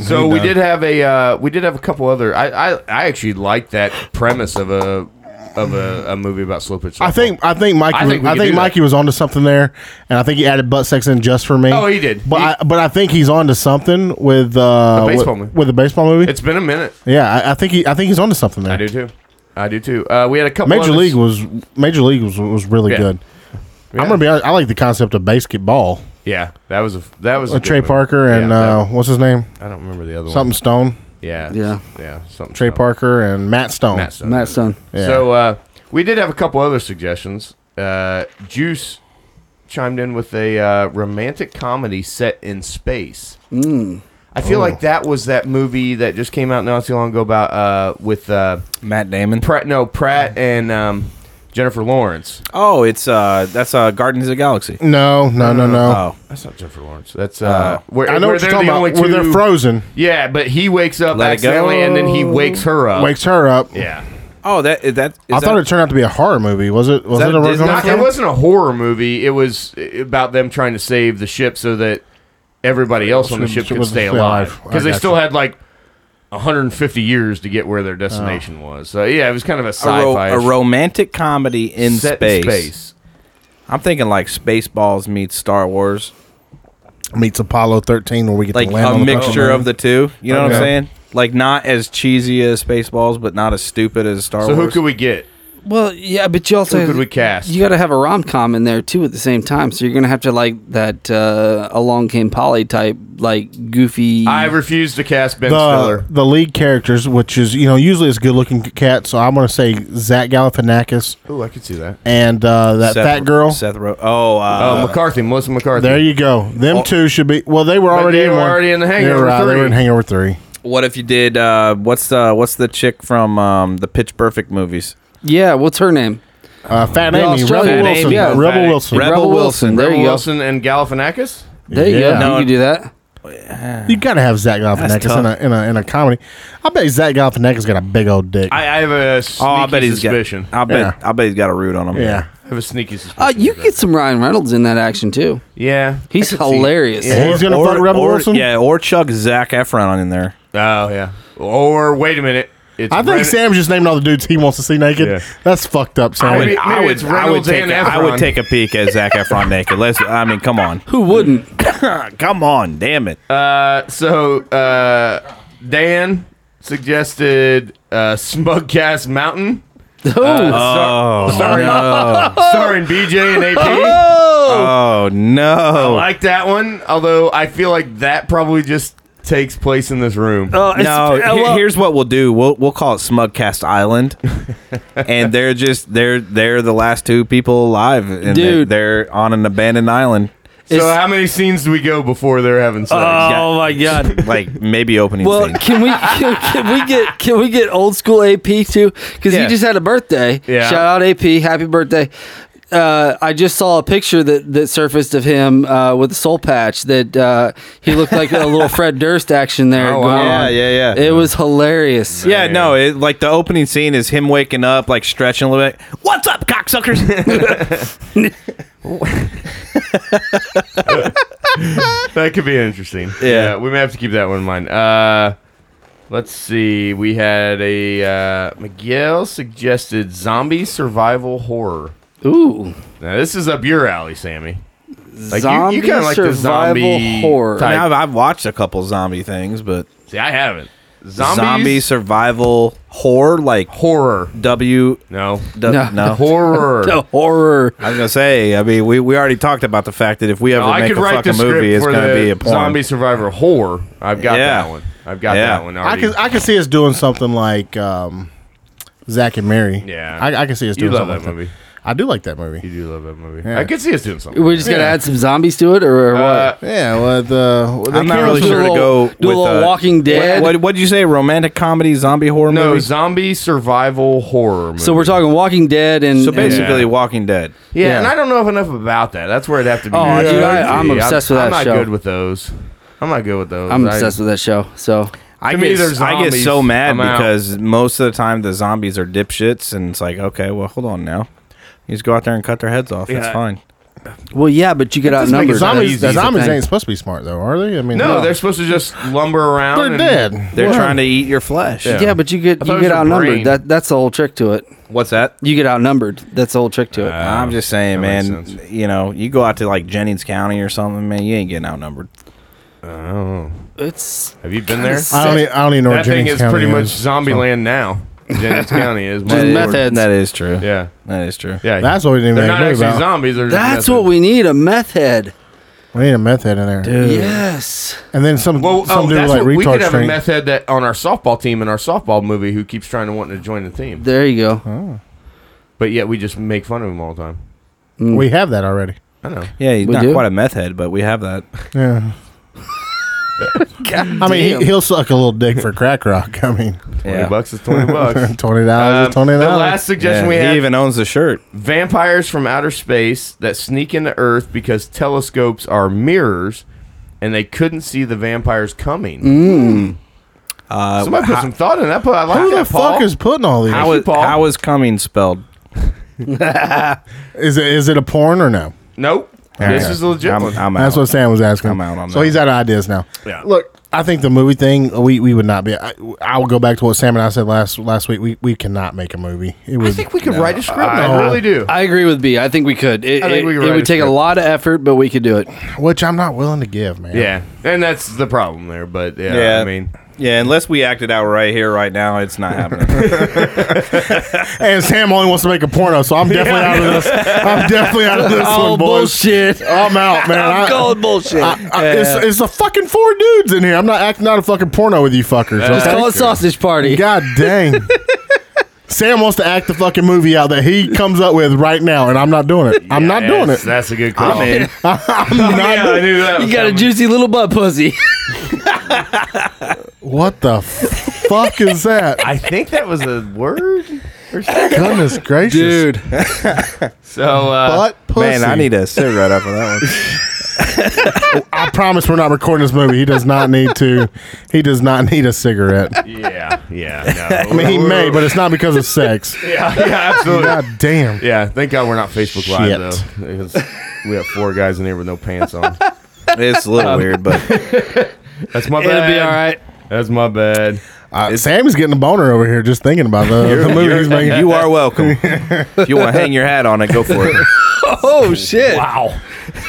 Speaker 1: So we did have a uh, we did have a couple other. I I, I actually liked that premise of a of a, a movie about slow pitch.
Speaker 2: I think I think Mikey
Speaker 1: I
Speaker 2: I
Speaker 1: think
Speaker 2: think,
Speaker 1: we
Speaker 2: was, I
Speaker 1: could
Speaker 2: think
Speaker 1: do that.
Speaker 2: Mikey was onto something there, and I think he added butt sex in just for me.
Speaker 1: Oh, he did.
Speaker 2: But
Speaker 1: He-
Speaker 2: I, but I think he's onto something with uh,
Speaker 1: The baseball
Speaker 2: with,
Speaker 1: movie.
Speaker 2: with the baseball movie.
Speaker 1: it's been a minute.
Speaker 2: yeah, I, I think he I think he's onto something there.
Speaker 1: I do too. I do too. Uh, we had a couple.
Speaker 2: Major
Speaker 1: others.
Speaker 2: League was Major League was was really
Speaker 1: Yeah.
Speaker 2: good.
Speaker 1: Yeah.
Speaker 2: I'm gonna be honest. I like the concept of basketball.
Speaker 1: Yeah, that was a that was a
Speaker 2: Uh,
Speaker 1: good
Speaker 2: Trey
Speaker 1: movie.
Speaker 2: Parker and
Speaker 1: Yeah,
Speaker 2: uh, what's his name?
Speaker 1: that- I don't remember the other
Speaker 2: Something
Speaker 1: one.
Speaker 2: Stone.
Speaker 1: Yeah,
Speaker 4: Yeah.
Speaker 1: yeah. Something.
Speaker 2: Trey
Speaker 1: something.
Speaker 2: Parker and Matt Stone.
Speaker 1: Oh. Matt Stone.
Speaker 4: Matt Stone.
Speaker 2: Yeah.
Speaker 1: So uh, we did have a couple other suggestions. Uh, Juice chimed in with a uh, romantic comedy set in space.
Speaker 3: Mm.
Speaker 1: I feel
Speaker 2: Oh.
Speaker 1: like that was that movie that just came out not too long ago about uh, with uh,
Speaker 3: Matt Damon.
Speaker 1: Pratt. No, Pratt and um, Jennifer Lawrence.
Speaker 3: Oh, it's uh, that's uh, Guardians of the Galaxy.
Speaker 2: No, no, no, no.
Speaker 3: Oh,
Speaker 1: That's not Jennifer Lawrence. That's uh, where,
Speaker 2: I know
Speaker 1: where
Speaker 2: what
Speaker 1: they're
Speaker 2: you're talking
Speaker 1: the
Speaker 2: about.
Speaker 1: only
Speaker 2: Where
Speaker 1: two-
Speaker 2: they're frozen,
Speaker 1: Yeah, but he wakes up
Speaker 3: Let it go.
Speaker 1: accidentally and then he wakes her up.
Speaker 2: wakes her up.
Speaker 1: Oh. Yeah.
Speaker 3: oh, that that. Is
Speaker 2: I
Speaker 3: that,
Speaker 2: thought it turned out to be a horror movie. Was it? Was
Speaker 3: that
Speaker 2: it
Speaker 3: a
Speaker 2: a
Speaker 3: Disney-
Speaker 2: horror
Speaker 1: Not-
Speaker 2: movie?
Speaker 1: it wasn't a horror movie. It was about them trying to save the ship so that everybody else on the ship could
Speaker 2: Was-
Speaker 1: stay
Speaker 2: stay
Speaker 1: alive
Speaker 2: alive. I
Speaker 1: because they
Speaker 2: gotcha.
Speaker 1: still had like 150 years to get where their destination was. So yeah, it was kind of a
Speaker 3: a, ro-
Speaker 1: sci-fi
Speaker 3: a romantic comedy in
Speaker 1: set
Speaker 3: space.
Speaker 1: In space.
Speaker 3: I'm thinking like Spaceballs meets Star Wars,
Speaker 2: Meets Apollo 13, where we get
Speaker 3: like
Speaker 2: to land
Speaker 3: a
Speaker 2: on the
Speaker 3: mixture of the two. You know what I'm
Speaker 2: Okay.
Speaker 3: saying? Like not as cheesy as Spaceballs, but not as stupid as Star
Speaker 1: So who
Speaker 3: Wars.
Speaker 1: could we get?
Speaker 4: Well, yeah, but you also
Speaker 1: Who could we cast?
Speaker 4: You got to have a rom com in there too at the same time. So you're gonna have to like that uh, along came Polly type, like goofy.
Speaker 1: I refuse to cast Ben
Speaker 2: the,
Speaker 1: Stiller.
Speaker 2: the lead characters, which is you know usually it's good looking cat. So I'm going to say Zach Galifianakis
Speaker 1: Oh, I could see that.
Speaker 2: and uh, that
Speaker 3: Seth-
Speaker 2: fat girl.
Speaker 3: Seth. Ro- oh,
Speaker 1: Uh,
Speaker 3: uh,
Speaker 1: McCarthy, Melissa McCarthy.
Speaker 2: There you go. Them
Speaker 3: Oh.
Speaker 2: two should be. Well, they were
Speaker 1: But
Speaker 2: already.
Speaker 1: they
Speaker 2: in
Speaker 1: were
Speaker 2: one.
Speaker 1: already in the
Speaker 2: They were
Speaker 1: Hangover
Speaker 2: right, They were in
Speaker 1: 3.
Speaker 2: Hangover Three.
Speaker 3: what if you did? Uh, what's the what's the chick from um, the Pitch Perfect movies?
Speaker 4: yeah, what's her name?
Speaker 2: Uh, Fat
Speaker 4: The
Speaker 2: Amy,
Speaker 4: Australian
Speaker 2: Rebel
Speaker 4: Fat
Speaker 2: Wilson,
Speaker 4: Amy, yeah.
Speaker 1: Fat
Speaker 2: Rebel
Speaker 1: Amy.
Speaker 2: Wilson.
Speaker 3: Rebel Wilson,
Speaker 4: There
Speaker 1: Rebel
Speaker 4: you go.
Speaker 1: Wilson and Galifianakis.
Speaker 4: There you
Speaker 2: Yeah.
Speaker 4: go.
Speaker 3: No,
Speaker 4: you can do that.
Speaker 2: You gotta have Zach Galifianakis in a, in a in a comedy. I bet Zach Galifianakis got a big old dick.
Speaker 1: I, I have a sneaky
Speaker 3: Oh, I bet he's
Speaker 1: suspicion.
Speaker 3: got. I bet. I bet he's got a root on him.
Speaker 2: yeah,
Speaker 1: I have a sneaky suspicion.
Speaker 4: Uh, you
Speaker 1: of that.
Speaker 4: get some Ryan Reynolds in that action too.
Speaker 1: yeah.
Speaker 4: He's
Speaker 1: I could see-
Speaker 4: hilarious.
Speaker 2: And he's gonna fuck Rebel
Speaker 3: or-
Speaker 2: Wilson.
Speaker 3: Yeah, or Chuck Zach Efron in there.
Speaker 1: Oh yeah. Or wait a minute. It's
Speaker 2: I think
Speaker 1: Ren-
Speaker 2: Sam's just named all the dudes he wants to see naked.
Speaker 1: Yeah.
Speaker 2: That's fucked up, Sam.
Speaker 1: I would- Maybe- maybe it's Reynolds
Speaker 3: take,
Speaker 1: and
Speaker 3: I would
Speaker 1: Efron.
Speaker 3: take a peek at Zach Efron naked. Let's. I mean, come on,
Speaker 4: Who wouldn't?
Speaker 3: Ah, come on, damn it.
Speaker 1: Uh, so uh, Dan suggested uh, Smugcast Mountain.
Speaker 4: Who?
Speaker 1: Oh, sorry, starring BJ and AP.
Speaker 4: oh,
Speaker 1: I
Speaker 3: oh no.
Speaker 1: like that one, although I feel like that probably just takes place in this room.
Speaker 2: Uh,
Speaker 3: no, he- here's what we'll do. We'll we'll call it Smugcast Island, and they're just they're they're the last two people alive, and
Speaker 4: Dude.
Speaker 3: They're, they're on an abandoned island.
Speaker 1: So
Speaker 4: It's-
Speaker 1: how many scenes do we go before they're having sex?
Speaker 4: Uh,
Speaker 3: Yeah.
Speaker 5: Oh my god.
Speaker 3: like maybe opening
Speaker 4: Well,
Speaker 3: scene.
Speaker 4: can we can, can we get can we get old school AP too? Because
Speaker 1: Yeah.
Speaker 4: he just had a birthday.
Speaker 1: Yeah.
Speaker 4: Shout out AP, happy birthday. Uh, I just saw a picture that, that surfaced of him uh, with a soul patch that uh, he looked like a little Fred Durst action there.
Speaker 1: Oh, wow.
Speaker 4: going
Speaker 3: Yeah,
Speaker 4: on.
Speaker 3: yeah, yeah.
Speaker 4: It was hilarious.
Speaker 3: yeah, no, it, like the opening scene is him waking up, like stretching a little bit. What's up, cocksuckers?
Speaker 1: That could be interesting.
Speaker 3: Yeah.
Speaker 1: we may have to keep that one in mind. Uh, let's see. We had a uh, Miguel suggested zombie survival horror.
Speaker 4: Ooh,
Speaker 1: Now this is up your alley, Sammy. Like, you- you
Speaker 4: zombie
Speaker 1: kinda like the
Speaker 4: survival
Speaker 1: zombie
Speaker 4: horror.
Speaker 1: type.
Speaker 3: I mean, I've, I've watched a couple zombie things, but
Speaker 1: See, I haven't. Zombies,
Speaker 3: zombie survival horror, like
Speaker 1: horror.
Speaker 3: W.
Speaker 1: No,
Speaker 3: d-
Speaker 4: No.
Speaker 3: no.
Speaker 1: horror.
Speaker 4: The horror.
Speaker 3: I was gonna say. I mean, we, we already talked about the fact that if we ever
Speaker 1: No, I
Speaker 3: make
Speaker 1: could
Speaker 3: a
Speaker 1: write the
Speaker 3: fucking
Speaker 1: script
Speaker 3: movie, it's
Speaker 1: for
Speaker 3: gonna
Speaker 1: the
Speaker 3: be a porn.
Speaker 1: zombie survivor horror. I've got
Speaker 3: Yeah.
Speaker 1: that one. I've got
Speaker 3: Yeah.
Speaker 1: that one
Speaker 2: I
Speaker 1: already.
Speaker 2: can I can see us doing something like um, Zach and Mary.
Speaker 1: Yeah.
Speaker 2: I, I can see us
Speaker 1: you
Speaker 2: doing
Speaker 1: love
Speaker 2: something.
Speaker 1: that
Speaker 2: like
Speaker 1: movie.
Speaker 2: I do like that movie.
Speaker 1: You do love that movie.
Speaker 2: Yeah.
Speaker 1: I could see us doing something.
Speaker 4: We're just gonna
Speaker 2: Yeah.
Speaker 4: add some zombies to it, or, or what?
Speaker 1: Uh,
Speaker 2: Yeah, well, the well, they
Speaker 3: I'm not
Speaker 2: came
Speaker 3: really
Speaker 2: up with-
Speaker 3: sure to
Speaker 4: do a
Speaker 3: go
Speaker 4: little, do
Speaker 3: with
Speaker 4: a little
Speaker 3: uh,
Speaker 4: Walking Dead.
Speaker 3: What what did you say? Romantic comedy, zombie horror
Speaker 1: no,
Speaker 3: movie.
Speaker 1: zombie survival horror. Movie.
Speaker 4: so we're talking Walking Dead and
Speaker 3: so
Speaker 4: and-
Speaker 3: basically,
Speaker 1: Yeah.
Speaker 3: Walking Dead.
Speaker 1: Yeah, and I don't know enough about that. That's where it'd have to be.
Speaker 4: Oh,
Speaker 1: Yeah.
Speaker 4: dude, I- I'm
Speaker 1: Yeah,
Speaker 4: obsessed with
Speaker 1: I'm
Speaker 4: that
Speaker 1: not
Speaker 4: show.
Speaker 1: good with those. I'm not good with those.
Speaker 4: I'm
Speaker 1: I-
Speaker 4: obsessed with that show. So
Speaker 3: I
Speaker 1: To me,
Speaker 3: get,
Speaker 1: they're
Speaker 3: I get
Speaker 1: zombies.
Speaker 3: so mad
Speaker 1: I'm out.
Speaker 3: because most of the time the zombies are dipshits, and it's like, okay, well, hold on now. You just go out there and cut their heads off. That's
Speaker 1: Yeah.
Speaker 3: fine.
Speaker 4: Well, yeah, but you get
Speaker 1: doesn't make
Speaker 4: outnumbered.
Speaker 1: it zombie
Speaker 2: Zombies,
Speaker 1: That's the
Speaker 2: zombies
Speaker 4: thing.
Speaker 2: ain't supposed to be smart though, are they? I mean,
Speaker 1: No, they're supposed to just lumber around.
Speaker 2: they're
Speaker 1: and-
Speaker 2: dead.
Speaker 3: They're
Speaker 2: What?
Speaker 3: trying to eat your flesh.
Speaker 1: Yeah.
Speaker 4: Yeah, but you
Speaker 1: I
Speaker 4: get
Speaker 1: thought
Speaker 4: you
Speaker 1: it was
Speaker 4: get
Speaker 1: your
Speaker 4: outnumbered.
Speaker 1: brain.
Speaker 4: That that's the whole trick to it.
Speaker 3: What's that?
Speaker 4: You get outnumbered. That's the whole trick to it.
Speaker 3: I'm just saying,
Speaker 1: Uh, that makes
Speaker 3: man.
Speaker 1: sense.
Speaker 3: You know, you go out to like Jennings County or something, man. You ain't getting outnumbered.
Speaker 1: Oh,
Speaker 4: it's
Speaker 1: have you been there?
Speaker 4: Kinda
Speaker 2: I don't. e- I don't even know where
Speaker 1: That thing
Speaker 2: Jennings
Speaker 1: is
Speaker 2: County
Speaker 1: pretty much
Speaker 2: is.
Speaker 1: zombie land now. Jennings County is.
Speaker 4: Just
Speaker 1: my
Speaker 4: meth
Speaker 1: lord.
Speaker 4: heads.
Speaker 3: That is true.
Speaker 1: Yeah,
Speaker 3: that is true.
Speaker 1: yeah.
Speaker 2: That's what we didn't
Speaker 1: they're
Speaker 2: make
Speaker 1: not
Speaker 2: a movie
Speaker 1: actually
Speaker 2: about.
Speaker 1: zombies. They're just
Speaker 4: that's
Speaker 1: meth
Speaker 4: what
Speaker 1: heads.
Speaker 4: we need a meth head.
Speaker 2: We need a meth head in there.
Speaker 4: Yes.
Speaker 2: And then some
Speaker 1: Well,
Speaker 2: some
Speaker 1: oh,
Speaker 2: dude
Speaker 1: that's
Speaker 2: like
Speaker 1: what we could
Speaker 2: retard
Speaker 1: have a
Speaker 2: string.
Speaker 1: meth head that on our softball team in our softball movie who keeps trying to want to join the team,
Speaker 4: There you go.
Speaker 1: but yet we just make fun of him all the time.
Speaker 2: We have that already.
Speaker 1: I know.
Speaker 3: Yeah, he's
Speaker 4: We
Speaker 3: not
Speaker 4: do?
Speaker 3: quite a meth head, but we have that.
Speaker 2: Yeah. I mean, he, he'll suck a little dick for crack rock. I mean,
Speaker 1: Twenty
Speaker 3: Yeah.
Speaker 1: bucks is twenty bucks.
Speaker 2: twenty dollars
Speaker 1: Um,
Speaker 2: is twenty
Speaker 1: the
Speaker 2: dollars.
Speaker 1: last suggestion
Speaker 3: Yeah,
Speaker 1: we had
Speaker 3: He even owns the shirt.
Speaker 1: vampires from outer space that sneak into Earth because telescopes are mirrors and they couldn't see the vampires coming.
Speaker 3: Uh,
Speaker 1: Somebody put some thought in that. Paul. I like
Speaker 2: Mm. Who the
Speaker 1: that,
Speaker 2: fuck
Speaker 1: Paul.
Speaker 2: is putting all these?
Speaker 1: How
Speaker 3: how
Speaker 1: you,
Speaker 3: is
Speaker 1: Paul.
Speaker 3: how is coming spelled?
Speaker 2: Is it is it a porn or no?
Speaker 1: Nope.
Speaker 2: Yeah,
Speaker 1: this
Speaker 2: yeah.
Speaker 1: is a legit
Speaker 3: I'm,
Speaker 1: one.
Speaker 3: I'm out.
Speaker 2: That's what Sam was asking.
Speaker 3: I'm out on
Speaker 2: so
Speaker 3: that.
Speaker 2: he's out of ideas now.
Speaker 1: Yeah.
Speaker 2: Look, I think the movie thing we, we would not be. I, I will go back to what Sam and I said last last week. We we cannot make a movie. It
Speaker 1: I
Speaker 2: was
Speaker 1: think we could write a script. I
Speaker 2: No.
Speaker 1: really do.
Speaker 4: I agree with B. I think we could. It,
Speaker 1: I think we
Speaker 4: it-
Speaker 1: could
Speaker 4: it
Speaker 1: write
Speaker 4: would
Speaker 1: a
Speaker 4: take a
Speaker 1: script.
Speaker 4: lot of effort, but we could do it.
Speaker 2: which I'm not willing to give, man.
Speaker 1: yeah, and that's the problem there. But yeah,
Speaker 3: Yeah.
Speaker 1: I mean,
Speaker 3: Yeah, unless we act it out right here, right now, it's not happening.
Speaker 2: And Sam only wants to make a porno, so I'm definitely out of this. I'm definitely out of this one, boys. I'm out, man. I-
Speaker 4: bullshit.
Speaker 2: I- I- it's, it's a fucking four dudes in here. I'm not acting out a fucking porno with you fuckers.
Speaker 4: Just
Speaker 2: okay?
Speaker 4: call it sausage party.
Speaker 2: God dang. Sam wants to act the fucking movie out that he comes up with right now, and I'm not doing it. I'm not
Speaker 1: yeah,
Speaker 2: doing
Speaker 1: that's-
Speaker 2: it.
Speaker 1: That's a good call.
Speaker 2: I'm in. I'm
Speaker 1: Yeah,
Speaker 2: not.
Speaker 1: I knew that.
Speaker 4: You
Speaker 1: was
Speaker 4: got a
Speaker 1: coming.
Speaker 4: juicy little butt pussy.
Speaker 2: What the fuck is that?
Speaker 1: I think that was a word. Or something.
Speaker 2: Goodness gracious,
Speaker 1: So uh,
Speaker 2: Butt pussy.
Speaker 3: Man, I need a cigarette after that one.
Speaker 2: I promise we're not recording this movie. He does not need to. He does not need a cigarette.
Speaker 1: yeah, yeah. No.
Speaker 2: I mean, he may, but it's not because of sex.
Speaker 1: yeah, yeah, absolutely.
Speaker 2: God damn.
Speaker 1: Yeah, thank God we're not Facebook
Speaker 2: Shit.
Speaker 1: Live though. because we have four guys in here with no pants on.
Speaker 3: It's a little weird, but
Speaker 1: That's my bad.
Speaker 4: It'll be all right.
Speaker 1: That's my bad.
Speaker 2: Uh, Sam is getting a boner over here just thinking about the, the movie he's making.
Speaker 3: you are welcome. If you want to hang your hat on it, go for it.
Speaker 4: Oh shit.
Speaker 1: Wow,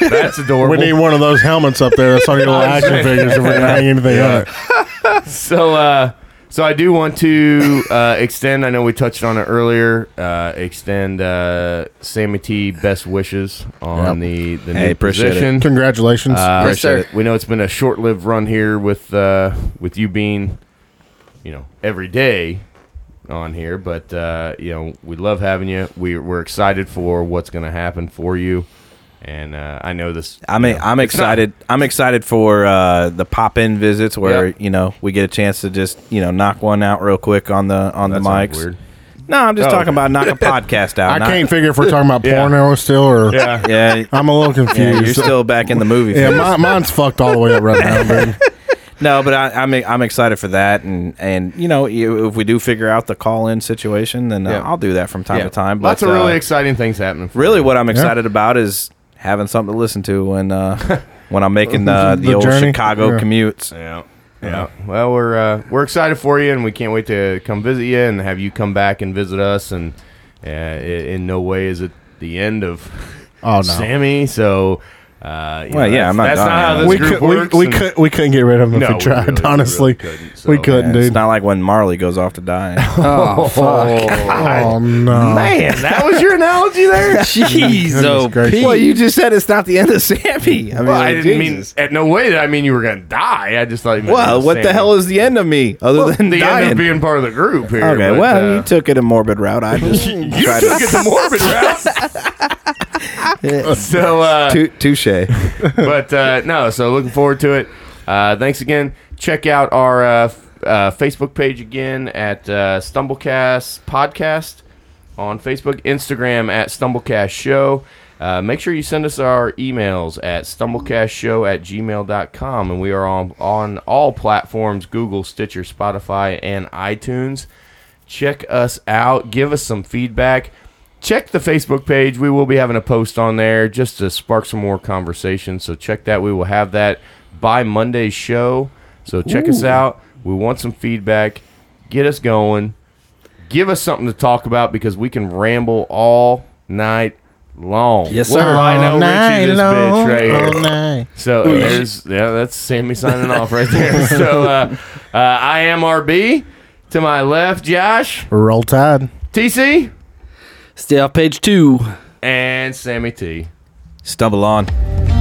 Speaker 1: that's adorable.
Speaker 2: We need one of those helmets up there. That's on your little action figures if we're gonna hang anything on it.
Speaker 1: so, uh, so I do want to uh, extend. I know we touched on it earlier. Uh, extend uh, Sammy T best wishes on the the
Speaker 3: Hey,
Speaker 1: new
Speaker 3: appreciate it.
Speaker 1: position.
Speaker 2: Congratulations.
Speaker 1: Uh,
Speaker 4: Yes, sir.
Speaker 1: We know it's been a short-lived run here with uh, with you being, you know, every day on here. But uh, you know, we love having you. We, we're excited for what's going to happen for you. And uh, I know this.
Speaker 3: I'm
Speaker 1: you know,
Speaker 3: I'm
Speaker 1: it's not-
Speaker 3: excited. I'm excited for uh, the pop in visits where
Speaker 1: Yeah.
Speaker 3: you know we get a chance to just you know knock one out real quick on the on the
Speaker 1: That
Speaker 3: mics.
Speaker 1: sounds weird.
Speaker 3: No, I'm just
Speaker 1: Oh,
Speaker 3: talking
Speaker 1: okay.
Speaker 3: about knock a podcast out.
Speaker 2: I
Speaker 3: not-
Speaker 2: can't figure if we're talking about
Speaker 1: Yeah.
Speaker 2: porno still or.
Speaker 1: Yeah.
Speaker 3: Yeah,
Speaker 2: I'm a little
Speaker 3: yeah,
Speaker 2: confused.
Speaker 3: you're still back in the movie.
Speaker 2: Yeah,
Speaker 3: phase.
Speaker 2: my, mine's fucked all the way up right now, dude.
Speaker 3: No, but I, I'm I'm excited for that, and and you know you- if we do figure out the call in situation, then uh,
Speaker 1: Yeah.
Speaker 3: I'll do that from time
Speaker 1: Yeah.
Speaker 3: to time.
Speaker 1: Lots
Speaker 3: but,
Speaker 1: of really
Speaker 3: uh,
Speaker 1: exciting things happening. for
Speaker 3: really
Speaker 1: you.
Speaker 3: what I'm excited about is having something to listen to when uh, when I'm making uh, the,
Speaker 2: The
Speaker 3: old
Speaker 2: journey?
Speaker 3: Chicago
Speaker 2: Yeah.
Speaker 3: commutes.
Speaker 1: Yeah. Yeah. Uh, Well, we're uh, we're excited for you, and we can't wait to come visit you and have you come back and visit us. And uh, i- in no way is it the end of
Speaker 2: Oh no,
Speaker 1: Sammy. So. Uh, you
Speaker 3: Well,
Speaker 1: know,
Speaker 3: yeah, I'm not
Speaker 1: That's
Speaker 3: done
Speaker 1: not how
Speaker 3: yet.
Speaker 1: this
Speaker 2: we
Speaker 1: group
Speaker 2: could we,
Speaker 1: works.
Speaker 2: we
Speaker 1: and-
Speaker 2: could we couldn't get rid of him
Speaker 1: No,
Speaker 2: if
Speaker 1: we
Speaker 2: we tried.
Speaker 1: really- we
Speaker 2: honestly,
Speaker 1: really
Speaker 2: we,
Speaker 1: couldn't,
Speaker 2: couldn't,
Speaker 1: so-
Speaker 3: Yeah,
Speaker 2: dude.
Speaker 3: it's not like when Marley goes off to die.
Speaker 4: Oh, fuck.
Speaker 2: oh no,
Speaker 1: Man, that was your analogy there.
Speaker 4: Jeez, oh,
Speaker 2: gracious.
Speaker 3: well, you just said it's not the end of Sammy. I mean,
Speaker 1: Well, I didn't mean at no way did I mean you were gonna die. I just thought. You meant
Speaker 3: Well, what the
Speaker 1: Sammy.
Speaker 3: hell is the end of me other
Speaker 1: Well,
Speaker 3: than
Speaker 1: the end
Speaker 3: dying?
Speaker 1: of being part of the group here?
Speaker 3: okay,
Speaker 1: but,
Speaker 3: well,
Speaker 1: uh,
Speaker 3: you took it a morbid route. I just
Speaker 1: you
Speaker 3: tried
Speaker 1: took it the morbid route. so, uh,
Speaker 3: to touche.
Speaker 1: but uh, no, so looking forward to it. Uh, thanks again. Check out our uh, f- uh, Facebook page again at uh, Stumblecast Podcast on Facebook, Instagram at Stumblecast Show. Uh, make sure you send us our emails at stumblecastshow at gmail.com. And we are on, on all platforms Google, Stitcher, Spotify, and iTunes. Check us out. Give us some feedback. Check the Facebook page. We will be having a post on there just to spark some more conversation. So check that. We will have that by Monday's show. So check us out. We want some feedback. Get us going give us something to talk about because we can ramble all night long.
Speaker 4: Yes,
Speaker 1: We'll
Speaker 4: sir.
Speaker 1: Lionel
Speaker 2: All night
Speaker 1: Richie this
Speaker 2: long,
Speaker 1: bitch right here.
Speaker 2: all night.
Speaker 1: So there's yeah, that's Sammy signing off right there. So uh, uh, I am RB. To my left, Josh,
Speaker 2: Roll Tide.
Speaker 1: TC,
Speaker 4: Stay off page two.
Speaker 1: and Sammy T.
Speaker 3: Stumble on.